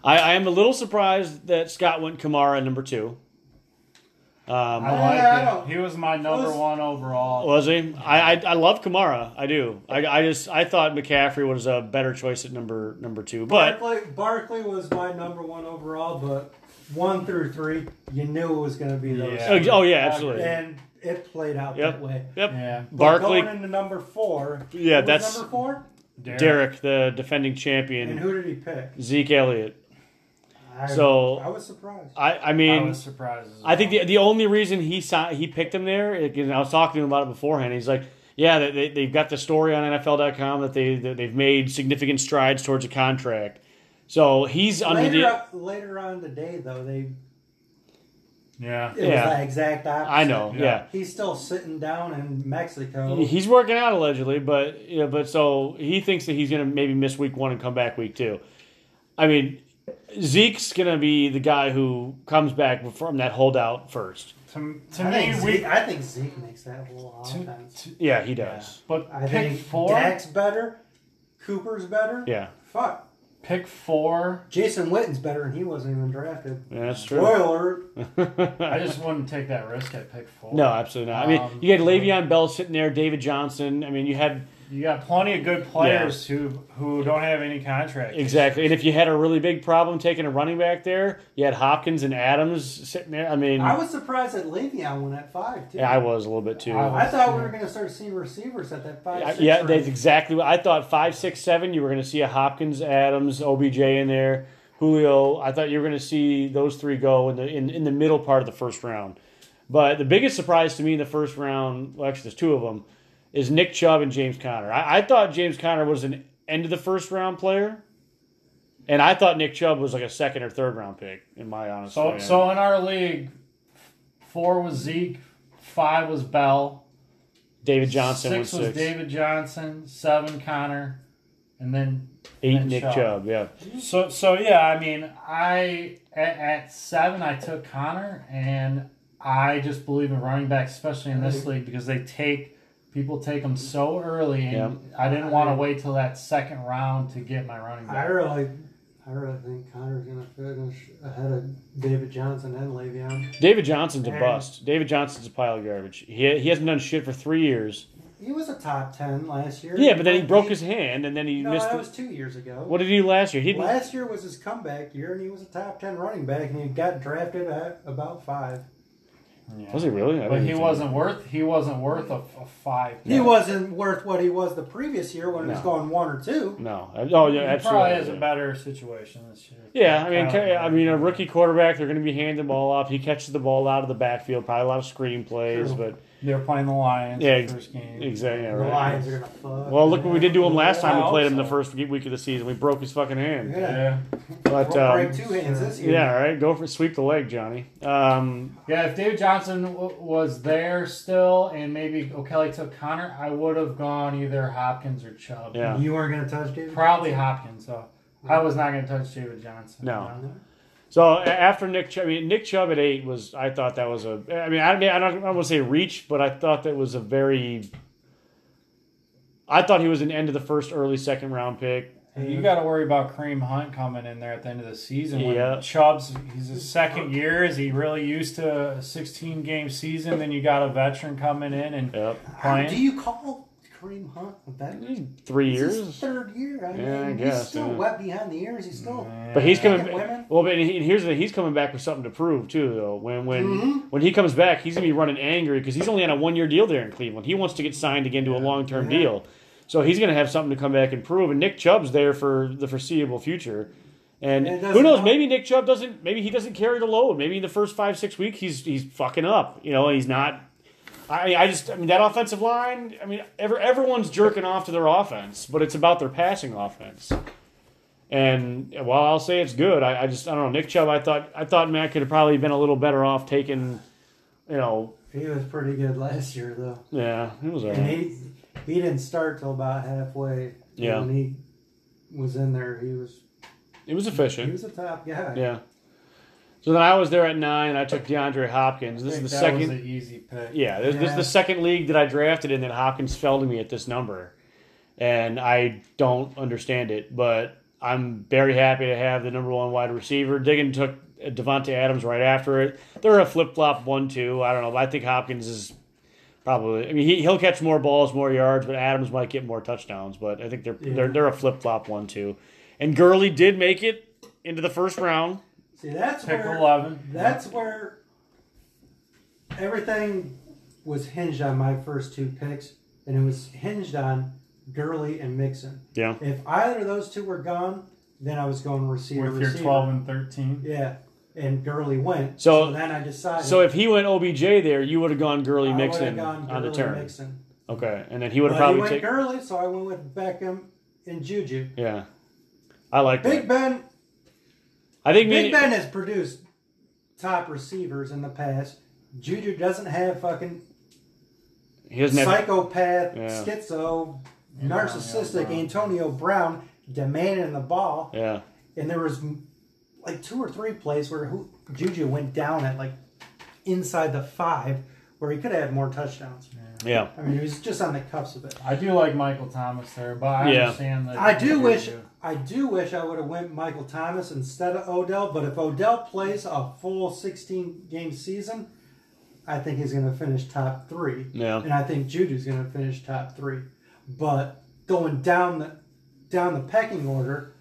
[SPEAKER 1] I, I am a little surprised that Scott went Kamara number two. Um,
[SPEAKER 3] I
[SPEAKER 8] Yeah, I
[SPEAKER 3] like
[SPEAKER 8] don't-
[SPEAKER 3] it. He was my number
[SPEAKER 8] was-
[SPEAKER 3] one overall.
[SPEAKER 1] was he? I, I I love Kamara. I do. I, I just I thought McCaffrey was a better choice at number number two. But
[SPEAKER 8] Barkley, Barkley was my number one overall, but one through three, you knew it was going to be those.
[SPEAKER 3] Yeah.
[SPEAKER 1] Oh, oh, yeah, absolutely.
[SPEAKER 8] And it played out
[SPEAKER 1] Yep.
[SPEAKER 8] that way.
[SPEAKER 1] Yep.
[SPEAKER 3] Yeah,
[SPEAKER 8] But
[SPEAKER 1] Barkley,
[SPEAKER 8] Going into number four.
[SPEAKER 1] Yeah,
[SPEAKER 8] who was
[SPEAKER 1] that's-
[SPEAKER 8] Number four?
[SPEAKER 1] Derek, the defending
[SPEAKER 8] And
[SPEAKER 1] champion,
[SPEAKER 8] who did he pick?
[SPEAKER 1] Zeke Elliott.
[SPEAKER 8] I,
[SPEAKER 1] So- uh,
[SPEAKER 8] I was surprised.
[SPEAKER 1] I, I
[SPEAKER 3] I
[SPEAKER 1] mean, I,
[SPEAKER 3] was surprised. as
[SPEAKER 1] think
[SPEAKER 3] well.
[SPEAKER 1] the, the only reason he saw, he picked him there, and I was talking to him about it beforehand. He's like, yeah, they, they, they've got the story on NFL.com that, they, that they've made significant strides towards a contract. So he's under
[SPEAKER 8] Later,
[SPEAKER 1] the.
[SPEAKER 8] up- later on today, though, they
[SPEAKER 3] yeah.
[SPEAKER 8] it
[SPEAKER 1] Yeah.
[SPEAKER 8] was the exact opposite.
[SPEAKER 1] I know,
[SPEAKER 3] Yeah.
[SPEAKER 1] yeah.
[SPEAKER 8] He's still sitting down in Mexico.
[SPEAKER 1] He's working out allegedly, but yeah, but so he thinks that he's gonna maybe miss week one and come back week two. I mean, Zeke's gonna be the guy who comes back from that holdout first.
[SPEAKER 3] To, to me,
[SPEAKER 8] I, think
[SPEAKER 3] we.
[SPEAKER 8] Zeke, I think Zeke makes that whole
[SPEAKER 3] to-
[SPEAKER 8] offense.
[SPEAKER 3] to-
[SPEAKER 1] Yeah, he does.
[SPEAKER 3] but
[SPEAKER 8] I
[SPEAKER 3] pick
[SPEAKER 8] think
[SPEAKER 3] four.
[SPEAKER 8] Dak's better. Cooper's better.
[SPEAKER 1] Yeah,
[SPEAKER 8] Fuck.
[SPEAKER 3] Pick four.
[SPEAKER 8] Jason Witten's better, and he wasn't even drafted.
[SPEAKER 1] yeah that's true.
[SPEAKER 8] Spoiler.
[SPEAKER 3] I just wouldn't take that risk at pick four.
[SPEAKER 1] No, absolutely not. I mean,
[SPEAKER 3] Um,
[SPEAKER 1] you had Le'Veon Bell sitting there, David Johnson. I mean, you had
[SPEAKER 3] You got plenty of good players who who don't have any contract.
[SPEAKER 1] exactly. And if you had a really big problem taking a running back there, you had Hopkins and Adams sitting there. I mean,
[SPEAKER 8] I was surprised that Le'Veon went at five too.
[SPEAKER 1] Mm. yeah, I was a little bit too.
[SPEAKER 3] I
[SPEAKER 8] I thought we were going to start seeing receivers at that five.
[SPEAKER 1] Yeah,
[SPEAKER 8] six
[SPEAKER 1] yeah,
[SPEAKER 8] range.
[SPEAKER 1] that's exactly what I thought. Five, six, seven. You were going to see a Hopkins, Adams, OBJ in there, Julio. I thought you were going to see those three go in the in, in the middle part of the first round. But the biggest surprise to me in the first round, well, actually, there's two of them, is Nick Chubb and James Conner. I, I thought James Conner was an end of the first round player, and I thought Nick Chubb was like a second or third round pick. In my honest,
[SPEAKER 3] So
[SPEAKER 1] opinion.
[SPEAKER 3] so in our league, four was Zeke, five was Bell,
[SPEAKER 1] David Johnson
[SPEAKER 3] six
[SPEAKER 1] was six,
[SPEAKER 3] David Johnson, seven Connor, and then
[SPEAKER 1] eight
[SPEAKER 3] and
[SPEAKER 1] Nick
[SPEAKER 3] Chubb.
[SPEAKER 1] Chubb. Yeah,
[SPEAKER 3] so so yeah. I mean, I at, at seven I took Connor, and I just believe in running backs, especially in this league, because they take people take them so early, and I didn't want to wait till that second round to get my running
[SPEAKER 8] I
[SPEAKER 3] back.
[SPEAKER 8] really, I really think Connor's going to finish ahead of David Johnson and Le'Veon.
[SPEAKER 1] David Johnson's a
[SPEAKER 8] And-
[SPEAKER 1] bust. David Johnson's a pile of garbage. He, he hasn't done shit for three years.
[SPEAKER 8] He was a top ten last year.
[SPEAKER 1] Yeah, but then he broke his hand and then he
[SPEAKER 8] No,
[SPEAKER 1] missed.
[SPEAKER 8] that
[SPEAKER 1] the-
[SPEAKER 8] was two years ago.
[SPEAKER 1] what did he do last year? He didn't.
[SPEAKER 8] Last year was his comeback year, and he was a top ten running back, and he got drafted at about five.
[SPEAKER 1] Was he really? I
[SPEAKER 3] But
[SPEAKER 1] didn't
[SPEAKER 3] he
[SPEAKER 1] think-
[SPEAKER 3] wasn't worth he wasn't worth a, a five.
[SPEAKER 8] He wasn't worth what he was the previous year when he was
[SPEAKER 1] No.
[SPEAKER 8] going one or two.
[SPEAKER 1] No. I- Oh yeah,
[SPEAKER 3] He
[SPEAKER 1] absolutely.
[SPEAKER 3] probably has
[SPEAKER 1] yeah.
[SPEAKER 3] a better situation this year.
[SPEAKER 1] Yeah, I mean,
[SPEAKER 3] Kyle
[SPEAKER 1] ca- I
[SPEAKER 3] Murray.
[SPEAKER 1] mean, a rookie quarterback, they're going to be handing the ball off. He catches the ball out of the backfield, probably a lot of screen plays,
[SPEAKER 8] True.
[SPEAKER 3] They're playing the Lions.
[SPEAKER 1] Yeah,
[SPEAKER 3] Yeah,
[SPEAKER 1] ex-
[SPEAKER 3] first game.
[SPEAKER 1] but exactly. Yeah,
[SPEAKER 8] The
[SPEAKER 1] right.
[SPEAKER 8] Lions are gonna fuck.
[SPEAKER 1] Well, look what we did to him last time.
[SPEAKER 3] I
[SPEAKER 1] We played him
[SPEAKER 3] hope
[SPEAKER 1] the
[SPEAKER 3] so.
[SPEAKER 1] first week week of the season. We broke his fucking hand.
[SPEAKER 8] Yeah.
[SPEAKER 3] Yeah.
[SPEAKER 1] But
[SPEAKER 8] We'll break
[SPEAKER 1] um,
[SPEAKER 8] two hands this year.
[SPEAKER 1] yeah, all right. Go for sweep the leg, Johnny. Um,
[SPEAKER 3] Yeah, if David
[SPEAKER 9] Johnson w- was there still, and maybe O'Kelly took Connor, I would have gone either Hopkins or Chubb.
[SPEAKER 1] Yeah.
[SPEAKER 2] You weren't going to touch David?
[SPEAKER 9] Probably Hopkins, though. I was not going to touch David Johnson.
[SPEAKER 1] No. So a- after Nick, Chubb, I mean Nick Chubb at eight was I thought that was a I mean I mean I don't I won't say reach, but I thought that was a very I thought he was an end of the first, early second round pick.
[SPEAKER 9] You got to worry about Kareem Hunt coming in there at the end of the season. When
[SPEAKER 1] Yeah.
[SPEAKER 9] Chubb's, he's his second year. Is he really used to a 16 game season? Then you got a veteran coming in and
[SPEAKER 1] Yep,
[SPEAKER 9] playing.
[SPEAKER 8] Do you call Kareem Hunt a veteran?
[SPEAKER 1] three
[SPEAKER 8] It's
[SPEAKER 1] years.
[SPEAKER 8] his third year. I mean,
[SPEAKER 1] Yeah, I
[SPEAKER 8] he's
[SPEAKER 1] guess,
[SPEAKER 8] still
[SPEAKER 1] yeah.
[SPEAKER 8] wet behind the ears. He's still.
[SPEAKER 1] But he's coming.
[SPEAKER 8] Second women?
[SPEAKER 1] Well, but he, here's the thing, he's coming back with something to prove too, though. When when
[SPEAKER 8] Mm-hmm.
[SPEAKER 1] when he comes back, he's gonna be running angry because he's only on a one year deal there in Cleveland. He wants to get signed again to a long term deal, so he's gonna have something to come back and prove. And Nick Chubb's there for the foreseeable future. And
[SPEAKER 8] It
[SPEAKER 1] who
[SPEAKER 8] doesn't
[SPEAKER 1] knows?
[SPEAKER 8] help.
[SPEAKER 1] Maybe Nick Chubb doesn't. Maybe he doesn't carry the load. Maybe in the first five six weeks he's he's fucking up. You know, he's not. I I just I mean that offensive line. I mean, every, everyone's jerking off to their offense, but it's about their passing offense. And while I'll say it's good, I, I just I don't know Nick Chubb. I thought I thought Matt could have probably been a little better off taking, you know,
[SPEAKER 8] He was pretty good last year, though.
[SPEAKER 1] yeah, it was all
[SPEAKER 8] And
[SPEAKER 1] right.
[SPEAKER 8] he he didn't start till about halfway.
[SPEAKER 1] Yeah.
[SPEAKER 8] When he was in there, he was
[SPEAKER 1] it was
[SPEAKER 8] he
[SPEAKER 1] efficient.
[SPEAKER 8] was a top guy.
[SPEAKER 1] Yeah. So then I was there at nine. And I took DeAndre Hopkins. This
[SPEAKER 9] I
[SPEAKER 1] is
[SPEAKER 9] think
[SPEAKER 1] the
[SPEAKER 9] that
[SPEAKER 1] second.
[SPEAKER 9] was an easy pick.
[SPEAKER 1] Yeah, this, this is the
[SPEAKER 8] Yeah.
[SPEAKER 1] second league that I drafted, and then Hopkins fell to me at this number, and I don't understand it. But I'm very happy to have the number one wide receiver. Diggin took Devonte Adams right after it. They're a flip flop one two. I don't know. but I think Hopkins is probably. I mean, he, he'll catch more balls, more yards, but Adams might get more touchdowns. But I think they're they're they're a flip flop one two. And Gurley did make it into the first round.
[SPEAKER 8] See, that's
[SPEAKER 9] Pick
[SPEAKER 8] where
[SPEAKER 9] 11.
[SPEAKER 8] that's where everything was hinged on my first two picks, and it was hinged on Gurley and Mixon.
[SPEAKER 1] Yeah.
[SPEAKER 8] If either of those two were gone, then I was going receiver.
[SPEAKER 9] With your
[SPEAKER 8] receiver.
[SPEAKER 9] 12 and 13.
[SPEAKER 8] Yeah, and Gurley went.
[SPEAKER 1] So-
[SPEAKER 8] then I decided.
[SPEAKER 1] So if he went OBJ there, you would have gone Gurley
[SPEAKER 8] I would've
[SPEAKER 1] Mixon
[SPEAKER 8] gone
[SPEAKER 1] on the
[SPEAKER 8] Gurley,
[SPEAKER 1] turn.
[SPEAKER 8] Mixon.
[SPEAKER 1] Okay, and then he would have
[SPEAKER 8] But he
[SPEAKER 1] probably
[SPEAKER 8] went
[SPEAKER 1] taken.
[SPEAKER 8] Gurley, so I went with Beckham and Juju.
[SPEAKER 1] Yeah, I like
[SPEAKER 8] Big
[SPEAKER 1] that.
[SPEAKER 8] Ben.
[SPEAKER 1] I think me-
[SPEAKER 8] Big Ben has produced top receivers in the past. Juju doesn't have fucking
[SPEAKER 1] he doesn't have.
[SPEAKER 8] psychopath,
[SPEAKER 1] Yeah.
[SPEAKER 8] schizo,
[SPEAKER 9] Antonio
[SPEAKER 8] narcissistic
[SPEAKER 9] Brown.
[SPEAKER 8] Antonio Brown demanding the ball,
[SPEAKER 1] Yeah,
[SPEAKER 8] and there was mm, like two or three plays where who, Juju went down at like inside the five, where he could have had more touchdowns.
[SPEAKER 1] yeah.
[SPEAKER 8] I mean, he was just on the cuffs of it.
[SPEAKER 9] I do like Michael Thomas there, but I
[SPEAKER 1] Yeah.
[SPEAKER 9] understand that.
[SPEAKER 8] I do
[SPEAKER 9] you
[SPEAKER 8] wish I do wish I would have went Michael Thomas instead of Odell, but if Odell plays a full 16 game season, I think he's going to finish top 3.
[SPEAKER 1] Yeah.
[SPEAKER 8] And I think Juju's going to finish top 3. But going down the down the pecking order,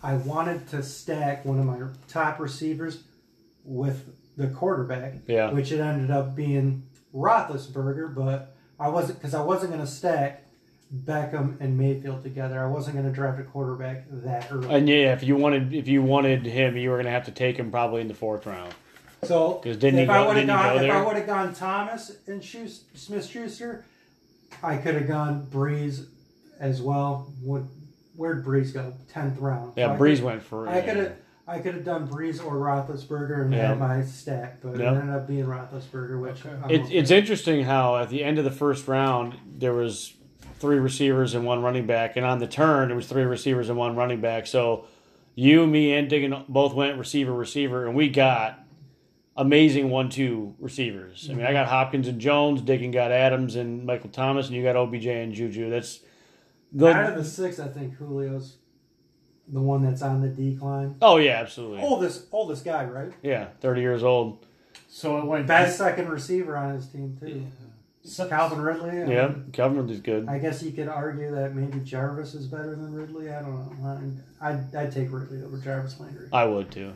[SPEAKER 8] I wanted to stack one of my top receivers with the quarterback,
[SPEAKER 1] Yeah.
[SPEAKER 8] which it ended up being Roethlisberger, but I wasn't because I wasn't going to stack Beckham and Mayfield together. I wasn't going to draft a quarterback that early.
[SPEAKER 1] And yeah, if you wanted, if you wanted him, you were gonna have to take him probably in the fourth round.
[SPEAKER 8] so
[SPEAKER 1] 'Cause didn't he
[SPEAKER 8] if I
[SPEAKER 1] go-
[SPEAKER 8] would have
[SPEAKER 1] didn't he
[SPEAKER 8] gone,
[SPEAKER 1] go
[SPEAKER 8] if I
[SPEAKER 1] there?
[SPEAKER 8] would have gone Thomas and Schus- Smith Schuster, I could have gone Breeze as well. Would where'd Breeze go? Tenth round. So I
[SPEAKER 1] Yeah,
[SPEAKER 8] could-
[SPEAKER 1] Breeze went for.
[SPEAKER 8] I could have. I could have done Breeze or Roethlisberger and
[SPEAKER 1] Yeah.
[SPEAKER 8] had my stack, but
[SPEAKER 1] Yeah.
[SPEAKER 8] it ended up being Roethlisberger, which I'm
[SPEAKER 1] It,
[SPEAKER 8] okay.
[SPEAKER 1] it's interesting how at the end of the first round there was three receivers and one running back, and on the turn it was three receivers and one running back. So you, me, and Diggin both went receiver, receiver, and we got amazing one-two receivers. I mean, I got Hopkins and Jones, Diggin got Adams and Michael Thomas, and you got OBJ and Juju. That's
[SPEAKER 8] out of
[SPEAKER 1] the
[SPEAKER 8] the six. I think Julio's the one that's on the decline.
[SPEAKER 1] oh yeah, absolutely,
[SPEAKER 8] Oldest, oldest guy, right?
[SPEAKER 1] yeah, thirty years old.
[SPEAKER 9] So it went
[SPEAKER 8] Best second receiver on his team too. Calvin Ridley. I
[SPEAKER 1] Yeah,
[SPEAKER 8] mean,
[SPEAKER 1] Calvin is good.
[SPEAKER 8] I guess you could argue that maybe Jarvis is better than Ridley. I don't know. I I'd, I'd take Ridley over Jarvis Landry.
[SPEAKER 1] I would too.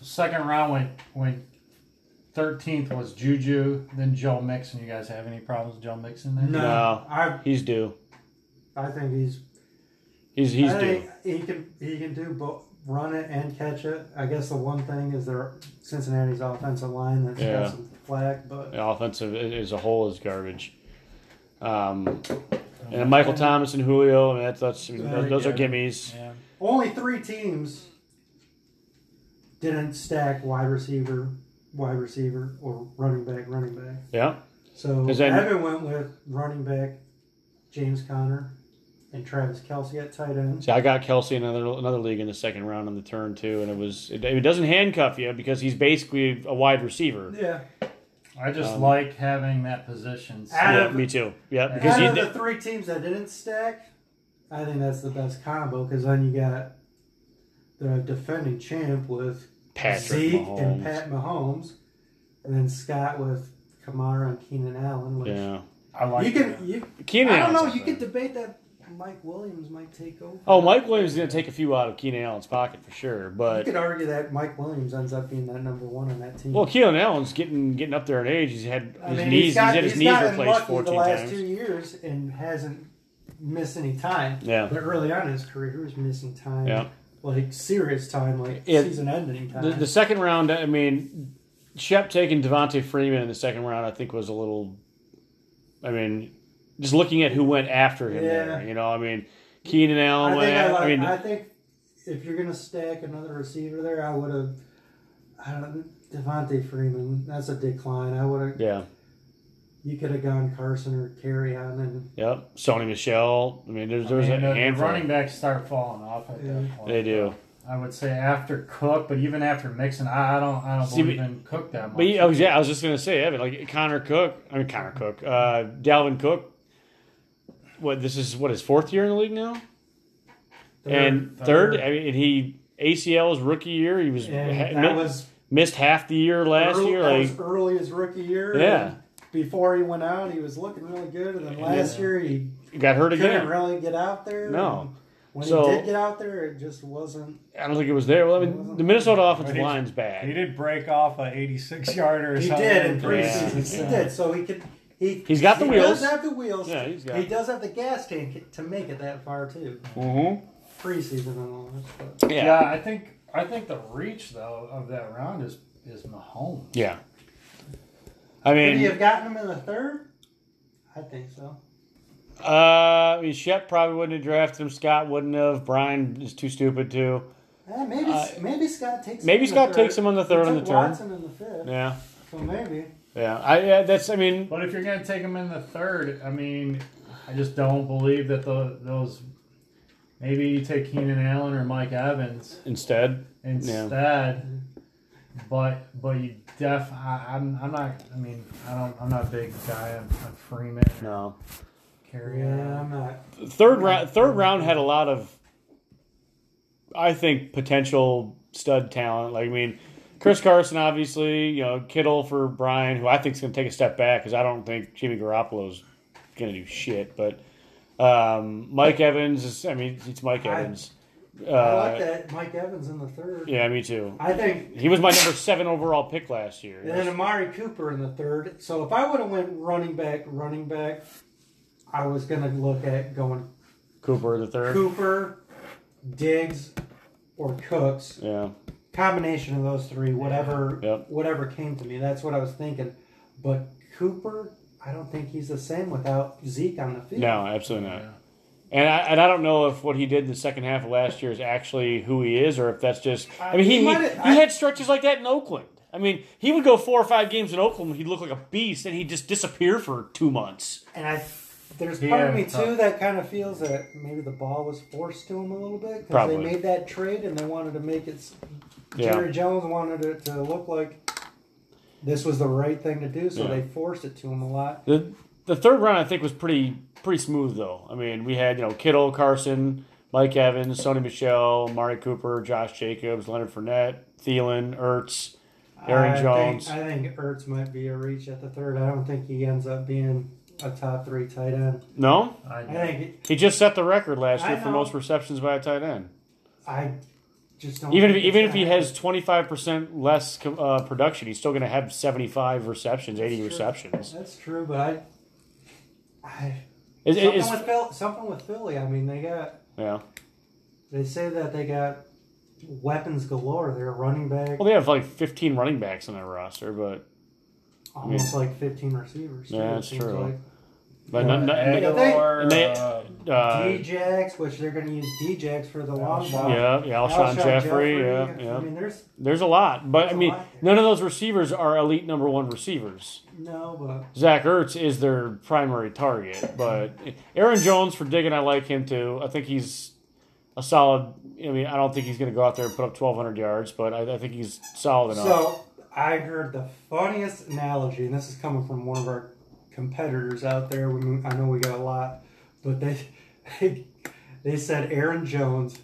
[SPEAKER 9] Second round went went thirteenth was Juju, then Joe Mixon. You guys have any problems with Joe Mixon there?
[SPEAKER 1] No.
[SPEAKER 8] I
[SPEAKER 1] He's due.
[SPEAKER 8] I think he's
[SPEAKER 1] He's he's
[SPEAKER 8] I
[SPEAKER 1] due.
[SPEAKER 8] think He can he can do both run it and catch it. I guess the one thing is their Cincinnati's offensive line that's
[SPEAKER 1] Yeah.
[SPEAKER 8] got some flack, but
[SPEAKER 1] The offensive i- as a whole is garbage. Um, and Michael Thomas and Julio, I mean, that's, that's I mean, those,
[SPEAKER 8] Very
[SPEAKER 1] those are
[SPEAKER 8] good.
[SPEAKER 1] gimmies.
[SPEAKER 9] Yeah.
[SPEAKER 8] only three teams didn't stack wide receiver wide receiver or running back, running back.
[SPEAKER 1] Yeah.
[SPEAKER 8] So
[SPEAKER 1] Is that-
[SPEAKER 8] Evan went with running back James Conner and Travis Kelsey at tight end.
[SPEAKER 1] See, I got Kelsey in another another league in the second round on the turn too, and it was it, it doesn't handcuff you because he's basically a wide receiver.
[SPEAKER 8] Yeah.
[SPEAKER 9] I just
[SPEAKER 1] Um,
[SPEAKER 9] like having that position. set.
[SPEAKER 8] Out
[SPEAKER 1] Yeah,
[SPEAKER 8] of-
[SPEAKER 1] me too. Yeah, because
[SPEAKER 8] Out
[SPEAKER 1] you,
[SPEAKER 8] of the three teams that didn't stack, I think that's the best combo because then you got the defending champ with
[SPEAKER 1] Patrick
[SPEAKER 8] Zeke
[SPEAKER 1] Mahomes.
[SPEAKER 8] and Pat Mahomes, and then Scott with Kamara and Keenan Allen. Which
[SPEAKER 1] yeah,
[SPEAKER 9] I like
[SPEAKER 8] you
[SPEAKER 9] that.
[SPEAKER 8] can. You,
[SPEAKER 1] Keenan.
[SPEAKER 8] I don't know.
[SPEAKER 1] Allen's
[SPEAKER 8] You
[SPEAKER 1] up
[SPEAKER 8] could
[SPEAKER 1] there.
[SPEAKER 8] debate that Mike Williams might take over.
[SPEAKER 1] Oh, Mike Williams is going to take a few out of Keenan Allen's pocket for sure,
[SPEAKER 8] You
[SPEAKER 1] but
[SPEAKER 8] could argue that Mike Williams ends up being that number one on that team.
[SPEAKER 1] well, Keenan Allen's getting getting up there in age. He's had his
[SPEAKER 8] I mean,
[SPEAKER 1] knees.
[SPEAKER 8] he's, got,
[SPEAKER 1] had his
[SPEAKER 8] he's
[SPEAKER 1] knees
[SPEAKER 8] gotten
[SPEAKER 1] replaced
[SPEAKER 8] lucky the
[SPEAKER 1] fourteen
[SPEAKER 8] last
[SPEAKER 1] times.
[SPEAKER 8] two years and hasn't missed any time.
[SPEAKER 1] Yeah.
[SPEAKER 8] But early on in his career, he was missing time.
[SPEAKER 1] Yeah.
[SPEAKER 8] Like serious time, like
[SPEAKER 1] It-
[SPEAKER 8] season-ending time.
[SPEAKER 1] The, the second round, I mean, Shep taking Devontae Freeman in the second round, I think was a little. I mean, just looking at who went after him
[SPEAKER 8] Yeah.
[SPEAKER 1] there, you know, I mean, Keenan
[SPEAKER 8] I
[SPEAKER 1] Allen
[SPEAKER 8] think
[SPEAKER 1] went
[SPEAKER 8] I,
[SPEAKER 1] after.
[SPEAKER 8] like,
[SPEAKER 1] I
[SPEAKER 8] I,
[SPEAKER 1] mean,
[SPEAKER 8] think if you're gonna stack another receiver there, I would have. I don't Devontae Freeman. That's a decline. I would have.
[SPEAKER 1] yeah,
[SPEAKER 8] You could have gone Carson or Carry on, and
[SPEAKER 1] yep. Sony Michelle. I mean, there's
[SPEAKER 9] I
[SPEAKER 1] there's
[SPEAKER 9] mean,
[SPEAKER 1] a
[SPEAKER 9] the- the
[SPEAKER 1] handful.
[SPEAKER 9] running backs start falling off at
[SPEAKER 8] Yeah.
[SPEAKER 9] that point.
[SPEAKER 1] They do,
[SPEAKER 9] I would say after Cook, but even after Mixon, I, I don't, I don't
[SPEAKER 1] See,
[SPEAKER 9] believe
[SPEAKER 1] but-
[SPEAKER 9] in Cook that much.
[SPEAKER 1] but oh, yeah, I was- yeah, I was just gonna say, Evan, like Connor Cook. I mean, Connor Cook, uh, Dalvin Cook. What this is what his fourth year in the league now, and third. I mean, and he ACL his rookie year. He was
[SPEAKER 8] and
[SPEAKER 1] ha-
[SPEAKER 8] that
[SPEAKER 1] mi-
[SPEAKER 8] was
[SPEAKER 1] missed half the year last
[SPEAKER 8] early,
[SPEAKER 1] year.
[SPEAKER 8] that
[SPEAKER 1] Like,
[SPEAKER 8] was early his rookie year.
[SPEAKER 1] Yeah.
[SPEAKER 8] and Before he went out, he was looking really good, and then
[SPEAKER 1] Yeah.
[SPEAKER 8] last year he
[SPEAKER 1] got hurt
[SPEAKER 8] couldn't
[SPEAKER 1] again.
[SPEAKER 8] really get out there.
[SPEAKER 1] No.
[SPEAKER 8] and When
[SPEAKER 1] So-
[SPEAKER 8] he did get out there, it just wasn't.
[SPEAKER 1] I don't think it was there. Well, I mean, the Minnesota offensive
[SPEAKER 3] He-
[SPEAKER 1] line's
[SPEAKER 3] He
[SPEAKER 1] bad.
[SPEAKER 3] did break off a 86 yarder. or
[SPEAKER 8] He
[SPEAKER 3] something
[SPEAKER 8] did in
[SPEAKER 1] Yeah.
[SPEAKER 8] preseason. He did, so he could. He,
[SPEAKER 1] He's got the
[SPEAKER 8] he
[SPEAKER 1] wheels.
[SPEAKER 8] does have the wheels.
[SPEAKER 1] Yeah, he's got.
[SPEAKER 8] He does have the gas tank to make it that far too.
[SPEAKER 4] Mm-hmm.
[SPEAKER 8] Preseason and all that. But
[SPEAKER 9] yeah.
[SPEAKER 1] yeah,
[SPEAKER 9] I think, I think the reach though of that round is is Mahomes.
[SPEAKER 1] yeah. I
[SPEAKER 8] would
[SPEAKER 1] mean,
[SPEAKER 8] he have gotten him in the third? I think so.
[SPEAKER 1] uh, I mean, Shep probably wouldn't have drafted him. Scott wouldn't have. Brian is too stupid to.
[SPEAKER 8] Eh, maybe
[SPEAKER 1] Uh,
[SPEAKER 8] maybe Scott takes.
[SPEAKER 1] Maybe
[SPEAKER 8] him in the
[SPEAKER 1] Scott takes him on the
[SPEAKER 8] He
[SPEAKER 1] third and the
[SPEAKER 8] took
[SPEAKER 1] turn.
[SPEAKER 8] Watson in the fifth.
[SPEAKER 1] Yeah,
[SPEAKER 8] So maybe.
[SPEAKER 1] yeah. I yeah, that's. I mean,
[SPEAKER 9] But if you're going to take him in the third, I mean, I just don't believe that the, those. Maybe you take Keenan Allen or Mike Evans
[SPEAKER 1] instead,
[SPEAKER 9] instead. But but you def I, I'm I'm not I mean I don't I'm not a big guy on, on Freeman or
[SPEAKER 1] no.
[SPEAKER 9] carry
[SPEAKER 8] Yeah, I'm not.
[SPEAKER 1] Third round. Third round had a lot of. I think potential stud talent. Like I mean, Chris Carson obviously. You know, Kittle for Brian, who I think is going to take a step back because I don't think Jimmy Garoppolo's going to do shit. But um, Mike Evans is. I mean, it's Mike
[SPEAKER 8] I-
[SPEAKER 1] Evans.
[SPEAKER 8] I like
[SPEAKER 1] Uh,
[SPEAKER 8] that Mike Evans in the third.
[SPEAKER 1] yeah, me too.
[SPEAKER 8] I think.
[SPEAKER 1] He was my number seven overall pick last year.
[SPEAKER 8] And then Amari Cooper in the third. So if I would have went running back, running back, I was gonna look at going
[SPEAKER 1] Cooper in the third.
[SPEAKER 8] Cooper, Diggs, or Cooks.
[SPEAKER 1] Yeah,
[SPEAKER 8] Combination of those three, whatever
[SPEAKER 1] Yep.
[SPEAKER 8] whatever came to me. That's what I was thinking. But Cooper, I don't think he's the same without Zeke on the field.
[SPEAKER 1] no, absolutely not. And I, and I don't know if what he did in the second half of last year is actually who he is, or if that's just. I mean, he
[SPEAKER 8] He
[SPEAKER 1] he,
[SPEAKER 8] might-
[SPEAKER 1] he
[SPEAKER 8] I-
[SPEAKER 1] had stretches like that in Oakland. I mean, he would go four or five games in Oakland. He'd look like a beast, and he'd just disappear for two months.
[SPEAKER 8] And I, there's
[SPEAKER 9] He
[SPEAKER 8] part of
[SPEAKER 9] had
[SPEAKER 8] me
[SPEAKER 9] a tough-
[SPEAKER 8] too that kind of feels that maybe the ball was forced to him a little bit because
[SPEAKER 1] Probably.
[SPEAKER 8] they made that trade and they wanted to make it. s-
[SPEAKER 1] Yeah.
[SPEAKER 8] Jerry Jones wanted it to look like this was the right thing to do, so
[SPEAKER 1] Yeah.
[SPEAKER 8] they forced it to him a lot.
[SPEAKER 1] The the third round I think was pretty pretty smooth though. I mean, we had you know Kittle, Carson, Mike Evans, Sony Michelle, Mari Cooper, Josh Jacobs, Leonard Fournette, Thielen, Ertz. Aaron
[SPEAKER 8] I
[SPEAKER 1] Jones.
[SPEAKER 8] Think, I think Ertz might be a reach at the third. I don't think he ends up being a top three tight end.
[SPEAKER 1] No,
[SPEAKER 9] I,
[SPEAKER 8] I think
[SPEAKER 1] he just set the record last
[SPEAKER 8] I
[SPEAKER 1] year for
[SPEAKER 8] know.
[SPEAKER 1] most receptions by a tight end.
[SPEAKER 8] I just don't.
[SPEAKER 1] Even if,
[SPEAKER 8] think it's
[SPEAKER 1] even if he
[SPEAKER 8] gonna
[SPEAKER 1] has twenty five percent less co- uh, production, he's still going to have seventy five receptions, eighty
[SPEAKER 8] That's true.
[SPEAKER 1] receptions.
[SPEAKER 8] happen. that's true, but I. I
[SPEAKER 1] It, it-
[SPEAKER 8] something,
[SPEAKER 1] it's-
[SPEAKER 8] with Phil, something with Philly. I mean, they got
[SPEAKER 1] yeah.
[SPEAKER 8] They say that they got weapons galore. They're running back,
[SPEAKER 1] Well, they have like fifteen running backs on their roster, but
[SPEAKER 8] almost like 15 receivers. too,
[SPEAKER 1] Yeah,
[SPEAKER 8] it
[SPEAKER 1] that's
[SPEAKER 8] seems
[SPEAKER 1] true. But not, not,
[SPEAKER 8] Aguilar,
[SPEAKER 1] and they,
[SPEAKER 3] uh,
[SPEAKER 1] uh,
[SPEAKER 8] D-Jax, which they're going to use D-Jax for the long ball.
[SPEAKER 1] yeah, yeah, Alshon, Jeffrey, yeah, yeah.
[SPEAKER 8] I mean, there's
[SPEAKER 1] There's a lot, but I
[SPEAKER 8] There's a
[SPEAKER 1] mean,
[SPEAKER 8] lot there.
[SPEAKER 1] none of those receivers are elite number one receivers.
[SPEAKER 8] no, but
[SPEAKER 1] Zach Ertz is their primary target, but Aaron Jones for digging, I like him too. I think he's a solid. I mean, I don't think he's going to go out there and put up 1,200 yards, but I, I think he's solid enough.
[SPEAKER 8] So I heard the funniest analogy, and this is coming from one of our competitors out there. We, I know we got a lot, but they, they they said Aaron Jones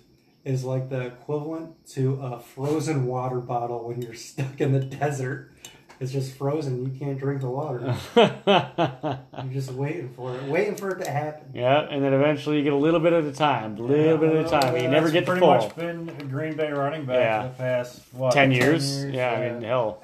[SPEAKER 8] is like the equivalent to a frozen water bottle when you're stuck in the desert. It's just frozen. You can't drink the water. You're just waiting for it, waiting for it to happen.
[SPEAKER 1] yeah, and then eventually you get a little bit at a time, a little bit at a time. You never
[SPEAKER 3] That's
[SPEAKER 1] get the
[SPEAKER 3] pretty
[SPEAKER 1] full.
[SPEAKER 3] much been a Green Bay running back
[SPEAKER 1] Yeah.
[SPEAKER 3] for the past what
[SPEAKER 1] 10 years? Yeah, I mean, hell.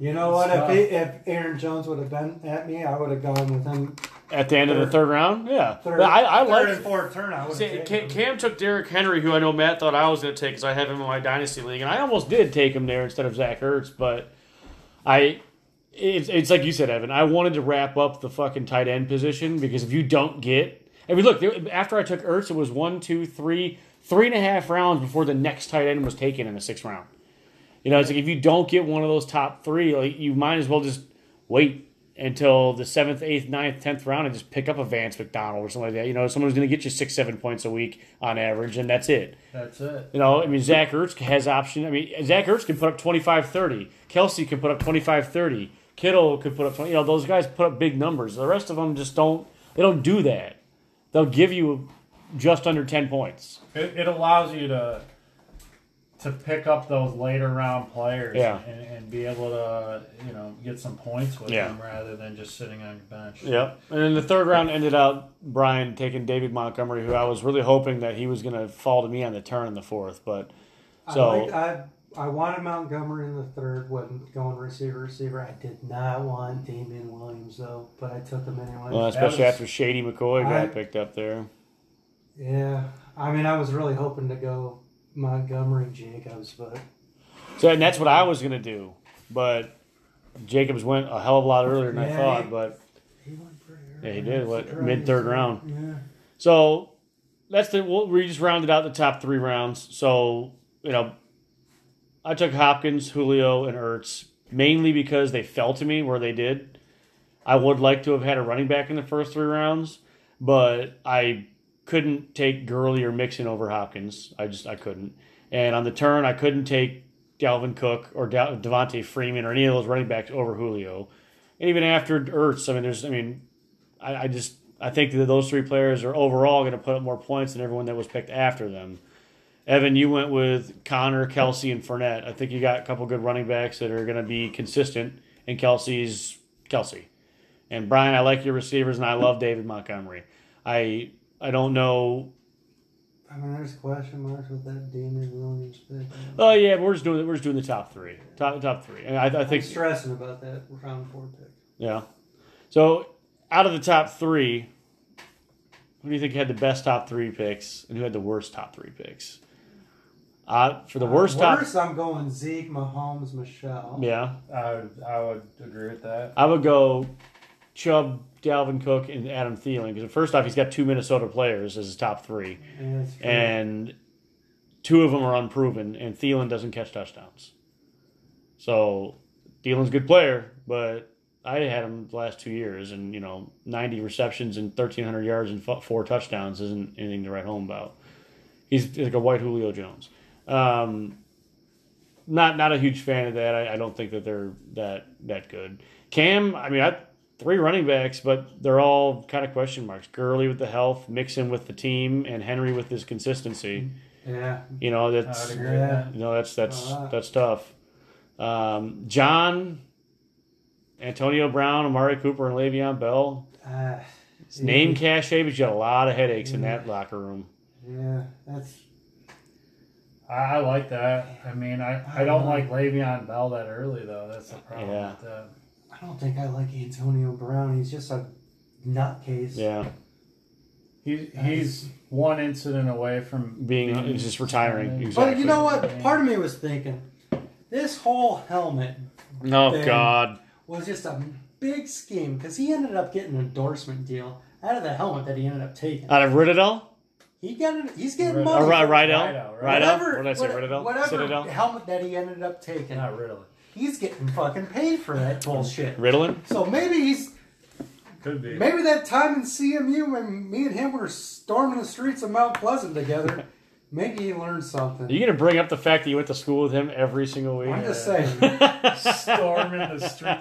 [SPEAKER 8] You know what?
[SPEAKER 3] It's
[SPEAKER 8] If, he, if Aaron Jones would have been at me, I would have gone with him.
[SPEAKER 1] At the end of the third round? Yeah.
[SPEAKER 8] Third,
[SPEAKER 1] But I, I
[SPEAKER 8] third
[SPEAKER 1] like
[SPEAKER 8] and fourth turn. I would
[SPEAKER 1] See, Cam, Cam took Derrick Henry, who I know Matt thought I was going to take because I have him in my dynasty league, and I almost did take him there instead of Zach Ertz. But I, it's, it's like you said, Evan. I wanted to wrap up the fucking tight end position because if you don't get, I mean, look, there- after I took Ertz, it was one, two, three, three and a half rounds before the next tight end was taken in the sixth round. You know, it's like if you don't get one of those top three, like you might as well just wait until the seventh, eighth, ninth, tenth round and just pick up a Vance McDonald or something like that. You know, someone who's going to get you six, seven points a week on average, and that's it.
[SPEAKER 3] That's it.
[SPEAKER 1] You know, I mean, Zach Ertz has option. I mean, Zach Ertz can put up 25 30. Kelsey can put up 25 30. Kittle could put up 20. You know, those guys put up big numbers. The rest of them just don't, they don't do that. They'll give you just under 10 points.
[SPEAKER 3] it. It allows you to to pick up those later round players
[SPEAKER 1] Yeah.
[SPEAKER 3] and, and be able to you know get some points with
[SPEAKER 1] Yeah.
[SPEAKER 3] them rather than just sitting on your bench.
[SPEAKER 1] Yep. And then the third round ended out Brian taking David Montgomery, who I was really hoping that he was going to fall to me on the turn in the fourth, but so
[SPEAKER 8] I, liked, I I wanted Montgomery in the third when going receiver receiver. I did not want Damian Williams though, but I took him anyway.
[SPEAKER 1] well, especially
[SPEAKER 3] was-
[SPEAKER 1] after Shady McCoy got
[SPEAKER 8] I-
[SPEAKER 1] picked up there.
[SPEAKER 8] yeah, I mean, I was really hoping to go Montgomery Jacobs, but
[SPEAKER 1] So and that's what I was going to do, but Jacobs went a hell of a lot earlier than I
[SPEAKER 8] Yeah,
[SPEAKER 1] thought,
[SPEAKER 8] he-
[SPEAKER 1] but
[SPEAKER 8] he went pretty early.
[SPEAKER 1] yeah, he did what
[SPEAKER 8] Surprised.
[SPEAKER 1] mid third round.
[SPEAKER 8] Yeah.
[SPEAKER 1] So that's the we'll- we just rounded out the top three rounds. So you know, I took Hopkins, Julio, and Ertz mainly because they fell to me where they did. I would like to have had a running back in the first three rounds, but I couldn't take Gurley or Mixon over Hopkins. I just I couldn't. And on the turn, I couldn't take Dalvin Cook or Dal- Devontae Freeman or any of those running backs over Julio. And even after Ertz, I mean, there's I mean I, I just I think that those three players are overall going to put up more points than everyone that was picked after them. Evan, you went with Connor, Kelsey, and Fournette. I think you got a couple good running backs that are going to be consistent, and Kelsey's Kelsey. And Brian, I like your receivers, and I love David Montgomery. I I don't know.
[SPEAKER 8] I mean, there's question marks with that Damian Williams pick.
[SPEAKER 1] Oh yeah, we're just doing we're just doing the top three, top top three. And I, I
[SPEAKER 8] I'm
[SPEAKER 1] think
[SPEAKER 8] stressing about that round four pick.
[SPEAKER 1] yeah. So out of the top three, who do you think had the best top three picks, and who had the worst top three picks? Uh, for the worst top,
[SPEAKER 8] Worst, I'm going Zeke, Mahomes, Michelle.
[SPEAKER 1] yeah,
[SPEAKER 3] I would, I would agree with that.
[SPEAKER 1] I would go Chubb, Dalvin Cook, and Adam Thielen because first off, he's got two Minnesota players as his top three,
[SPEAKER 8] Yeah, it's true.
[SPEAKER 1] and two of them are unproven, and Thielen doesn't catch touchdowns. So Thielen's a good player, but I had him the last two years, and you know, 90 receptions and 1,300 yards and fo- four touchdowns isn't anything to write home about. He's like a white Julio Jones. Um, not not a huge fan of that. I, I don't think that they're that that good. Cam, I mean, I three running backs, but they're all kind of question marks. Gurley with the health, Mixon with the team, and Henry with his consistency.
[SPEAKER 8] yeah.
[SPEAKER 1] You know,
[SPEAKER 3] I
[SPEAKER 1] that's
[SPEAKER 3] would agree with that.
[SPEAKER 1] no, that's that's
[SPEAKER 8] All right.
[SPEAKER 1] that's tough. Um, John, Antonio Brown, Amari Cooper, and Le'Veon Bell.
[SPEAKER 8] Uh,
[SPEAKER 1] It's name cachet, but you had a lot of headaches in that locker room.
[SPEAKER 8] Yeah, that's
[SPEAKER 3] I, I like that. I mean, I, I don't like Le'Veon Bell that early though. That's the problem.
[SPEAKER 1] Uh-huh. Yeah.
[SPEAKER 3] With that.
[SPEAKER 8] I don't think I like Antonio Brown. He's just a nutcase.
[SPEAKER 1] Yeah,
[SPEAKER 3] He, he's one incident away from
[SPEAKER 1] being just retiring. Exactly.
[SPEAKER 8] But you know what? Part of me was thinking this whole helmet
[SPEAKER 1] Oh
[SPEAKER 8] Damn.
[SPEAKER 1] God.
[SPEAKER 8] was just a big scheme because he ended up getting an endorsement deal. out of the helmet that he ended up taking.
[SPEAKER 1] Out of Riddell?
[SPEAKER 8] He got it. He's getting
[SPEAKER 3] Riddle.
[SPEAKER 1] Or
[SPEAKER 8] money.
[SPEAKER 1] Rydell?
[SPEAKER 8] for
[SPEAKER 1] Rydell?
[SPEAKER 3] Rydell, right?
[SPEAKER 1] Rydell?
[SPEAKER 8] whatever-
[SPEAKER 1] What did I say?
[SPEAKER 8] what-
[SPEAKER 1] Riddell?
[SPEAKER 8] Whatever
[SPEAKER 1] Citadel?
[SPEAKER 8] helmet that he ended up taking,
[SPEAKER 3] Not really.
[SPEAKER 8] he's getting fucking paid for that bullshit.
[SPEAKER 1] Riddlin?
[SPEAKER 8] So maybe he's
[SPEAKER 3] Could be.
[SPEAKER 8] maybe that time in CMU when me and him were storming the streets of Mount Pleasant together, maybe he learned something.
[SPEAKER 1] Are you going to bring up the fact that you went to school with him every single week?
[SPEAKER 8] I'm just saying.
[SPEAKER 3] Storm in the street.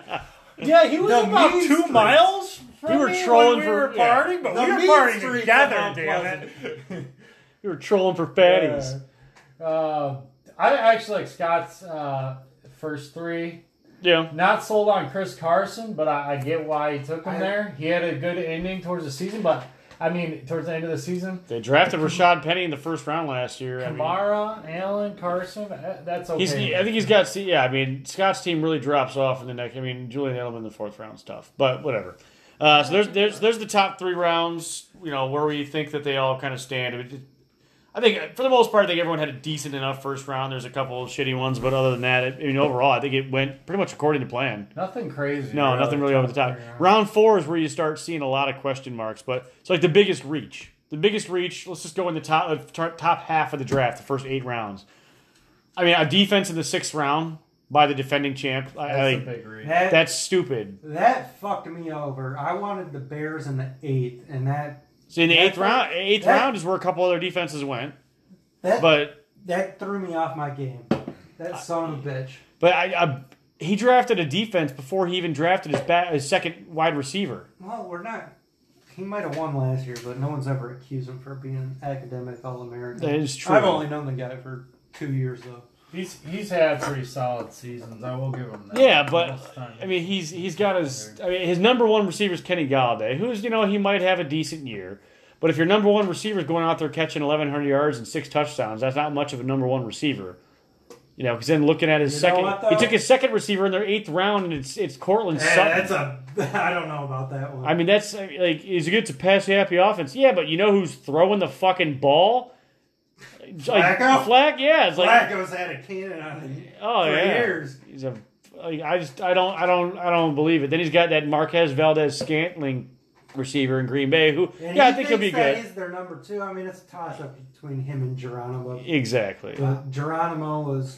[SPEAKER 1] Yeah, he was
[SPEAKER 8] The about mean two streets. miles
[SPEAKER 1] We were trolling for yeah.
[SPEAKER 3] but
[SPEAKER 8] The mean streets of Mount
[SPEAKER 3] it.
[SPEAKER 1] You were trolling for fatties.
[SPEAKER 3] Uh, I actually like Scott's uh, first three.
[SPEAKER 1] Yeah.
[SPEAKER 3] Not sold on Chris Carson, but I, I get why he took him
[SPEAKER 8] I-
[SPEAKER 3] there. He had a good ending towards the season, but I mean, towards the end of the season,
[SPEAKER 1] They drafted Rashad Penny in the first round last year. I mean,
[SPEAKER 3] Kamara, Allen, Carson, eh, that's okay.
[SPEAKER 1] he's, I think he's got. see, Yeah, I mean, Scott's team really drops off in the next. I mean, Julian Edelman in the fourth round is tough, but whatever. Uh, so there's there's there's the top three rounds. You know where we think that they all kind of stand. I mean, it- I think uh, for the most part, I think everyone had a decent enough first round. There's a couple of shitty ones, but other than that, I mean, overall, I think it went pretty much according to plan.
[SPEAKER 3] nothing crazy.
[SPEAKER 1] No, nothing really over the top. Round four is where you start seeing a lot of question marks, but it's like the biggest reach. The biggest reach. Let's just go in the top uh, tar- top half of the draft, the first eight rounds. I mean, a defense in the sixth round by the defending champ. I, I
[SPEAKER 3] That's a
[SPEAKER 1] think
[SPEAKER 3] big read.
[SPEAKER 8] That,
[SPEAKER 1] that's stupid.
[SPEAKER 8] that fucked me over. I wanted the Bears in the eighth, and that
[SPEAKER 1] So in the
[SPEAKER 8] That's
[SPEAKER 1] eighth round, eighth
[SPEAKER 8] that-
[SPEAKER 1] round is where a couple other defenses went,
[SPEAKER 8] that
[SPEAKER 1] but
[SPEAKER 8] that threw me off my game. That son of a bitch.
[SPEAKER 1] but I, I he drafted a defense before he even drafted his ba- his second wide receiver.
[SPEAKER 8] Well, we're not. He might have won last year, but no one's ever accused him for being an academic all American.
[SPEAKER 1] That is true.
[SPEAKER 8] I've only known the guy for two years though.
[SPEAKER 3] He's he's had pretty solid seasons. I will give him that.
[SPEAKER 1] Yeah, but
[SPEAKER 3] Most times.
[SPEAKER 1] I mean, he's he's got his. I mean, his number one receiver is Kenny Galladay, who's you know he might have a decent year, but if your number one receiver is going out there catching 1,100 yards and six touchdowns, that's not much of a number one receiver. You know, because then looking at his
[SPEAKER 8] You know
[SPEAKER 1] second,
[SPEAKER 8] what, though?
[SPEAKER 1] he took his second receiver in their eighth round, and it's it's Cortland Sutton.
[SPEAKER 8] that's a. I don't know about that one.
[SPEAKER 1] I mean, that's I mean, like is it good to pass happy offense? Yeah, but you know who's throwing the fucking ball? Like,
[SPEAKER 8] Flacco?
[SPEAKER 1] Flack, yeah, it's like
[SPEAKER 8] Flacco's had a cannon on him
[SPEAKER 1] oh
[SPEAKER 8] for
[SPEAKER 1] yeah.
[SPEAKER 8] years.
[SPEAKER 1] He's a. Like, I just I don't I don't I don't believe it. Then he's got that Marquez Valdez Scantling receiver in Green Bay who
[SPEAKER 8] And
[SPEAKER 1] yeah I
[SPEAKER 8] he
[SPEAKER 1] think he'll be
[SPEAKER 8] thinks that
[SPEAKER 1] good.
[SPEAKER 8] He's their number two. I mean, it's a toss up between him and Geronimo.
[SPEAKER 1] Exactly.
[SPEAKER 8] But Geronimo was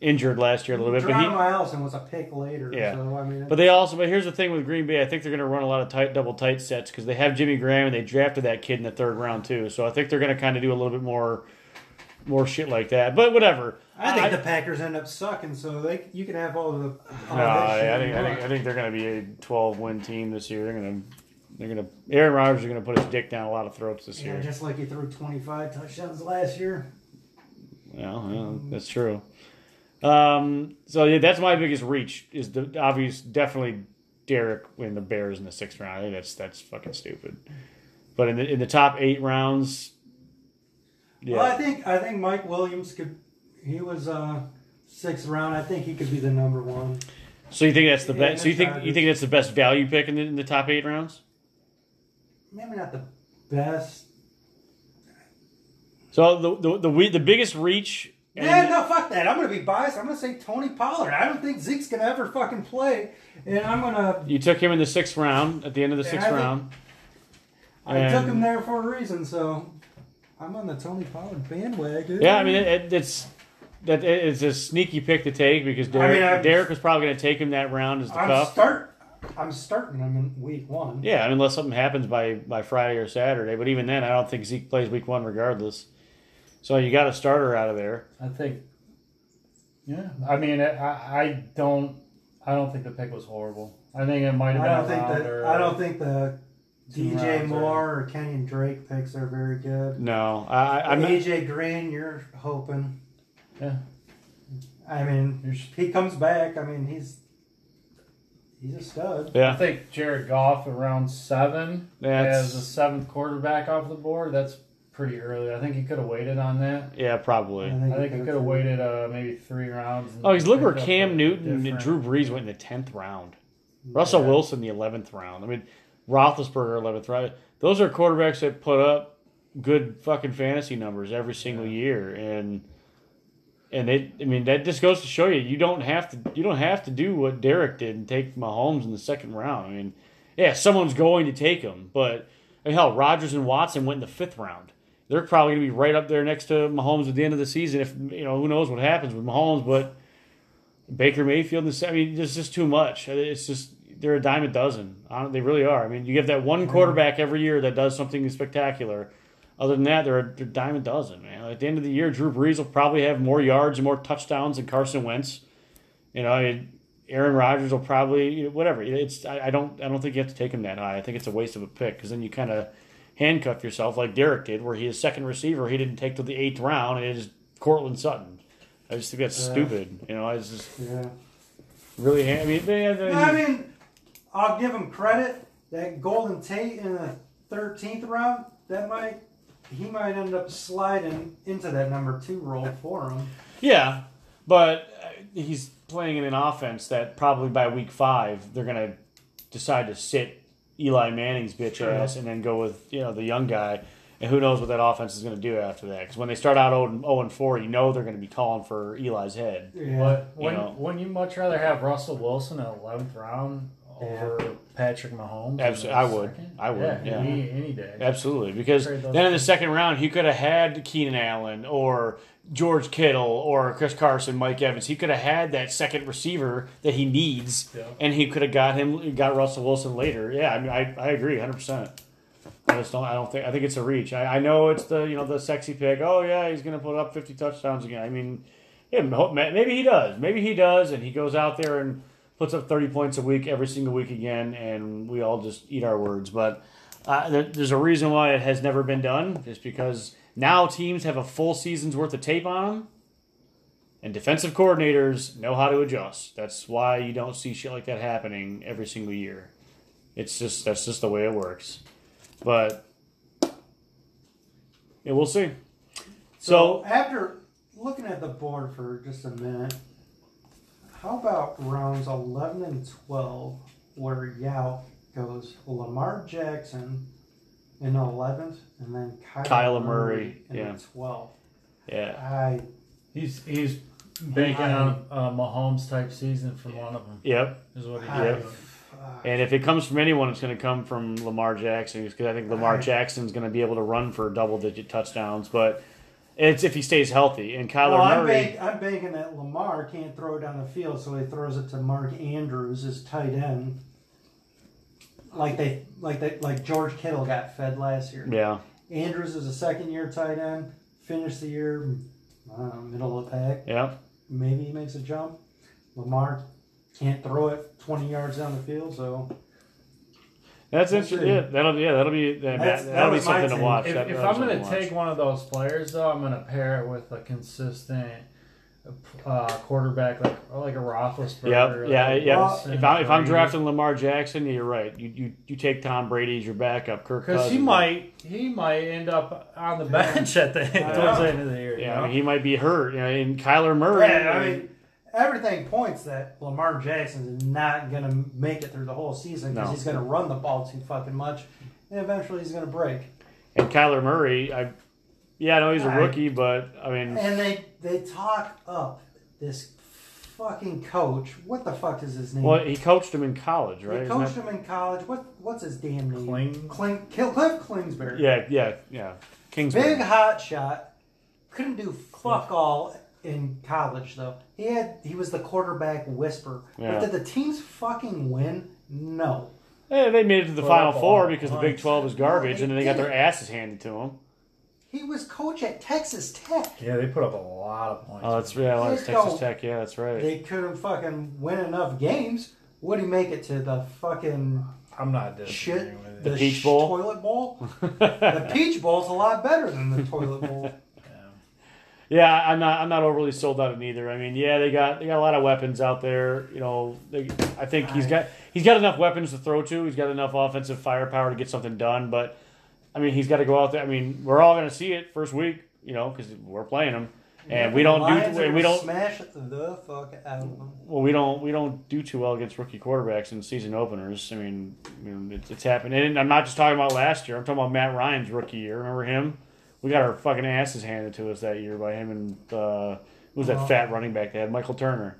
[SPEAKER 1] Injured last year a little bit, but
[SPEAKER 8] Geronimo
[SPEAKER 1] he.
[SPEAKER 8] Allison was a pick later.
[SPEAKER 1] Yeah.
[SPEAKER 8] So I mean,
[SPEAKER 1] But they also but here's the thing with Green Bay I think they're going to run a lot of tight double tight sets because they have Jimmy Graham and they drafted that kid in the third round too. So I think they're going to kind of do a little bit more more shit like that. But whatever.
[SPEAKER 8] I think the Packers end up sucking, so they you can have all the. All
[SPEAKER 1] No,
[SPEAKER 8] Oh, that shit
[SPEAKER 1] I, I
[SPEAKER 8] you
[SPEAKER 1] think, I
[SPEAKER 8] want.
[SPEAKER 1] think I think they're going to be a 12 win team this year. They're going to they're going to Aaron Rodgers is going to put his dick down a lot of throats this
[SPEAKER 8] Yeah,
[SPEAKER 1] year.
[SPEAKER 8] just like he threw 25 touchdowns last year.
[SPEAKER 1] Well, yeah, that's true. Um, so yeah, that's my biggest reach is the obvious, definitely Derek in the Bears in the sixth round. I think that's that's fucking stupid. But in the in the top eight rounds, yeah,
[SPEAKER 8] Well, I think I think Mike Williams could. He was uh, sixth round. I think he could be the number one.
[SPEAKER 1] so you think that's the
[SPEAKER 8] Yeah,
[SPEAKER 1] best? So you
[SPEAKER 8] that's
[SPEAKER 1] think
[SPEAKER 8] right.
[SPEAKER 1] you think that's the best value pick in the, in the top eight rounds?
[SPEAKER 8] Maybe not the best.
[SPEAKER 1] So the the the, we, the biggest reach. and-
[SPEAKER 8] yeah, no, fuck that. I'm gonna be biased. I'm gonna say Tony Pollard. I don't think Zeke's gonna ever fucking play, and I'm gonna.
[SPEAKER 1] You took him in the sixth round at the end of the
[SPEAKER 8] Yeah,
[SPEAKER 1] sixth
[SPEAKER 8] I think-
[SPEAKER 1] round.
[SPEAKER 8] I took him
[SPEAKER 1] And-
[SPEAKER 8] there for a reason, so I'm on the Tony Pollard bandwagon.
[SPEAKER 1] Yeah, I mean it, it, it's that it- it's a sneaky pick to take because Derek,
[SPEAKER 8] mean, I'm-
[SPEAKER 1] Derek was probably going to take him that round as the
[SPEAKER 8] I'm
[SPEAKER 1] cup.
[SPEAKER 8] start. I'm starting him in week one.
[SPEAKER 1] Yeah, I mean, unless something happens by, by Friday or Saturday. But even then, I don't think Zeke plays week one regardless. So you got a starter out of there.
[SPEAKER 3] I think. Yeah, I mean, I, I don't, I don't think the pick was horrible. I think it might have been.
[SPEAKER 8] I don't
[SPEAKER 3] a
[SPEAKER 8] think
[SPEAKER 3] round
[SPEAKER 8] that.
[SPEAKER 3] or-
[SPEAKER 8] I don't think the
[SPEAKER 3] Two
[SPEAKER 8] DJ
[SPEAKER 3] rounds,
[SPEAKER 8] Moore or Kenyon Drake picks are very good.
[SPEAKER 1] No, I, I- I'm not-
[SPEAKER 8] AJ Green, you're hoping.
[SPEAKER 3] Yeah.
[SPEAKER 8] I mean,
[SPEAKER 3] You should-
[SPEAKER 8] if he comes back. I mean, he's he's a stud.
[SPEAKER 3] I
[SPEAKER 1] yeah,
[SPEAKER 3] think Jared Goff around seven as the
[SPEAKER 1] that's
[SPEAKER 3] seventh quarterback off the board. That's pretty early. I think he could have waited on that.
[SPEAKER 1] yeah, probably.
[SPEAKER 3] I think
[SPEAKER 8] he
[SPEAKER 3] he could
[SPEAKER 8] could've-
[SPEAKER 3] have waited uh, maybe three rounds. and
[SPEAKER 1] Oh, he's look where
[SPEAKER 3] picked up
[SPEAKER 1] Cam
[SPEAKER 3] a
[SPEAKER 1] Newton and
[SPEAKER 3] different-
[SPEAKER 1] Drew Brees went in the tenth round. Russell
[SPEAKER 3] Yeah.
[SPEAKER 1] Wilson the eleventh round. I mean, Roethlisberger eleventh round. Those are quarterbacks that put up good fucking fantasy numbers every single year, and and they. I mean, that just goes to show you you don't have to you don't have to do what Derek did and take Mahomes in the second round. I mean, yeah, someone's going to take him. But I mean, hell, Rodgers and Watson went in the fifth round. They're probably going to be right up there next to Mahomes at the end of the season. If you know, who knows what happens with Mahomes, but Baker Mayfield. And, I mean, there's just too much. It's just they're a dime a dozen. Hon- They really are. I mean, you give that one quarterback every year that does something spectacular. Other than that, they're a, they're a dime a dozen, man. At the end of the year, Drew Brees will probably have more yards and more touchdowns than Carson Wentz. You know, I mean, Aaron Rodgers will probably you know, whatever. It's I, I don't I don't think you have to take him that high. I think it's a waste of a pick because then you kind of handcuff yourself like Derek did, where he his second receiver he didn't take till the eighth round, and it is Cortland Sutton. I just think that's
[SPEAKER 8] Yeah.
[SPEAKER 1] stupid. You know, it's just
[SPEAKER 8] Yeah.
[SPEAKER 1] really. ha- I mean, they, they,
[SPEAKER 8] No, I mean, I'll give him credit. That Golden Tate in the thirteenth round, that might he might end up sliding into that number two role for him.
[SPEAKER 1] Yeah, but uh, he's playing in an offense that probably by week five they're gonna decide to sit Eli Manning's bitch ass and then go with you know the young guy, and who knows what that offense is gonna do after that? Because when they start out 0 and- 0 and four, you know they're gonna be calling for Eli's head.
[SPEAKER 8] Yeah.
[SPEAKER 1] You
[SPEAKER 3] When,
[SPEAKER 1] know.
[SPEAKER 3] when you much rather have Russell Wilson in eleventh round over Patrick Mahomes, in
[SPEAKER 1] Abso-
[SPEAKER 3] the
[SPEAKER 1] I would.
[SPEAKER 3] second?
[SPEAKER 1] I would, yeah.
[SPEAKER 3] Any, any day.
[SPEAKER 1] Absolutely, because
[SPEAKER 3] Trade those
[SPEAKER 1] then in the second round he could have had Keenan Allen or George Kittle or Chris Carson, Mike Evans. He could have had that second receiver that he needs,
[SPEAKER 3] Yeah.
[SPEAKER 1] and he could have got him got Russell Wilson later. Yeah, I mean, I, I agree, hundred percent. I just don't. I don't think. I think it's a reach. I, I know it's the you know the sexy pick. Oh yeah, he's going to put up fifty touchdowns again. I mean, yeah, mo- ma- maybe he does. Maybe he does, and he goes out there and puts up thirty points a week every single week again, and we all just eat our words. But uh, there, there's a reason why it has never been done. Is because now teams have a full season's worth of tape on them, and defensive coordinators know how to adjust. That's why you don't see shit like that happening every single year. It's just that's just the way it works. But yeah, we'll see. So
[SPEAKER 8] after looking at the board for just a minute, how about rounds eleven and twelve, where Yao goes Lamar Jackson in eleventh, and then Kyler,
[SPEAKER 1] Kyler Murray,
[SPEAKER 8] in
[SPEAKER 1] yeah.
[SPEAKER 8] the twelfth.
[SPEAKER 1] yeah,
[SPEAKER 8] I
[SPEAKER 3] He's he's banking on a Mahomes type season from one of them.
[SPEAKER 1] yep.
[SPEAKER 3] Is what he
[SPEAKER 8] I-
[SPEAKER 3] did.
[SPEAKER 8] uh,
[SPEAKER 1] And if it comes from anyone, it's going to come from Lamar Jackson because I think Lamar
[SPEAKER 8] Right.
[SPEAKER 1] Jackson's going to be able to run for double digit touchdowns. But it's if he stays healthy and Kyler
[SPEAKER 8] Well, I'm,
[SPEAKER 1] Murray.
[SPEAKER 8] bank, I'm banking that Lamar can't throw it down the field, so he throws it to Mark Andrews, his tight end, like they like they like George Kittle got fed last year.
[SPEAKER 1] yeah,
[SPEAKER 8] Andrews is a second year tight end, finished the year I don't know, middle of the pack.
[SPEAKER 1] yeah,
[SPEAKER 8] Maybe he makes a jump. Lamar can't throw it 20 yards down the field, so
[SPEAKER 1] that's
[SPEAKER 8] We'll
[SPEAKER 1] interesting.
[SPEAKER 8] see.
[SPEAKER 1] Yeah, that'll yeah that'll be that,
[SPEAKER 8] That's- that
[SPEAKER 1] that'll be
[SPEAKER 8] was my
[SPEAKER 1] something to
[SPEAKER 8] take.
[SPEAKER 1] watch.
[SPEAKER 3] If,
[SPEAKER 1] That- that'll be
[SPEAKER 3] if I'm going
[SPEAKER 1] something
[SPEAKER 3] to
[SPEAKER 1] watch.
[SPEAKER 3] take one of those players, though, I'm going to pair it with a consistent uh, quarterback like like a Roethlisberger.
[SPEAKER 1] Yep, yeah,
[SPEAKER 3] like
[SPEAKER 1] yeah.
[SPEAKER 3] Wilson,
[SPEAKER 1] if, I'm, if I'm
[SPEAKER 3] Brady.
[SPEAKER 1] drafting Lamar Jackson, you're right. You, you you take Tom Brady as your backup. Kirk
[SPEAKER 3] because he
[SPEAKER 1] Cousins.
[SPEAKER 3] might he might end up on the bench at the
[SPEAKER 8] Yeah.
[SPEAKER 3] towards the end of the year.
[SPEAKER 1] Yeah, I mean,
[SPEAKER 3] you know?
[SPEAKER 1] he might be hurt. You know, and Kyler Murray.
[SPEAKER 8] Right, I mean, everything points that Lamar Jackson is not going to make it through the whole season because
[SPEAKER 1] No.
[SPEAKER 8] he's going to run the ball too fucking much, and eventually he's going to break.
[SPEAKER 1] and Kyler Murray. I yeah, I know he's a
[SPEAKER 8] I-
[SPEAKER 1] rookie, but I mean,
[SPEAKER 8] And they they talk up this fucking coach. What the fuck is his name?
[SPEAKER 1] well, he coached him in college,
[SPEAKER 8] they
[SPEAKER 1] right? Isn't
[SPEAKER 8] coached
[SPEAKER 1] that-
[SPEAKER 8] him in college. What what's his damn name?
[SPEAKER 3] Kling?
[SPEAKER 8] Kling, Kil- Cliff Klingsbury.
[SPEAKER 1] yeah, yeah, yeah. Kingsbury.
[SPEAKER 8] Big hot shot. Couldn't do fuck all in college though. He had he was the quarterback whisper.
[SPEAKER 1] Yeah.
[SPEAKER 8] But did the teams fucking win? No.
[SPEAKER 1] Eh, they made it to the
[SPEAKER 3] Well,
[SPEAKER 1] Final
[SPEAKER 3] that's
[SPEAKER 1] Four
[SPEAKER 3] all
[SPEAKER 1] because the
[SPEAKER 3] right.
[SPEAKER 1] Big Twelve is garbage,
[SPEAKER 8] they
[SPEAKER 1] and then they got their
[SPEAKER 8] didn't.
[SPEAKER 1] asses handed to them.
[SPEAKER 8] He was coach at Texas Tech.
[SPEAKER 3] yeah, they put up a lot of points.
[SPEAKER 1] Oh, that's yeah, well, that's
[SPEAKER 8] They
[SPEAKER 1] Texas
[SPEAKER 8] don't-
[SPEAKER 1] Tech. Yeah, that's right.
[SPEAKER 8] They couldn't fucking win enough games. Would he make it to the fucking
[SPEAKER 3] I'm not disagreeing
[SPEAKER 8] shit?
[SPEAKER 3] with
[SPEAKER 8] The,
[SPEAKER 3] it.
[SPEAKER 1] Peach
[SPEAKER 8] sh-
[SPEAKER 1] Bowl?
[SPEAKER 8] toilet bowl. the peach bowl's a lot better than the toilet bowl.
[SPEAKER 1] Yeah, I'm not. I'm not overly sold on it either. I mean, yeah, they got they got a lot of weapons out there. You know, they, I think he's got he's got enough weapons to throw to. He's got enough offensive firepower to get something done. But I mean, he's got to go out there. I mean, we're all going to see it first week. You know, because we're playing them, and we don't
[SPEAKER 8] the Lions
[SPEAKER 1] do
[SPEAKER 8] are
[SPEAKER 1] and we
[SPEAKER 8] gonna
[SPEAKER 1] don't
[SPEAKER 8] smash the fuck out of them.
[SPEAKER 1] well we don't we don't do too well against rookie quarterbacks in season openers. I mean, I mean it's, it's happened. And I'm not just talking about last year. I'm talking about Matt Ryan's rookie year. Remember him? We got our fucking asses handed to us that year by him and uh, who was that fat running back they had? Michael Turner.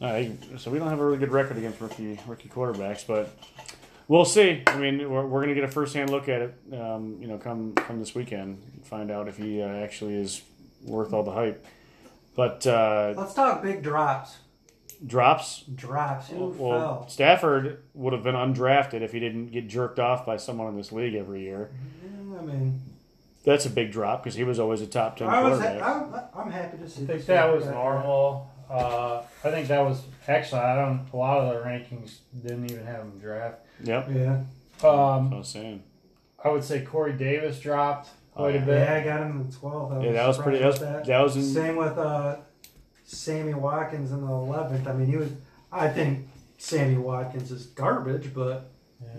[SPEAKER 1] All right, so we don't have a really good record against rookie rookie quarterbacks, but We'll see. I mean, we're, we're going to get a first hand look at it. Um, you know, come come this weekend, find out if he uh, actually is worth all the hype. But uh,
[SPEAKER 8] Let's talk big drops.
[SPEAKER 1] drops.
[SPEAKER 8] Drops. Who
[SPEAKER 1] Well,
[SPEAKER 8] fell?
[SPEAKER 1] Stafford would have been undrafted if he didn't get jerked off by someone in this league every year.
[SPEAKER 8] Yeah, Mm, I mean,
[SPEAKER 1] That's a big drop because he was always a top ten
[SPEAKER 8] I was ha-
[SPEAKER 1] quarterback.
[SPEAKER 8] I, I'm happy to see.
[SPEAKER 3] I
[SPEAKER 8] this
[SPEAKER 3] think that was
[SPEAKER 8] guy.
[SPEAKER 3] normal. Uh, I think that was actually I don't. A lot of the rankings didn't even have him draft.
[SPEAKER 1] Yep,
[SPEAKER 8] Yeah.
[SPEAKER 1] that's what I
[SPEAKER 3] Um,
[SPEAKER 1] was saying.
[SPEAKER 3] I would say Corey Davis dropped quite
[SPEAKER 1] Oh,
[SPEAKER 3] a bit.
[SPEAKER 8] Yeah, I got him in 12. I
[SPEAKER 1] Yeah, that was pretty. That was,
[SPEAKER 8] surprised about
[SPEAKER 1] that was in,
[SPEAKER 8] Same with uh, Sammy Watkins in the 11th. I mean, he was. I think Sammy Watkins is garbage, but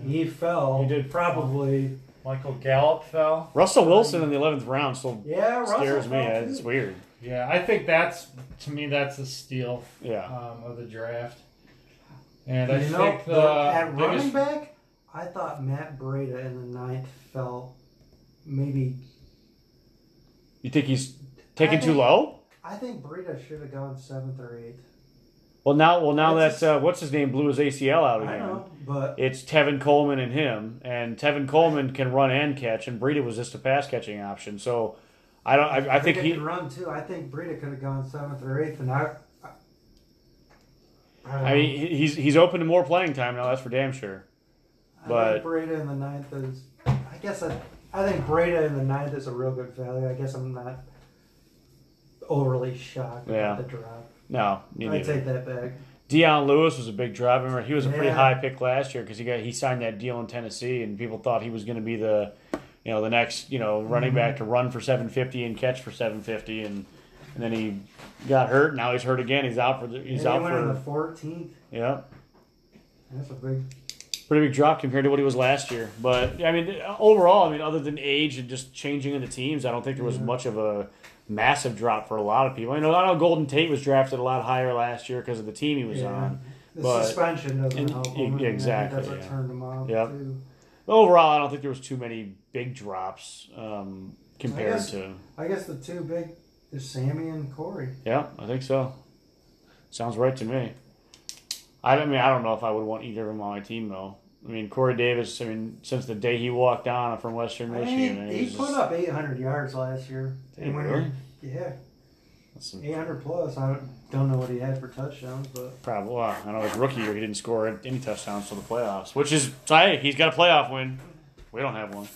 [SPEAKER 8] he fell.
[SPEAKER 3] He did.
[SPEAKER 8] probably.
[SPEAKER 3] Michael Gallup fell.
[SPEAKER 1] Russell Wilson in the eleventh round still
[SPEAKER 8] Yeah, Russell
[SPEAKER 1] scares me.
[SPEAKER 8] fell,
[SPEAKER 1] It's
[SPEAKER 8] too.
[SPEAKER 1] weird.
[SPEAKER 3] Yeah, I think that's to me that's a steal
[SPEAKER 1] Yeah,
[SPEAKER 3] um, of the draft. And I
[SPEAKER 8] You know,
[SPEAKER 3] think the,
[SPEAKER 8] the- at running
[SPEAKER 3] uh, biggest,
[SPEAKER 8] back, I thought Matt Breda in the ninth fell. Maybe
[SPEAKER 1] you think he's taken
[SPEAKER 8] I
[SPEAKER 1] too
[SPEAKER 8] think-
[SPEAKER 1] low?
[SPEAKER 8] I think Breda should have gone seventh or eighth.
[SPEAKER 1] Well, now, well, now
[SPEAKER 8] That's
[SPEAKER 1] that uh, what's his name blew his ACL out
[SPEAKER 8] I
[SPEAKER 1] again.
[SPEAKER 8] know, but
[SPEAKER 1] It's Tevin Coleman and him, and Tevin Coleman can run and catch, and Breida was just a pass catching option. So, I don't. I, I think
[SPEAKER 8] Breida
[SPEAKER 1] he.
[SPEAKER 8] could run too. I think Breda could have gone seventh or eighth, and I. I, I don't
[SPEAKER 1] I mean, he- he's he's open to more playing time now. That's for damn sure.
[SPEAKER 8] know. I
[SPEAKER 1] but-
[SPEAKER 8] think Breda in the ninth is. I guess I, I think Breda in the ninth is a real good value. I guess I'm not overly shocked
[SPEAKER 1] Yeah.
[SPEAKER 8] at the drop.
[SPEAKER 1] No, me
[SPEAKER 8] I
[SPEAKER 1] neither.
[SPEAKER 8] take that back.
[SPEAKER 1] Deion Lewis was a big drive. Remember, he was a pretty
[SPEAKER 8] Yeah.
[SPEAKER 1] high pick last year because he got he signed that deal in Tennessee, and people thought he was going to be the, you know, the next you know running
[SPEAKER 8] Mm-hmm.
[SPEAKER 1] back to run for 750 and catch for 750, and and then he got hurt. Now he's hurt again. He's out for the, he's
[SPEAKER 8] And he
[SPEAKER 1] out
[SPEAKER 8] went in the
[SPEAKER 1] for
[SPEAKER 8] fourteenth.
[SPEAKER 1] yeah.
[SPEAKER 8] That's a big.
[SPEAKER 1] pretty big drop compared to what he was last year. But I mean, overall, I mean, other than age and just changing in the teams, I don't think there was much of a massive drop for a lot of people. I know, I know Golden Tate was drafted a lot higher last year because of the team he was
[SPEAKER 8] Yeah.
[SPEAKER 1] on.
[SPEAKER 8] The
[SPEAKER 1] But-
[SPEAKER 8] suspension doesn't
[SPEAKER 1] and-
[SPEAKER 8] help. him,
[SPEAKER 1] e-
[SPEAKER 8] and I think
[SPEAKER 1] exactly,
[SPEAKER 8] That's what
[SPEAKER 1] yeah.
[SPEAKER 8] turned him off
[SPEAKER 1] Yep.
[SPEAKER 8] too.
[SPEAKER 1] Overall, I don't think there was too many big drops um, compared
[SPEAKER 8] guess-
[SPEAKER 1] to.
[SPEAKER 8] I guess the two big is Sammy and Corey.
[SPEAKER 1] Yeah, I think so. Sounds right to me. I don't I mean I don't know if I would want either of them on my team though. I mean Corey Davis. I mean since the day he walked on from Western
[SPEAKER 8] I
[SPEAKER 1] Michigan,
[SPEAKER 8] mean,
[SPEAKER 1] I mean,
[SPEAKER 8] he
[SPEAKER 1] was
[SPEAKER 8] put
[SPEAKER 1] just-
[SPEAKER 8] up 800 yards last year.
[SPEAKER 1] Did he
[SPEAKER 8] And when
[SPEAKER 1] really?
[SPEAKER 8] Yeah,
[SPEAKER 1] that's some-
[SPEAKER 8] 800 plus. I don't- don't know what he had for touchdowns, but
[SPEAKER 1] Probably. Well, I know his rookie year, he didn't score any touchdowns till the playoffs, which is hey, he's got a playoff win. We don't have one.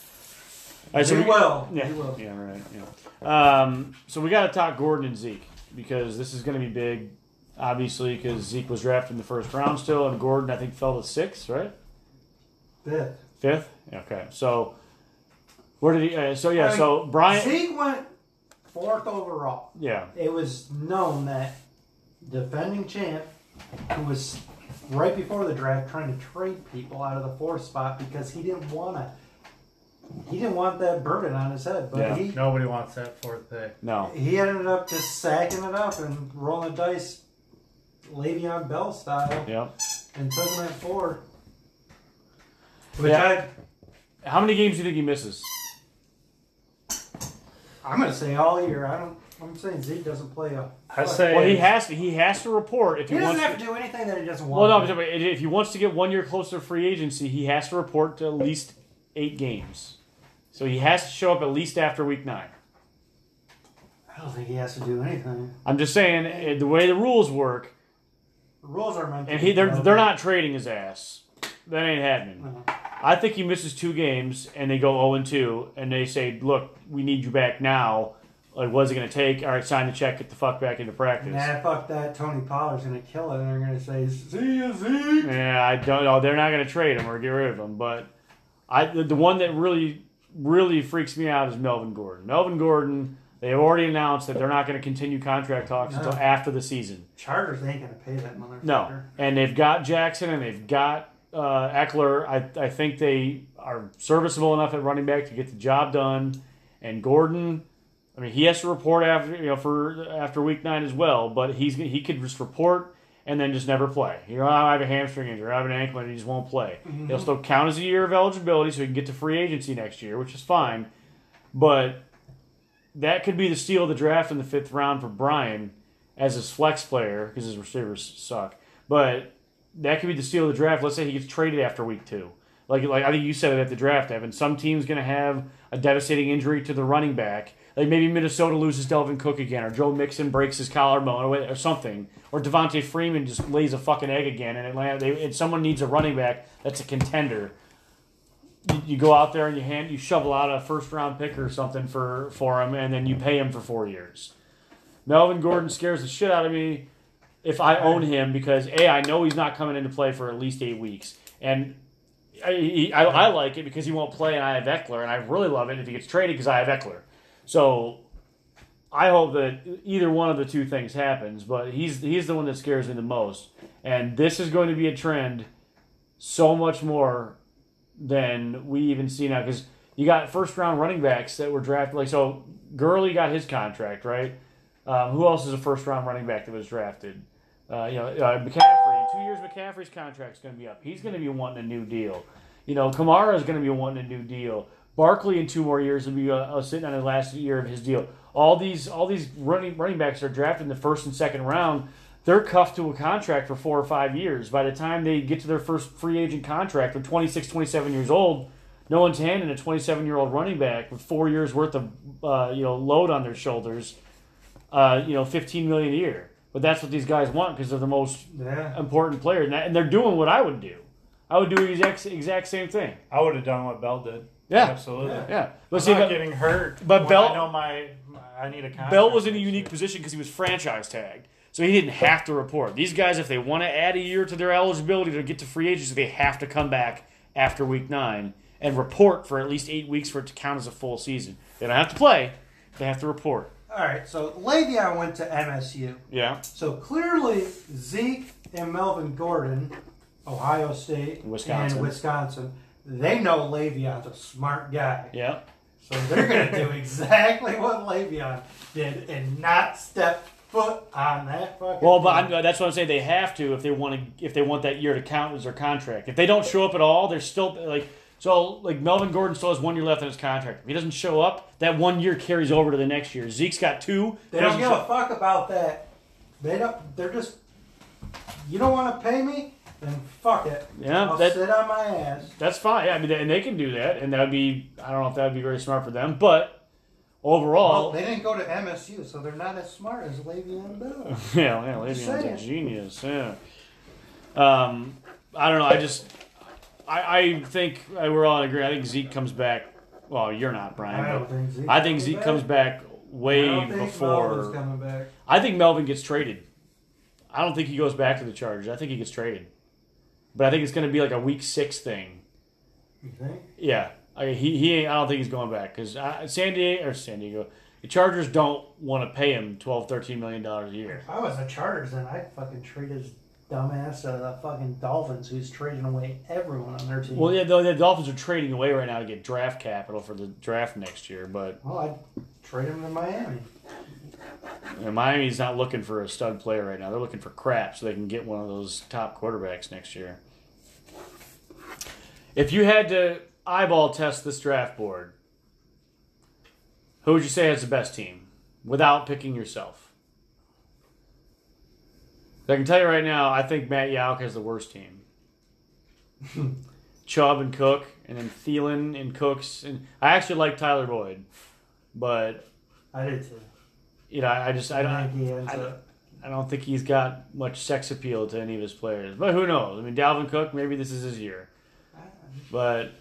[SPEAKER 1] All right, so
[SPEAKER 8] he
[SPEAKER 1] we-
[SPEAKER 8] will.
[SPEAKER 1] Yeah,
[SPEAKER 8] He will.
[SPEAKER 1] yeah, right. Yeah. Um, so we got to talk Gordon and Zeke because this is going to be big, obviously, because Zeke was drafted in the first round still, and Gordon I think fell to sixth, right?
[SPEAKER 8] Fifth.
[SPEAKER 1] Fifth. Okay, so where did he? Uh, so yeah,
[SPEAKER 8] I mean,
[SPEAKER 1] so Brian.
[SPEAKER 8] Zeke went fourth overall.
[SPEAKER 1] Yeah,
[SPEAKER 8] It was known that defending champ, who was right before the draft trying to trade people out of the fourth spot because he didn't want to. He didn't want that burden on his head, but
[SPEAKER 1] Yeah.
[SPEAKER 8] he
[SPEAKER 3] nobody wants that fourth pick.
[SPEAKER 1] no.
[SPEAKER 8] He ended up just sacking it up and rolling the dice, Le'Veon Bell style,
[SPEAKER 1] Yeah.
[SPEAKER 8] and took him at four. Which
[SPEAKER 1] Yeah. How many games do you think he misses?
[SPEAKER 8] I, I'm going to say all year. I don't. I'm saying Zeke doesn't play a.
[SPEAKER 3] I say
[SPEAKER 1] Well, he has to. He has to report if he,
[SPEAKER 8] He doesn't
[SPEAKER 1] wants.
[SPEAKER 8] have to do anything that he doesn't want.
[SPEAKER 1] Well, no, but if he wants to get one year closer to free agency, he has to report to at least eight games. So he has to show up at least after week nine.
[SPEAKER 8] I don't think he has to do anything.
[SPEAKER 1] I'm just saying eh, the way the rules work,
[SPEAKER 8] The rules are meant. to
[SPEAKER 1] and
[SPEAKER 8] be
[SPEAKER 1] he they're
[SPEAKER 8] broken.
[SPEAKER 1] they're not trading his ass. That ain't happening. I think he misses two games, and they go 0 and 2, and they say, "Look, we need you back now." Like, what's it going to take? All right, sign the check, get the fuck back into practice.
[SPEAKER 8] Nah, fuck that. Tony Pollard's going to kill it, and they're going to say, "See ya, Zeke."
[SPEAKER 1] Yeah, I don't know. They're not going to trade him or get rid of him. But I, the, the one that really, really freaks me out is Melvin Gordon. Melvin Gordon, they've already announced that they're not going to continue contract talks
[SPEAKER 8] No.
[SPEAKER 1] until after the season.
[SPEAKER 8] Chargers ain't going to pay that motherfucker.
[SPEAKER 1] No. And they've got Jackson and they've got uh, Eckler. I, I think they are serviceable enough at running back to get the job done. And Gordon, I mean, he has to report after you know for after week nine as well. But he's he could just report and then just never play. You know, I have a hamstring injury, I have an ankle, and he just won't play. He'll still count as a year of eligibility, so he can get to free agency next year, which is fine. But that could be the steal of the draft in the fifth round for Brian as his flex player because his receivers suck. But that could be the steal of the draft. Let's say he gets traded after week two. Like like I think you said it at the draft, Evan. Some team's going to have a devastating injury to the running back. Like maybe Minnesota loses Delvin Cook again, or Joe Mixon breaks his collarbone, or, what- or something, or Devontae Freeman just lays a fucking egg again, and Atlanta. They, and someone needs a running back that's a contender. You, you go out there and you hand you shovel out a first round pick or something for for him, and then you pay him for four years. Melvin Gordon scares the shit out of me if I own him because a I know he's not coming into play for at least eight weeks, and I, he, I, I like it because he won't play, and I have Eckler, and I really love it if he gets traded because I have Eckler. So I hope that either one of the two things happens, but he's he's the one that scares me the most, and this is going to be a trend so much more than we even see now because you got first round running backs that were drafted like so. Gurley got his contract right. Um, who else is a first round running back that was drafted? Uh, you know, uh, McCaffrey. In two years, McCaffrey's contract's going to be up. He's going to be wanting a new deal. You know, Kamara's going to be wanting a new deal. Barkley in two more years will be uh, uh, sitting on the last year of his deal. All these all these running running backs are drafted in the first and second round. They're cuffed to a contract for four or five years. By the time they get to their first free agent contract, they're 26, 27 years old. No one's handing a 27 year old running back with four years worth of uh, you know load on their shoulders uh, you know, 15 million a year. But that's what these guys want because they're the most
[SPEAKER 8] Yeah.
[SPEAKER 1] important players, and, that- and they're doing what I would do. I would do the exact exact same thing.
[SPEAKER 3] I would have done what Bell did.
[SPEAKER 1] Yeah,
[SPEAKER 3] Absolutely.
[SPEAKER 1] yeah.
[SPEAKER 3] I'm
[SPEAKER 1] But see,
[SPEAKER 3] not
[SPEAKER 1] but
[SPEAKER 3] getting hurt.
[SPEAKER 1] but
[SPEAKER 3] when
[SPEAKER 1] Bell-
[SPEAKER 3] I know my, my I need a contract.
[SPEAKER 1] Bell was in a
[SPEAKER 3] next
[SPEAKER 1] unique
[SPEAKER 3] year.
[SPEAKER 1] position because he was franchise tagged, so he didn't have to report. These guys, if they want to add a year to their eligibility to get to free agency, they have to come back after week nine and report for at least eight weeks for it to count as a full season. They don't have to play; they have to report.
[SPEAKER 8] All right. So Le'Veon went to MSU.
[SPEAKER 1] Yeah,
[SPEAKER 8] So clearly, Zeke and Melvin Gordon, Ohio State
[SPEAKER 1] Wisconsin.
[SPEAKER 8] and Wisconsin, they know Le'Veon's a smart guy.
[SPEAKER 1] yeah.
[SPEAKER 8] So they're going to do exactly what Le'Veon did and not step foot on that fucking.
[SPEAKER 1] Well, but I'm,
[SPEAKER 8] field.
[SPEAKER 1] uh, that's what I'm saying. They have to if they want to if they want that year to count as their contract. If they don't show up at all, they're still like so. Like Melvin Gordon still has one year left on his contract. If he doesn't show up, that one year carries over to the next year. Zeke's got two.
[SPEAKER 8] they
[SPEAKER 1] He
[SPEAKER 8] don't
[SPEAKER 1] doesn't
[SPEAKER 8] give
[SPEAKER 1] show-
[SPEAKER 8] a fuck about that. They don't. They're just. You don't want to pay me, then fuck it.
[SPEAKER 1] Yeah,
[SPEAKER 8] I'll
[SPEAKER 1] that-
[SPEAKER 8] sit on my ass.
[SPEAKER 1] That's fine. Yeah, I mean, and they can do that, and that would be I don't know if that would be very smart for them, but
[SPEAKER 8] Well,
[SPEAKER 1] overall,
[SPEAKER 8] they didn't go to MSU, so they're not as smart as Le'Veon Bell.
[SPEAKER 1] yeah, yeah,
[SPEAKER 8] saying.
[SPEAKER 1] Le'Veon's a genius. Yeah. Um, I don't know. I just I, I think uh, we're all in agree. I think Zeke comes back. Well, you're not, Brian.
[SPEAKER 8] I
[SPEAKER 1] but-
[SPEAKER 8] don't think Zeke.
[SPEAKER 1] I think Zeke comes back
[SPEAKER 8] I
[SPEAKER 1] way
[SPEAKER 8] don't think Melvin's
[SPEAKER 1] before.
[SPEAKER 8] coming back.
[SPEAKER 1] I think Melvin gets traded. I don't think he goes back to the Chargers. I think he gets traded, but I think it's going to be like a week six thing.
[SPEAKER 8] You think?
[SPEAKER 1] Yeah, I, he he. ain't- I don't think he's going back because San Diego or San Diego, the Chargers don't want to pay him 12 13 million dollars a year.
[SPEAKER 8] If I was a Chargers, then I'd fucking treat his dumbass to the fucking Dolphins, who's trading away everyone on their team.
[SPEAKER 1] Well, yeah, though the Dolphins are trading away right now to get draft capital for the draft next year, but
[SPEAKER 8] Well, I'd Oh, trade him to Miami.
[SPEAKER 1] you know, Miami's not looking for a stud player right now. They're looking for crap so they can get one of those top quarterbacks next year. If you had to eyeball test this draft board, who would you say has the best team without picking yourself? I can tell you right now, I think Matt Yauch has the worst team. Chubb and Cook, and then Thielen and Cooks, and I actually like Tyler Boyd, but
[SPEAKER 8] I did too.
[SPEAKER 1] you know, I I just I don't.
[SPEAKER 8] think he ends
[SPEAKER 1] I-
[SPEAKER 8] up.
[SPEAKER 1] I don't think he's got much sex appeal to any of his players. But who knows? I mean, Dalvin Cook, maybe this is his year. But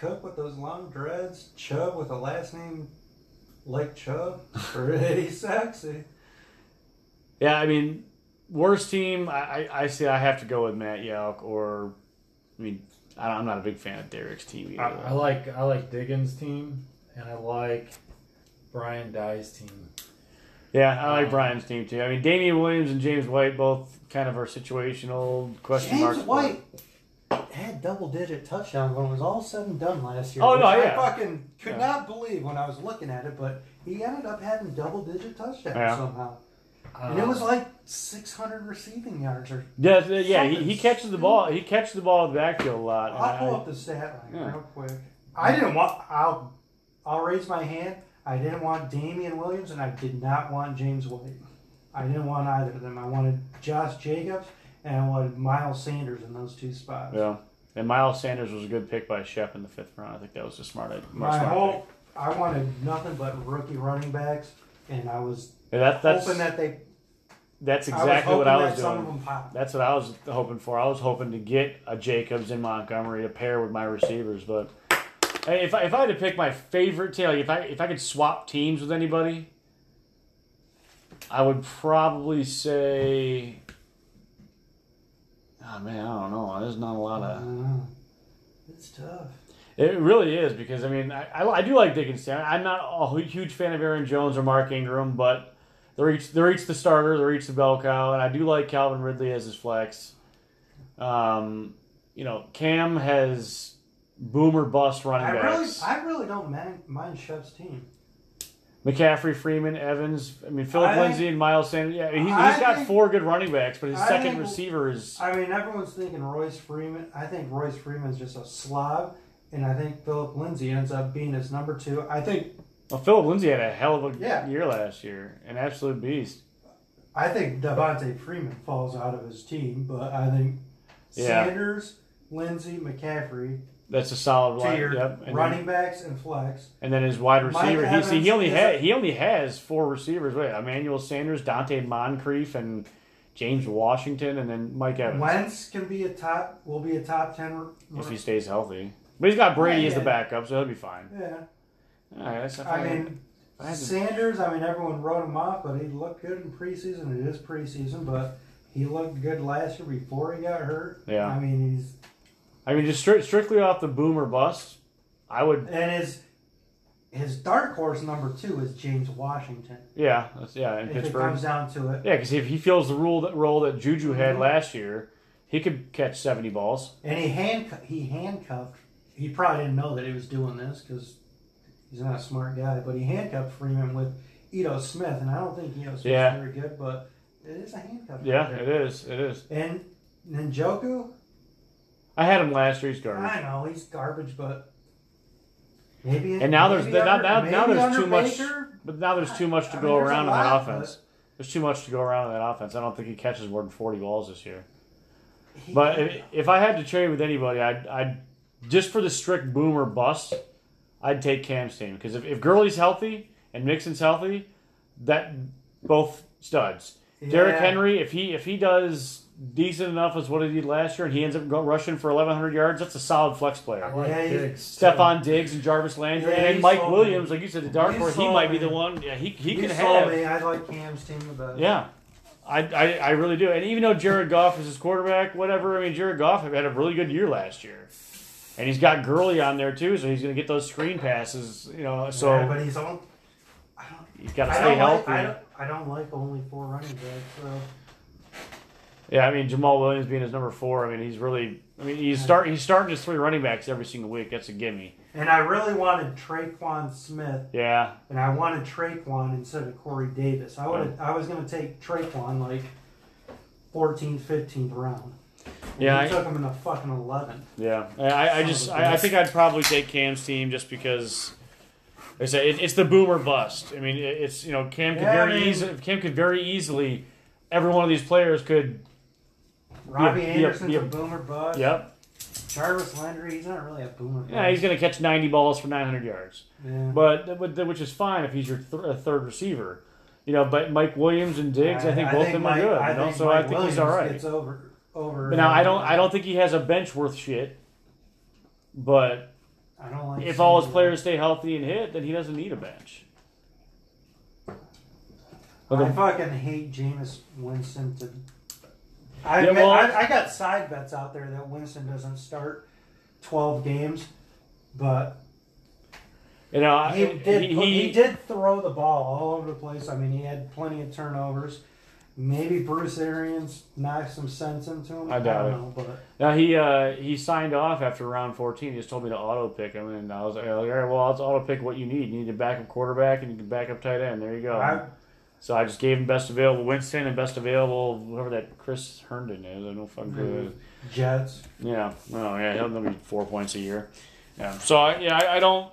[SPEAKER 8] Cook with those long dreads, Chubb with a last name like Chubb, pretty sexy.
[SPEAKER 1] yeah, I mean, worst team, I, I, I say I have to go with Matt Yelk or, I mean, I don't, I'm not a big fan of Derek's team either.
[SPEAKER 3] I, I like I like Diggins' team, and I like Brian Dye's team.
[SPEAKER 1] yeah,
[SPEAKER 3] Um,
[SPEAKER 1] I like Brian's team too. I mean, Damian Williams and James White both kind of are situational question marks.
[SPEAKER 8] James White had double digit touchdowns when it was all said and done last year.
[SPEAKER 1] Oh,
[SPEAKER 8] which
[SPEAKER 1] no,
[SPEAKER 8] I
[SPEAKER 1] yeah.
[SPEAKER 8] fucking could
[SPEAKER 1] Yeah.
[SPEAKER 8] not believe when I was looking at it, but he ended up having double digit touchdowns
[SPEAKER 1] Yeah. Uh,
[SPEAKER 8] somehow.
[SPEAKER 3] Um,
[SPEAKER 8] And it was like 600 receiving yards. Or
[SPEAKER 1] Yeah, yeah, he, he
[SPEAKER 8] Something's
[SPEAKER 1] catches the ball. He catches the ball in the backfield a lot. and
[SPEAKER 8] I'll pull
[SPEAKER 1] I-
[SPEAKER 8] up the stat line
[SPEAKER 1] Yeah.
[SPEAKER 8] real quick. I didn't want. I'll I'll raise my hand. I didn't want Damian Williams, and I did not want James White. I didn't want either of them. I wanted Josh Jacobs, and I wanted Miles Sanders in those two spots.
[SPEAKER 1] yeah. And Miles Sanders was a good pick by Shep in the fifth round. I think that was a smart, a
[SPEAKER 8] My
[SPEAKER 1] smart
[SPEAKER 8] whole I wanted nothing but rookie running backs, and I was
[SPEAKER 1] pick. And that- that's
[SPEAKER 8] hoping that they.
[SPEAKER 1] that's
[SPEAKER 8] I
[SPEAKER 1] exactly
[SPEAKER 8] was
[SPEAKER 1] what
[SPEAKER 8] hoping
[SPEAKER 1] I
[SPEAKER 8] that
[SPEAKER 1] was
[SPEAKER 8] Some of
[SPEAKER 1] doing.
[SPEAKER 8] them popped.
[SPEAKER 1] That's what I was hoping for. I was hoping to get a Jacobs and Montgomery to pair with my receivers, but hey, if I, if I had to pick my favorite team, like if I if I could swap teams with anybody, I would probably say. Oh man, I don't know. There's not a lot of.
[SPEAKER 8] Uh, it's tough.
[SPEAKER 1] It really is because I mean I, I, I do like Dickens. I'm not a hu- huge fan of Aaron Jones or Mark Ingram, but they're each they're each the starter, they're each the bell cow, and I do like Calvin Ridley as his flex. Um, you know, Cam has boomer bust running
[SPEAKER 8] I really,
[SPEAKER 1] backs.
[SPEAKER 8] I really don't mind, mind Shep's team.
[SPEAKER 1] McCaffrey, Freeman, Evans. I mean, Philip
[SPEAKER 8] I-
[SPEAKER 1] Lindsay and Miles Sanders. Yeah, he's,
[SPEAKER 8] I
[SPEAKER 1] he's got
[SPEAKER 8] think-
[SPEAKER 1] four good running backs, but his
[SPEAKER 8] I
[SPEAKER 1] second
[SPEAKER 8] think-
[SPEAKER 1] receiver is.
[SPEAKER 8] I mean, everyone's thinking Royce Freeman. I think Royce Freeman's just a slob, and I think Philip Lindsay ends up being his number two. I think,
[SPEAKER 1] Well, Philip Lindsay had a hell of a
[SPEAKER 8] Yeah.
[SPEAKER 1] year last year, an absolute beast.
[SPEAKER 8] I think Devontae Freeman falls out of his team, but I think
[SPEAKER 1] Yeah.
[SPEAKER 8] Sanders, Lindsay, McCaffrey,
[SPEAKER 1] That's a solid
[SPEAKER 8] to
[SPEAKER 1] line.
[SPEAKER 8] your
[SPEAKER 1] Yep. And then-
[SPEAKER 8] running backs and flex.
[SPEAKER 1] And then his wide
[SPEAKER 8] Mike
[SPEAKER 1] receiver, he see,
[SPEAKER 8] Evans
[SPEAKER 1] he only
[SPEAKER 8] is
[SPEAKER 1] had
[SPEAKER 8] a-
[SPEAKER 1] he only has four receivers. Wait, Emmanuel Sanders, Dante Moncrief, and James Washington, and then Mike Evans
[SPEAKER 8] Wentz can be a top, will be a top ten. r-
[SPEAKER 1] if he stays healthy. But he's got Brady
[SPEAKER 8] Yeah,
[SPEAKER 1] as the
[SPEAKER 8] yeah.
[SPEAKER 1] backup, so he'll be fine.
[SPEAKER 8] yeah,
[SPEAKER 1] All right, that's not
[SPEAKER 8] I
[SPEAKER 1] bad.
[SPEAKER 8] mean
[SPEAKER 1] I had to-
[SPEAKER 8] Sanders. I mean everyone wrote him off, but he looked good in preseason. It is preseason, but he looked good last year before he got hurt.
[SPEAKER 1] Yeah.
[SPEAKER 8] I mean he's
[SPEAKER 1] I mean, just stri- strictly off the boom or bust, I would.
[SPEAKER 8] and his his dark horse number two is James Washington.
[SPEAKER 1] Yeah, that's, yeah, in
[SPEAKER 8] If it
[SPEAKER 1] Pittsburgh.
[SPEAKER 8] comes Mm-hmm. down to it,
[SPEAKER 1] Yeah, because if he feels the rule that role that Juju had last year, he could catch seventy balls.
[SPEAKER 8] and he handcuff he handcuffed. He probably didn't know that he was doing this because he's not a smart guy, but he handcuffed Freeman with Edo Smith, and I don't think Edo Smith's
[SPEAKER 1] Yeah.
[SPEAKER 8] very good, but it is a handcuff.
[SPEAKER 1] Yeah, it is, it is.
[SPEAKER 8] And Ninjoku,
[SPEAKER 1] I had him last year. He's garbage.
[SPEAKER 8] I know he's garbage, but maybe.
[SPEAKER 1] And now there's
[SPEAKER 8] maybe
[SPEAKER 1] now,
[SPEAKER 8] under-
[SPEAKER 1] now, now
[SPEAKER 8] maybe
[SPEAKER 1] there's
[SPEAKER 8] under
[SPEAKER 1] too much,
[SPEAKER 8] Baker?
[SPEAKER 1] but now there's too much to go
[SPEAKER 8] I mean, there's a
[SPEAKER 1] around in that
[SPEAKER 8] lot,
[SPEAKER 1] offense.
[SPEAKER 8] but-
[SPEAKER 1] There's too much to go around in that offense. I don't think he catches more than 40 balls this year.
[SPEAKER 8] He-
[SPEAKER 1] But uh, if, if I had to trade with anybody, I'd, I'd just for the strict boom or bust, I'd take Cam's team because if, if Gurley's healthy and Mixon's healthy, that both studs. Derrick
[SPEAKER 8] Yeah.
[SPEAKER 1] Henry, if he if he does decent enough as what he did last year, and he ends up go, rushing for 1,100 yards, that's a solid flex player.
[SPEAKER 8] yeah, he-
[SPEAKER 1] Stephon Diggs and Jarvis Landry,
[SPEAKER 8] Yeah,
[SPEAKER 1] and
[SPEAKER 8] you
[SPEAKER 1] Mike
[SPEAKER 8] saw
[SPEAKER 1] Williams,
[SPEAKER 8] me.
[SPEAKER 1] like you said, the dark
[SPEAKER 8] You
[SPEAKER 1] horse. He
[SPEAKER 8] saw
[SPEAKER 1] might be
[SPEAKER 8] me.
[SPEAKER 1] the one. Yeah, he he
[SPEAKER 8] you
[SPEAKER 1] could
[SPEAKER 8] saw
[SPEAKER 1] have.
[SPEAKER 8] me. I like Cam's team the best.
[SPEAKER 1] Yeah, I, I I really do. And even though Jared Goff is his quarterback, whatever. I mean, Jared Goff had a really good year last year, and he's got Gurley on there too, so he's going to get those screen passes. You know, so
[SPEAKER 8] Yeah, but he's on. I don't.
[SPEAKER 1] he's got to
[SPEAKER 8] I
[SPEAKER 1] stay
[SPEAKER 8] don't,
[SPEAKER 1] healthy.
[SPEAKER 8] like, I, don't, I don't like only four running backs. So.
[SPEAKER 1] yeah, I mean Jamal Williams being his number four. I mean, he's really. I mean, he's start he's starting his three running backs every single week. That's a gimme.
[SPEAKER 8] And I really wanted Traquan Smith,
[SPEAKER 1] Yeah,
[SPEAKER 8] and I wanted Traquan instead of Corey Davis. I would. I was going to take Traquan like 14th, 15th round. And
[SPEAKER 1] yeah.
[SPEAKER 8] he
[SPEAKER 1] I-
[SPEAKER 8] took him in the fucking 11th.
[SPEAKER 1] Yeah, I- I, I
[SPEAKER 8] Son
[SPEAKER 1] just
[SPEAKER 8] of a
[SPEAKER 1] I, I
[SPEAKER 8] bitch.
[SPEAKER 1] think I'd probably take Cam's team just because. Like I say it, it's the boomer bust. I mean, it, it's you know Cam could
[SPEAKER 8] Yeah, I
[SPEAKER 1] very
[SPEAKER 8] mean-
[SPEAKER 1] easily Cam could very easily. Every one of these players could.
[SPEAKER 8] Robbie
[SPEAKER 1] yeah,
[SPEAKER 8] Anderson's
[SPEAKER 1] yeah.
[SPEAKER 8] a boomer bust.
[SPEAKER 1] Yep.
[SPEAKER 8] Jarvis Landry, he's not really a boomer.
[SPEAKER 1] Yeah, he's going to catch ninety balls for nine hundred yards,
[SPEAKER 8] Yeah.
[SPEAKER 1] but but- which is fine if he's your th- a third receiver. You know, but Mike Williams and Diggs, I think both of them
[SPEAKER 8] Mike-
[SPEAKER 1] are good.
[SPEAKER 8] I
[SPEAKER 1] you know,
[SPEAKER 8] think
[SPEAKER 1] so
[SPEAKER 8] Mike
[SPEAKER 1] I think he's all
[SPEAKER 8] Williams
[SPEAKER 1] right.
[SPEAKER 8] Gets over, over.
[SPEAKER 1] But now I don't I don't think he has a bench worth shit. But
[SPEAKER 8] I don't like.
[SPEAKER 1] if all his
[SPEAKER 8] Samuel.
[SPEAKER 1] players stay healthy and hit, then he doesn't need a bench. But
[SPEAKER 8] I
[SPEAKER 1] the-
[SPEAKER 8] fucking hate Jameis Winston. To, I,
[SPEAKER 1] Yeah,
[SPEAKER 8] admit-
[SPEAKER 1] well-
[SPEAKER 8] I I got side bets out there that Winston doesn't start twelve games, but
[SPEAKER 1] you know,
[SPEAKER 8] he
[SPEAKER 1] he,
[SPEAKER 8] did
[SPEAKER 1] he,
[SPEAKER 8] put- he, did throw the ball all over the place. I mean, he had plenty of turnovers. Maybe Bruce Arians knocked some sense into him.
[SPEAKER 1] I doubt
[SPEAKER 8] don't know, but
[SPEAKER 1] now he uh, he signed off after round fourteen. He just told me to auto pick him, and I was like, all right, well, I'll auto pick what you need. You need a backup quarterback and you can backup tight end. There you go.
[SPEAKER 8] I,
[SPEAKER 1] so I just gave him best available Winston and best available whoever that Chris Herndon is. I don't
[SPEAKER 8] Mm-hmm.
[SPEAKER 1] fucking who it is.
[SPEAKER 8] Jets.
[SPEAKER 1] Yeah. Oh, yeah. He'll give me four points a year. Yeah. So I, yeah, I, I don't.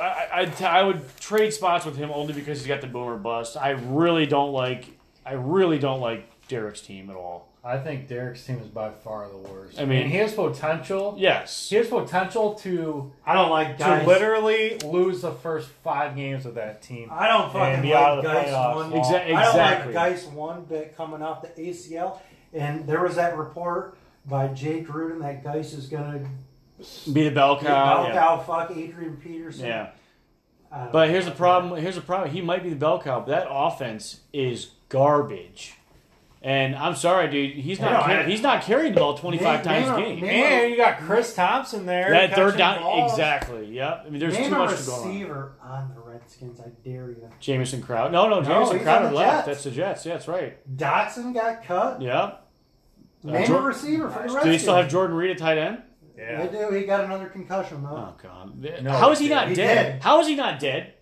[SPEAKER 1] I, I, I'd t- I would trade spots with him only because he's got the boomer bust. I really don't like. I really don't like Derek's team at all.
[SPEAKER 3] I think Derek's team is by far the worst.
[SPEAKER 1] I mean-
[SPEAKER 3] and he has potential.
[SPEAKER 1] Yes.
[SPEAKER 3] He has potential to
[SPEAKER 8] I don't like
[SPEAKER 3] to
[SPEAKER 8] guys.
[SPEAKER 3] literally lose the first five games of that team.
[SPEAKER 8] I don't
[SPEAKER 3] and
[SPEAKER 8] fucking
[SPEAKER 3] be out of
[SPEAKER 8] like
[SPEAKER 3] the
[SPEAKER 8] Geis
[SPEAKER 3] playoffs.
[SPEAKER 8] one.
[SPEAKER 1] Exa-
[SPEAKER 8] I don't like
[SPEAKER 1] exactly.
[SPEAKER 8] Geis one bit coming off the ACL. And there was that report by Jake Gruden that Geis is gonna
[SPEAKER 1] Be the bell
[SPEAKER 8] get out,
[SPEAKER 1] cow. Yeah.
[SPEAKER 8] fuck Adrian Peterson.
[SPEAKER 1] yeah.
[SPEAKER 8] I don't
[SPEAKER 1] But
[SPEAKER 8] know.
[SPEAKER 1] here's the problem. Here's the problem. He might be the bell cow, but that offense is garbage. And I'm sorry, dude. He's not.
[SPEAKER 3] No,
[SPEAKER 1] car-
[SPEAKER 3] I-
[SPEAKER 1] he's not carrying the ball 25
[SPEAKER 8] Man-
[SPEAKER 1] times a
[SPEAKER 8] man-
[SPEAKER 1] game.
[SPEAKER 8] man-
[SPEAKER 3] And you got Chris Thompson there.
[SPEAKER 1] that third
[SPEAKER 3] catching
[SPEAKER 1] down,
[SPEAKER 3] balls.
[SPEAKER 1] exactly. Yep. I mean, there's
[SPEAKER 8] Name
[SPEAKER 1] too
[SPEAKER 8] a
[SPEAKER 1] much to go on.
[SPEAKER 8] receiver on. the Redskins. I dare you.
[SPEAKER 1] Jamison Crowder. No, no,
[SPEAKER 8] No,
[SPEAKER 1] Jamison
[SPEAKER 8] he's
[SPEAKER 1] Crowder
[SPEAKER 8] on the
[SPEAKER 1] left.
[SPEAKER 8] Jets.
[SPEAKER 1] That's the Jets. Yeah, that's right.
[SPEAKER 8] Dotson got cut.
[SPEAKER 1] Yep.
[SPEAKER 8] Name
[SPEAKER 1] Jor-
[SPEAKER 8] a receiver for the Redskins.
[SPEAKER 1] Do they still have Jordan Reed at tight end?
[SPEAKER 3] Yeah.
[SPEAKER 8] They do. He got another concussion though.
[SPEAKER 1] Oh god.
[SPEAKER 3] No,
[SPEAKER 1] How is he
[SPEAKER 3] he
[SPEAKER 1] not
[SPEAKER 8] did. He
[SPEAKER 1] dead?
[SPEAKER 8] did.
[SPEAKER 1] How is he not dead?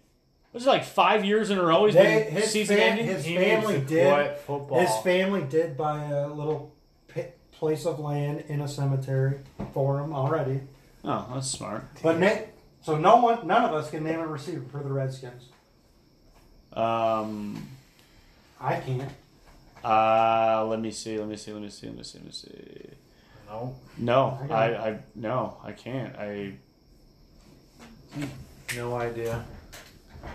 [SPEAKER 1] Was it like five years in a row? He's
[SPEAKER 8] They-
[SPEAKER 1] been
[SPEAKER 8] his
[SPEAKER 1] season
[SPEAKER 8] fam-
[SPEAKER 1] ending.
[SPEAKER 8] his
[SPEAKER 3] He
[SPEAKER 8] family
[SPEAKER 3] needs to
[SPEAKER 8] did.
[SPEAKER 3] quit football.
[SPEAKER 8] His family did buy a little p- place of land in a cemetery for him already.
[SPEAKER 1] Oh, that's smart.
[SPEAKER 8] But Nick, so no one, none of us can name a receiver for the Redskins.
[SPEAKER 1] Um.
[SPEAKER 8] I can't.
[SPEAKER 1] Uh, let me see. Let me see. Let me see. Let me see. Let me see.
[SPEAKER 3] no.
[SPEAKER 1] No,
[SPEAKER 8] I
[SPEAKER 1] I,
[SPEAKER 8] got it.
[SPEAKER 1] I, no, I can't. I,
[SPEAKER 3] No idea.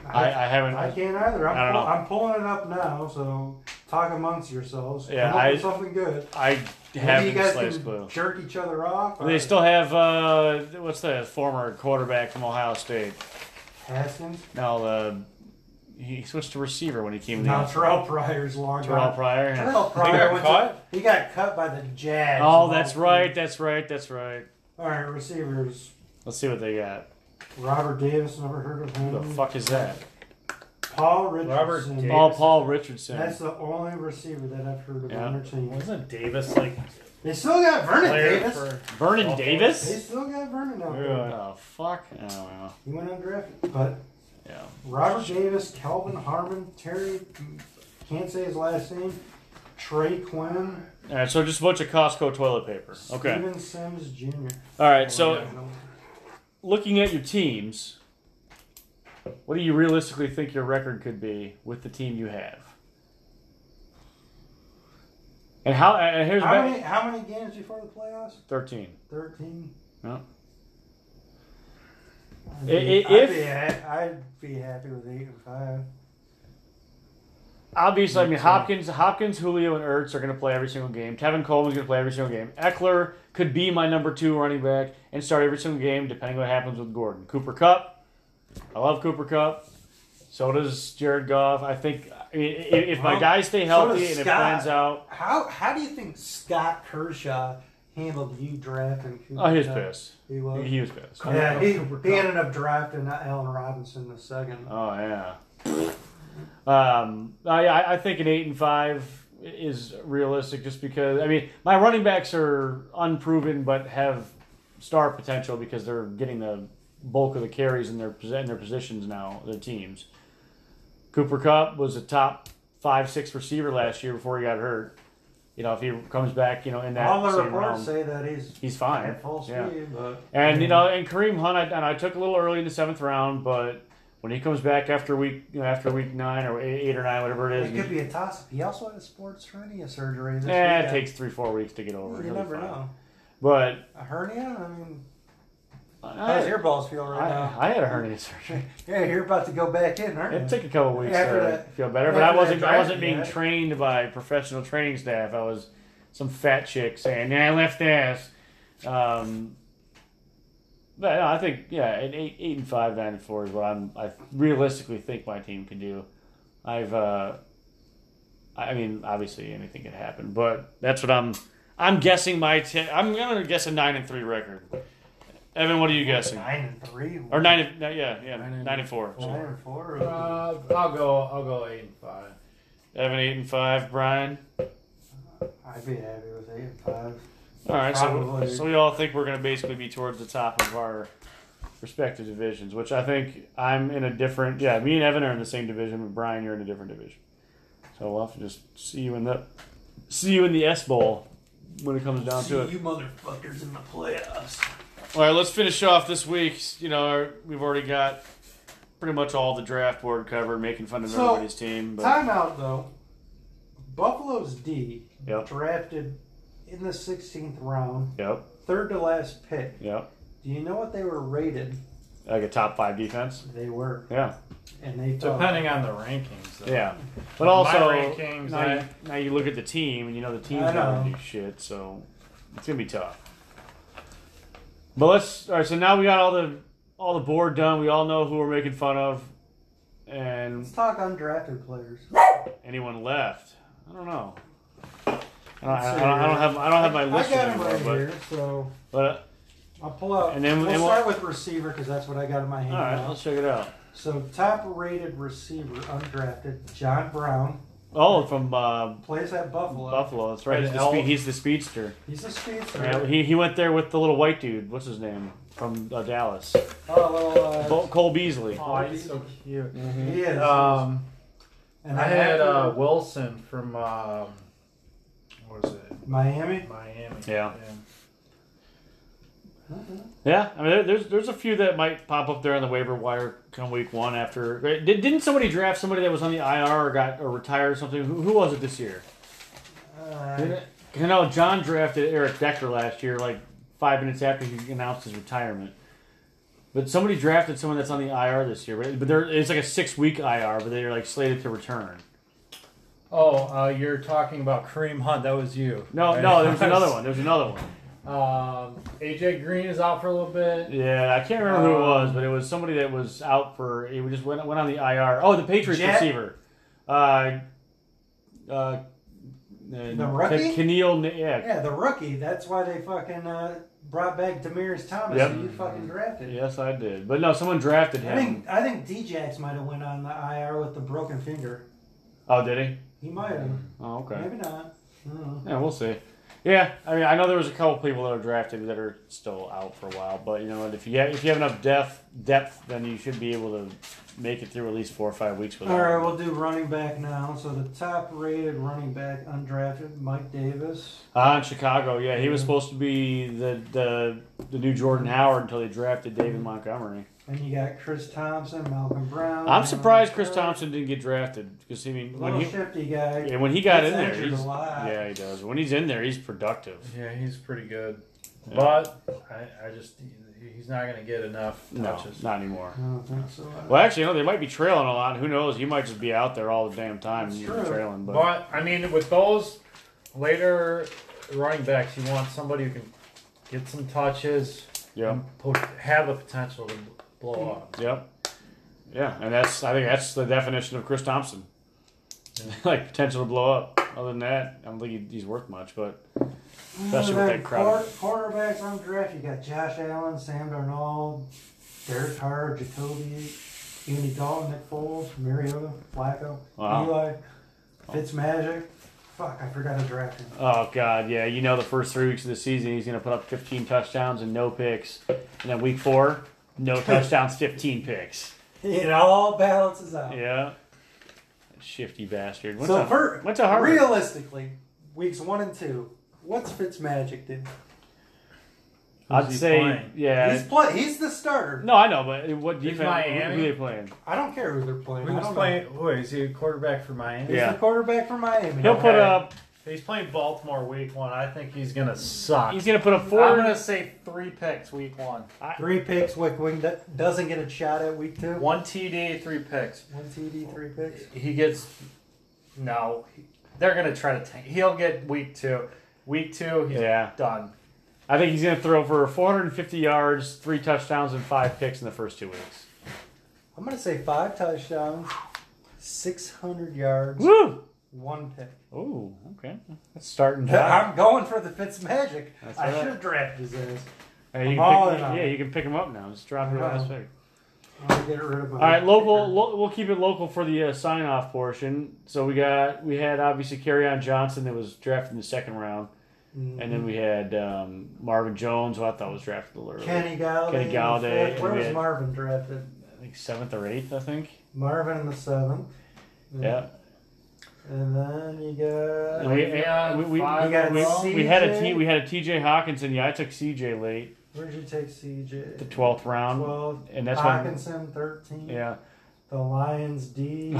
[SPEAKER 1] I, I haven't.
[SPEAKER 8] I can't either. I'm,
[SPEAKER 1] I don't
[SPEAKER 8] pull-
[SPEAKER 1] know.
[SPEAKER 8] I'm pulling it up now, so talk amongst yourselves.
[SPEAKER 1] Yeah,
[SPEAKER 8] Come up
[SPEAKER 1] I-
[SPEAKER 8] with something good.
[SPEAKER 1] I
[SPEAKER 8] Maybe you
[SPEAKER 1] haven't the
[SPEAKER 8] guys
[SPEAKER 1] slightest
[SPEAKER 8] can
[SPEAKER 1] clue.
[SPEAKER 8] jerk each other off.
[SPEAKER 1] They
[SPEAKER 8] or-
[SPEAKER 1] still have uh, what's the former quarterback from Ohio State?
[SPEAKER 8] Haskins.
[SPEAKER 1] No, uh, he switched to receiver when he came in.
[SPEAKER 8] No,
[SPEAKER 1] the
[SPEAKER 8] Terrell Pryor's long
[SPEAKER 1] Terrell
[SPEAKER 8] gone.
[SPEAKER 1] Pryor. yeah.
[SPEAKER 8] Terrell Pryor
[SPEAKER 3] got
[SPEAKER 8] went
[SPEAKER 3] cut?
[SPEAKER 8] To, he got cut by the Jags.
[SPEAKER 1] Oh, that's right. That's right. That's right.
[SPEAKER 8] All right, receivers.
[SPEAKER 1] Let's see what they got.
[SPEAKER 8] Robert Davis, never heard of him.
[SPEAKER 1] Who the fuck is that?
[SPEAKER 8] Paul
[SPEAKER 3] Robert
[SPEAKER 8] Richardson.
[SPEAKER 3] Davis.
[SPEAKER 1] Oh, Paul Richardson.
[SPEAKER 8] That's the only receiver that I've heard of
[SPEAKER 1] Yeah.
[SPEAKER 8] on their team.
[SPEAKER 3] Wasn't Davis like
[SPEAKER 8] They still got Vernon
[SPEAKER 3] player
[SPEAKER 8] Davis.
[SPEAKER 3] for
[SPEAKER 1] Vernon
[SPEAKER 3] Buffalo?
[SPEAKER 8] They
[SPEAKER 1] Davis.
[SPEAKER 8] still got Vernon out there.
[SPEAKER 3] Yeah.
[SPEAKER 1] Oh fuck. I don't know.
[SPEAKER 8] He went undrafted. But
[SPEAKER 1] Yeah.
[SPEAKER 8] Robert Davis, Calvin Harmon, Terry, can't say his last name, Trey Quinn,
[SPEAKER 1] All right. So just a bunch of Costco toilet paper. Okay.
[SPEAKER 8] Steven Sims Jr.
[SPEAKER 1] All right. So looking at your teams, what do you realistically think your record could be with the team you have? And how? And here's
[SPEAKER 8] How
[SPEAKER 1] back,
[SPEAKER 8] many, how many games before the playoffs?
[SPEAKER 1] thirteen.
[SPEAKER 8] 13?
[SPEAKER 1] No.
[SPEAKER 8] I'd
[SPEAKER 1] I-
[SPEAKER 8] be,
[SPEAKER 1] i-
[SPEAKER 8] I'd,
[SPEAKER 1] if-
[SPEAKER 8] be ha- I'd be happy with 8 and 5.
[SPEAKER 1] Obviously, I mean Hopkins, Hopkins, Julio, and Ertz are going to play every single game. Tevin Coleman's going to play every single game. Eckler could be my number two running back and start every single game, depending what happens with Gordon. Cooper Cup, I love Cooper Cup. So does Jared Goff. I think i- i- if my
[SPEAKER 8] Well,
[SPEAKER 1] guys stay
[SPEAKER 8] so
[SPEAKER 1] healthy
[SPEAKER 8] does
[SPEAKER 1] and it
[SPEAKER 8] Scott.
[SPEAKER 1] plans out,
[SPEAKER 8] How how do you think Scott Kershaw handled you drafting? Cooper
[SPEAKER 1] oh, he was
[SPEAKER 8] Kupp?
[SPEAKER 1] pissed.
[SPEAKER 8] He was.
[SPEAKER 1] He was pissed.
[SPEAKER 8] yeah, he,
[SPEAKER 3] Cooper
[SPEAKER 8] he
[SPEAKER 3] Kupp.
[SPEAKER 8] ended up drafting Allen Robinson the second.
[SPEAKER 1] Oh yeah. Um, I I I think an eight and five is realistic, just because I mean my running backs are unproven but have star potential because they're getting the bulk of the carries in their posi- in their positions now, their teams. Cooper Cup was a top five six receiver last year before he got hurt. You know, if he comes back, you know, in that
[SPEAKER 8] All the
[SPEAKER 1] same
[SPEAKER 8] reports
[SPEAKER 1] realm,
[SPEAKER 8] say that he's
[SPEAKER 1] he's fine.
[SPEAKER 8] at full
[SPEAKER 1] Yeah.
[SPEAKER 8] speed, but
[SPEAKER 1] And you know, and Kareem Hunt, I, and I took a little early in the seventh round, but when he comes back after week, you know, after week nine or eight, eight or nine, whatever it
[SPEAKER 8] it
[SPEAKER 1] is,
[SPEAKER 8] could be a toss. He also had a sports hernia surgery. This
[SPEAKER 1] eh, it
[SPEAKER 8] weekend.
[SPEAKER 1] takes three, four weeks to get over.
[SPEAKER 8] You
[SPEAKER 1] He'll be
[SPEAKER 8] never
[SPEAKER 1] fine.
[SPEAKER 8] know.
[SPEAKER 1] But
[SPEAKER 8] A hernia? I mean, how's
[SPEAKER 1] I,
[SPEAKER 8] your balls feel right now?
[SPEAKER 1] Eh. I, I had a hernia surgery.
[SPEAKER 8] Yeah, you're about to go back in, aren't you?
[SPEAKER 1] It took a couple weeks uh,
[SPEAKER 8] After
[SPEAKER 1] to
[SPEAKER 8] that-
[SPEAKER 1] feel better, but
[SPEAKER 8] after
[SPEAKER 1] I
[SPEAKER 8] that
[SPEAKER 1] wasn't. I
[SPEAKER 8] draft,
[SPEAKER 1] wasn't being
[SPEAKER 8] yeah.
[SPEAKER 1] trained by professional training staff. I was some fat chick saying, "Yeah, left ass." Um, but no, I think yeah, an eight, eight and five, nine and four is what I'm. I realistically think my team can do. I've. Uh, I mean, obviously anything could happen, but that's what I'm. I'm guessing my. T- I'm gonna guess a nine and three record. Evan, what are you guessing?
[SPEAKER 8] nine and three
[SPEAKER 1] Or nine? And, no, yeah, yeah, nine and four.
[SPEAKER 8] nine and four.
[SPEAKER 3] Uh, I'll go. I'll go eight and five.
[SPEAKER 1] Evan eight and five. Brian.
[SPEAKER 8] I'd be happy with eight and five.
[SPEAKER 1] All right, so,
[SPEAKER 8] Probably.
[SPEAKER 1] so we all think we're going to basically be towards the top of our respective divisions, which I think I'm in a different. Yeah, me and Evan are in the same division, but Brian, you're in a different division. So we'll have to just see you in the see you in the S Bowl when it comes down to it.
[SPEAKER 8] you motherfuckers in the playoffs.
[SPEAKER 1] All right, let's finish off this week's. You know, our, we've already got pretty much all the draft board covered, making fun of
[SPEAKER 8] So,
[SPEAKER 1] everybody's team. But
[SPEAKER 8] Timeout though. Buffalo's D
[SPEAKER 1] Yep.
[SPEAKER 8] drafted in the 16th round,
[SPEAKER 1] Yep.
[SPEAKER 8] third to last pick.
[SPEAKER 1] Yep.
[SPEAKER 8] Do you know what they were rated?
[SPEAKER 1] Like a top five defense.
[SPEAKER 8] They were,
[SPEAKER 1] Yeah.
[SPEAKER 8] and they thought
[SPEAKER 3] Depending on the rankings. Though.
[SPEAKER 1] Yeah. But also,
[SPEAKER 3] rankings,
[SPEAKER 1] now,
[SPEAKER 3] I-
[SPEAKER 1] you, now you look at the team, and you know the team's
[SPEAKER 8] I
[SPEAKER 1] not going
[SPEAKER 8] know.
[SPEAKER 1] to do shit, so it's going to be tough. But let's. All right, so now we got all the all the board done. We all know who we're making fun of, and
[SPEAKER 8] Let's talk undrafted players.
[SPEAKER 1] anyone left. I don't know. I don't, I, don't, I don't have I don't have my
[SPEAKER 8] I
[SPEAKER 1] list
[SPEAKER 8] got them
[SPEAKER 1] anymore,
[SPEAKER 8] right
[SPEAKER 1] but,
[SPEAKER 8] here, so
[SPEAKER 1] but
[SPEAKER 8] I'll pull out.
[SPEAKER 1] And then-
[SPEAKER 8] we'll
[SPEAKER 1] and we'll-
[SPEAKER 8] start with receiver because that's what I got in my hand.
[SPEAKER 1] all right,
[SPEAKER 8] now.
[SPEAKER 1] let's check it out.
[SPEAKER 8] So top rated receiver undrafted, John Brown
[SPEAKER 1] Oh, from uh,
[SPEAKER 8] plays at Buffalo.
[SPEAKER 1] Buffalo. That's right. He's the, spe- he's the speedster.
[SPEAKER 8] He's a speedster.
[SPEAKER 1] Yeah, he, he went there with the little white dude. What's his name from uh, Dallas?
[SPEAKER 8] Oh, well, uh,
[SPEAKER 1] Bo- Cole Beasley.
[SPEAKER 3] Oh, he's so cute.
[SPEAKER 1] Mm-hmm.
[SPEAKER 8] he is.
[SPEAKER 1] Uh,
[SPEAKER 3] Um,
[SPEAKER 8] and
[SPEAKER 3] I
[SPEAKER 8] then
[SPEAKER 3] had
[SPEAKER 8] after
[SPEAKER 3] uh, Wilson from um, what was it?
[SPEAKER 8] Miami.
[SPEAKER 3] Miami.
[SPEAKER 1] Yeah. Yeah, I mean, there- there's there's a few that might pop up there on the waiver wire come week one after. Did, didn't somebody draft somebody that was on the IR or got or retired or something? Who, who was it this year?
[SPEAKER 8] Uh,
[SPEAKER 1] Didn't- 'cause I know John drafted Eric Decker last year, like five minutes after he announced his retirement. But somebody drafted someone that's on the IR this year, but, but they're, it's like a six week IR, but they're like slated to return.
[SPEAKER 3] Oh, uh, you're talking about Kareem Hunt. That was you.
[SPEAKER 1] No,
[SPEAKER 3] Right?
[SPEAKER 1] no, there was another one. There was another one.
[SPEAKER 3] Um, AJ Green is out for a little bit.
[SPEAKER 1] Yeah, I can't remember who it was, but it was somebody that was out for. It just went went on the IR. Oh, the Patriots
[SPEAKER 8] Jack-
[SPEAKER 1] receiver. Uh, uh, the
[SPEAKER 8] rookie?
[SPEAKER 1] Keneal, yeah,
[SPEAKER 8] yeah, the rookie. That's why they fucking uh, brought back Demarius Thomas.
[SPEAKER 1] Yep.
[SPEAKER 8] who you fucking drafted.
[SPEAKER 1] yes, I did. But no, someone drafted
[SPEAKER 8] I
[SPEAKER 1] him.
[SPEAKER 8] think I think Djax might have went on the IR with the broken finger.
[SPEAKER 1] oh, did he?
[SPEAKER 8] He might have.
[SPEAKER 1] Oh, okay.
[SPEAKER 8] Maybe not. I don't know.
[SPEAKER 1] Yeah, we'll see. Yeah, I mean, I know there was a couple people that are drafted that are still out for a while, but you know, what, if you have, if you have enough depth, depth, then you should be able to make it through at least four or five weeks with
[SPEAKER 8] All right, we'll do running back now. So the top rated running back undrafted, Mike Davis.
[SPEAKER 1] Ah, in Chicago, yeah, he was supposed to be the, the the new Jordan Howard until they drafted David
[SPEAKER 8] Mm-hmm.
[SPEAKER 1] Montgomery.
[SPEAKER 8] And you got Chris Thompson, Malcolm Brown.
[SPEAKER 1] I'm surprised
[SPEAKER 8] Marlon
[SPEAKER 1] Chris
[SPEAKER 8] Clark.
[SPEAKER 1] Thompson didn't get drafted because I mean, when
[SPEAKER 8] Little
[SPEAKER 1] he
[SPEAKER 8] shifty guy.
[SPEAKER 1] yeah, when he got
[SPEAKER 8] Gets
[SPEAKER 1] in there,
[SPEAKER 8] injured
[SPEAKER 1] he's,
[SPEAKER 8] a lot.
[SPEAKER 1] yeah, he does. When he's in there, he's productive.
[SPEAKER 3] Yeah, he's pretty good,
[SPEAKER 1] Yeah.
[SPEAKER 3] but I, I just he's not going to get enough
[SPEAKER 1] No,
[SPEAKER 3] touches.
[SPEAKER 1] not anymore.
[SPEAKER 8] I don't think so.
[SPEAKER 1] Well, actually, no, they might be trailing a lot. Who knows? He might just be out there all the damn time
[SPEAKER 8] That's
[SPEAKER 1] and
[SPEAKER 8] true.
[SPEAKER 1] trailing. But,
[SPEAKER 3] But I mean, with those later running backs, you want somebody who can get some touches,
[SPEAKER 1] yeah,
[SPEAKER 3] and po- have the potential to blow up.
[SPEAKER 1] yep, yeah, and that's I think that's the definition of Chris Thompson, like potential to blow up. Other than that, I don't think he, he's worth much, but. especially with that crowd.
[SPEAKER 8] Quarterbacks undrafted. You got Josh Allen, Sam Darnold, Derek Carr, Jacoby, Andy Dalton, Nick Foles, Mariota, Flacco,
[SPEAKER 1] Wow.
[SPEAKER 8] Eli, Fitzmagic. Fuck, I forgot to draft him.
[SPEAKER 1] Oh God, yeah. You know the first three weeks of the season, he's going to put up 15 touchdowns and no picks, and then week four, no touchdowns, 15 picks.
[SPEAKER 8] It all balances out.
[SPEAKER 1] Yeah, shifty bastard. Went,
[SPEAKER 8] so
[SPEAKER 1] to,
[SPEAKER 8] for,
[SPEAKER 1] went to Harvard.
[SPEAKER 8] realistically, weeks one and two, what's Fitzmagic do?
[SPEAKER 1] I'd
[SPEAKER 3] Who's he
[SPEAKER 1] say,
[SPEAKER 3] playing?
[SPEAKER 1] yeah.
[SPEAKER 8] He's play. He's the starter.
[SPEAKER 1] no, I know, but what
[SPEAKER 3] He's
[SPEAKER 1] defense?
[SPEAKER 3] Miami.
[SPEAKER 1] Who are they playing?
[SPEAKER 8] I don't care who they're playing.
[SPEAKER 3] Who's
[SPEAKER 8] I don't
[SPEAKER 3] playing? Who is he? A quarterback for Miami?
[SPEAKER 8] Know. He's
[SPEAKER 1] Yeah.
[SPEAKER 8] the quarterback for Miami.
[SPEAKER 1] He'll put
[SPEAKER 3] Okay.
[SPEAKER 1] up.
[SPEAKER 3] He's playing Baltimore week one. I think he's gonna suck.
[SPEAKER 1] He's going to put up
[SPEAKER 3] I'm
[SPEAKER 1] 4
[SPEAKER 3] gonna say three picks week one.
[SPEAKER 8] Three picks. Wick Wing do- doesn't get a shot at week two.
[SPEAKER 3] One TD, three picks.
[SPEAKER 8] One TD, three picks.
[SPEAKER 3] He gets no. They're gonna try to tank. He'll get week two. Week two, he's
[SPEAKER 1] Yeah.
[SPEAKER 3] done.
[SPEAKER 1] I think he's going to throw for 450 yards, three touchdowns, and five picks in the first two weeks.
[SPEAKER 8] I'm gonna say five touchdowns, six hundred yards,
[SPEAKER 1] Woo!
[SPEAKER 8] one pick.
[SPEAKER 1] Ooh, okay. That's starting job.
[SPEAKER 8] I'm going for the Fitzmagic.
[SPEAKER 1] That's
[SPEAKER 8] I
[SPEAKER 1] right.
[SPEAKER 8] should have drafted his ass.
[SPEAKER 1] Hey, you
[SPEAKER 8] I'm
[SPEAKER 1] can
[SPEAKER 8] all
[SPEAKER 1] pick-
[SPEAKER 8] in on
[SPEAKER 1] yeah,
[SPEAKER 8] it.
[SPEAKER 1] you can pick him up now. Just drop him
[SPEAKER 8] I know.
[SPEAKER 1] last pick.
[SPEAKER 8] I'm gonna get rid of my.
[SPEAKER 1] All right, local. Lo- we'll keep it local for the uh, sign-off portion. So we got we had obviously on Johnson that was drafted in the second round,
[SPEAKER 8] Mhm.
[SPEAKER 1] and then we had um, Marvin Jones, who I thought was drafted a little early.
[SPEAKER 8] Kenny Galladay.
[SPEAKER 1] Kenny
[SPEAKER 8] in the
[SPEAKER 1] Galladay,
[SPEAKER 8] fifth. Where
[SPEAKER 1] and we
[SPEAKER 8] was
[SPEAKER 1] had-
[SPEAKER 8] Marvin drafted?
[SPEAKER 1] I think seventh or eighth, I think.
[SPEAKER 8] Marvin in the seventh. Mm-hmm.
[SPEAKER 1] Yeah,
[SPEAKER 8] And then you
[SPEAKER 1] And
[SPEAKER 8] got.
[SPEAKER 1] we,
[SPEAKER 3] Yeah,
[SPEAKER 1] we, we,
[SPEAKER 3] five
[SPEAKER 8] You got
[SPEAKER 1] we- we had a
[SPEAKER 8] CJ.
[SPEAKER 1] T, we had a TJ Hawkinson. Yeah, I took CJ late,
[SPEAKER 8] Where'd you take CJ?
[SPEAKER 1] the twelfth round,
[SPEAKER 8] 12.
[SPEAKER 1] and that's why.
[SPEAKER 8] Hawkinson, 13.
[SPEAKER 1] Yeah,
[SPEAKER 8] The Lions, D.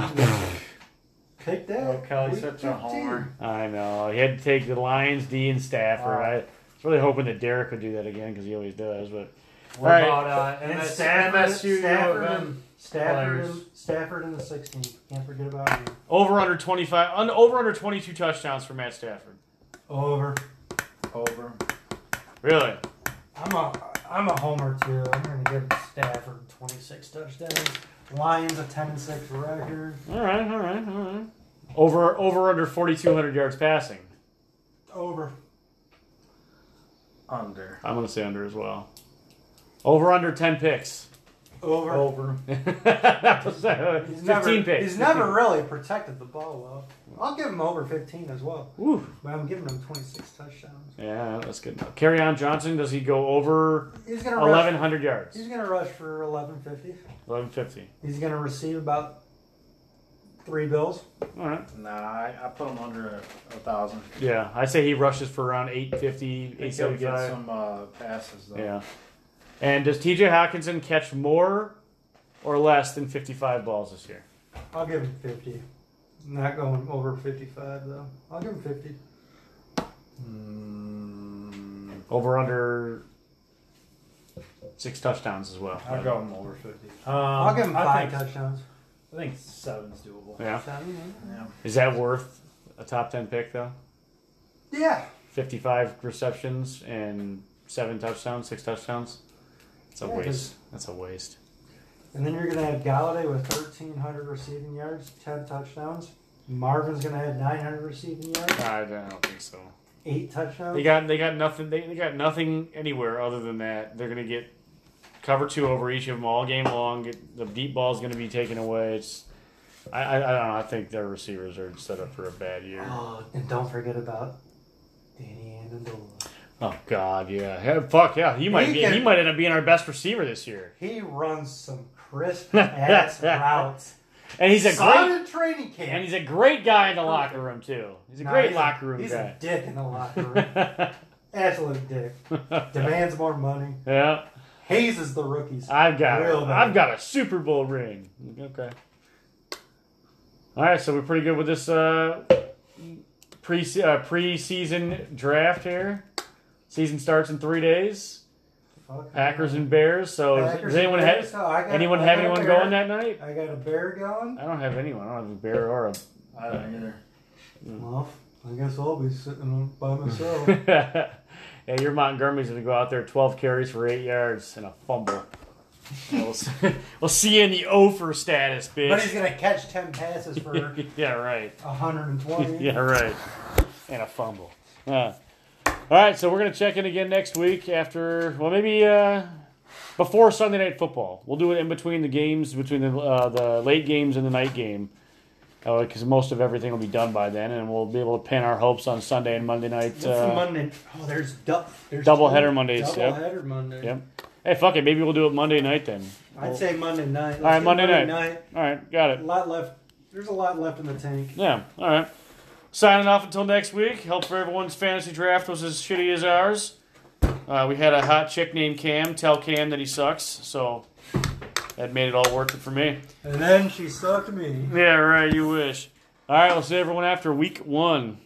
[SPEAKER 8] Take that.
[SPEAKER 3] Oh, Kelly's
[SPEAKER 8] Week
[SPEAKER 3] such a
[SPEAKER 8] 15.
[SPEAKER 3] homer.
[SPEAKER 1] I know. He had to take the Lions D and Stafford. I was really hoping that Derek would do that again because he always does. But
[SPEAKER 3] What
[SPEAKER 1] All right.
[SPEAKER 3] about uh,
[SPEAKER 8] And
[SPEAKER 3] MS,
[SPEAKER 8] Stafford,
[SPEAKER 3] MSU U
[SPEAKER 8] Stafford,
[SPEAKER 3] of
[SPEAKER 8] and,
[SPEAKER 3] M?
[SPEAKER 8] Stafford, and,
[SPEAKER 3] players.
[SPEAKER 8] Stafford in the 16. Can't forget about him.
[SPEAKER 1] over under twenty five, un, over under twenty two touchdowns for Matt Stafford.
[SPEAKER 8] Over.
[SPEAKER 3] Over.
[SPEAKER 1] Really?
[SPEAKER 8] I'm a I'm a homer too. I'm gonna give Stafford 26 touchdowns. Lions a 10 and 6 record.
[SPEAKER 1] All right, all right, all right. Over over under forty two hundred yards passing.
[SPEAKER 8] Over.
[SPEAKER 3] Under.
[SPEAKER 1] I'm gonna say under as well. Over under ten picks.
[SPEAKER 8] Over.
[SPEAKER 3] Over.
[SPEAKER 1] That was, uh,
[SPEAKER 8] He's
[SPEAKER 1] Fifteen
[SPEAKER 8] never,
[SPEAKER 1] picks.
[SPEAKER 8] He's never really protected the ball well. I'll give him over 15 as well,
[SPEAKER 1] Ooh.
[SPEAKER 8] but I'm giving him 26 touchdowns.
[SPEAKER 1] Yeah, that's good. Enough. Carry on Johnson. Does he go over
[SPEAKER 8] He's gonna
[SPEAKER 1] eleven
[SPEAKER 8] Rush,
[SPEAKER 1] hundred yards?
[SPEAKER 8] he's gonna rush for 1150.
[SPEAKER 1] Eleven fifty.
[SPEAKER 8] He's gonna receive about three bills.
[SPEAKER 1] All right.
[SPEAKER 3] Nah, I, I put him under a, a thousand.
[SPEAKER 1] Yeah, I say he rushes for around 850,
[SPEAKER 3] I think he'll get
[SPEAKER 1] 875.
[SPEAKER 3] some uh, passes though.
[SPEAKER 1] Yeah. And does TJ Hawkinson catch more or less than 55 balls this year?
[SPEAKER 8] I'll give him 50. Not going over 55 though. I'll give him 50.
[SPEAKER 3] Mm,
[SPEAKER 1] Over under six touchdowns as well.
[SPEAKER 3] I'll go him over fifty. Um,
[SPEAKER 8] I'll give him
[SPEAKER 3] I
[SPEAKER 8] five
[SPEAKER 3] think,
[SPEAKER 8] touchdowns.
[SPEAKER 3] I think seven's doable.
[SPEAKER 1] Yeah.
[SPEAKER 8] Seven,
[SPEAKER 3] Yeah.
[SPEAKER 1] Is that worth a top 10 pick, though?
[SPEAKER 8] yeah. Yeah.
[SPEAKER 1] 55 receptions and seven touchdowns, six touchdowns? It's a
[SPEAKER 8] Yeah, 'cause-
[SPEAKER 1] waste. That's a waste.
[SPEAKER 8] And then you're going to have Galladay with 1,300 receiving yards, 10 touchdowns. Marvin's going to have 900 receiving yards,
[SPEAKER 1] I don't think so.
[SPEAKER 8] 8 touchdowns.
[SPEAKER 1] They got they got nothing. They, they got nothing anywhere other than that. They're gonna get cover two over each of them all game long. Get, the deep ball's gonna be taken away. It's I, I I don't know. I think their receivers are set up for a bad year.
[SPEAKER 8] Oh, and don't forget about Danny Amendola.
[SPEAKER 1] Oh God, yeah, Hey, fuck yeah. He might
[SPEAKER 8] He
[SPEAKER 1] be,
[SPEAKER 8] can-
[SPEAKER 1] he might end up being our best receiver this year,
[SPEAKER 8] He runs some crisp ass routes.
[SPEAKER 1] and he's a great
[SPEAKER 8] Solid training camp.
[SPEAKER 1] and he's a great guy in the locker room too. He's a
[SPEAKER 8] No,
[SPEAKER 1] great
[SPEAKER 8] he's
[SPEAKER 1] locker room
[SPEAKER 8] He's
[SPEAKER 1] guy.
[SPEAKER 8] a dick in the locker room. Absolute dick. Demands more money.
[SPEAKER 1] yeah,
[SPEAKER 8] Hazes the rookies.
[SPEAKER 1] I've got
[SPEAKER 8] Real bad.
[SPEAKER 1] I've got a Super Bowl ring. Okay. All right, so we're pretty good with this uh, pre uh, pre-season draft here. Season starts in three days.
[SPEAKER 8] Fuck.
[SPEAKER 1] Packers and Bears. So does-
[SPEAKER 8] Packers
[SPEAKER 1] does anyone
[SPEAKER 8] and
[SPEAKER 1] have
[SPEAKER 8] Bears. Oh, I got-
[SPEAKER 1] anyone
[SPEAKER 8] I
[SPEAKER 1] have
[SPEAKER 8] got a
[SPEAKER 1] anyone
[SPEAKER 8] bear.
[SPEAKER 1] going that night?
[SPEAKER 8] I got a bear going.
[SPEAKER 1] I don't have anyone. I don't have a bear or a.
[SPEAKER 3] I don't either.
[SPEAKER 1] Mm.
[SPEAKER 8] Well, I guess I'll be sitting by myself.
[SPEAKER 1] yeah, your Montgomery's gonna go out there, twelve carries for eight yards and a fumble. Yeah, we'll, see, we'll see you in the over status, bitch.
[SPEAKER 8] But he's gonna catch ten passes for
[SPEAKER 1] yeah, right.
[SPEAKER 8] 120.
[SPEAKER 1] yeah, right. And a fumble. Uh, all right, so we're gonna check in again next week after, well, maybe uh, before Sunday night football. We'll do it in between the games, between the uh, the late games and the night game, because most of everything will be done by then, and we'll be able to pin our hopes on Sunday and Monday night.
[SPEAKER 8] What's the
[SPEAKER 1] Uh,
[SPEAKER 8] Monday? Oh, there's du- there's
[SPEAKER 1] Doubleheader
[SPEAKER 8] two-
[SPEAKER 1] Mondays, yep.
[SPEAKER 8] Doubleheader Monday.
[SPEAKER 1] Yep. hey, fuck it, maybe we'll do it Monday night then.
[SPEAKER 8] I'd say Monday night. Let's
[SPEAKER 1] All right,
[SPEAKER 8] do
[SPEAKER 1] Monday
[SPEAKER 8] night.
[SPEAKER 1] All right, got
[SPEAKER 8] A
[SPEAKER 1] it.
[SPEAKER 8] lot left. There's a lot left in the tank.
[SPEAKER 1] Yeah, all right. Signing off until next week. Hope for everyone's fantasy draft was as shitty as ours. Uh, we had a hot chick named Cam tell Cam that he sucks, so that made it all worth it for me.
[SPEAKER 8] And then she sucked me.
[SPEAKER 1] Yeah, right. You wish. All right, we'll see everyone after week one.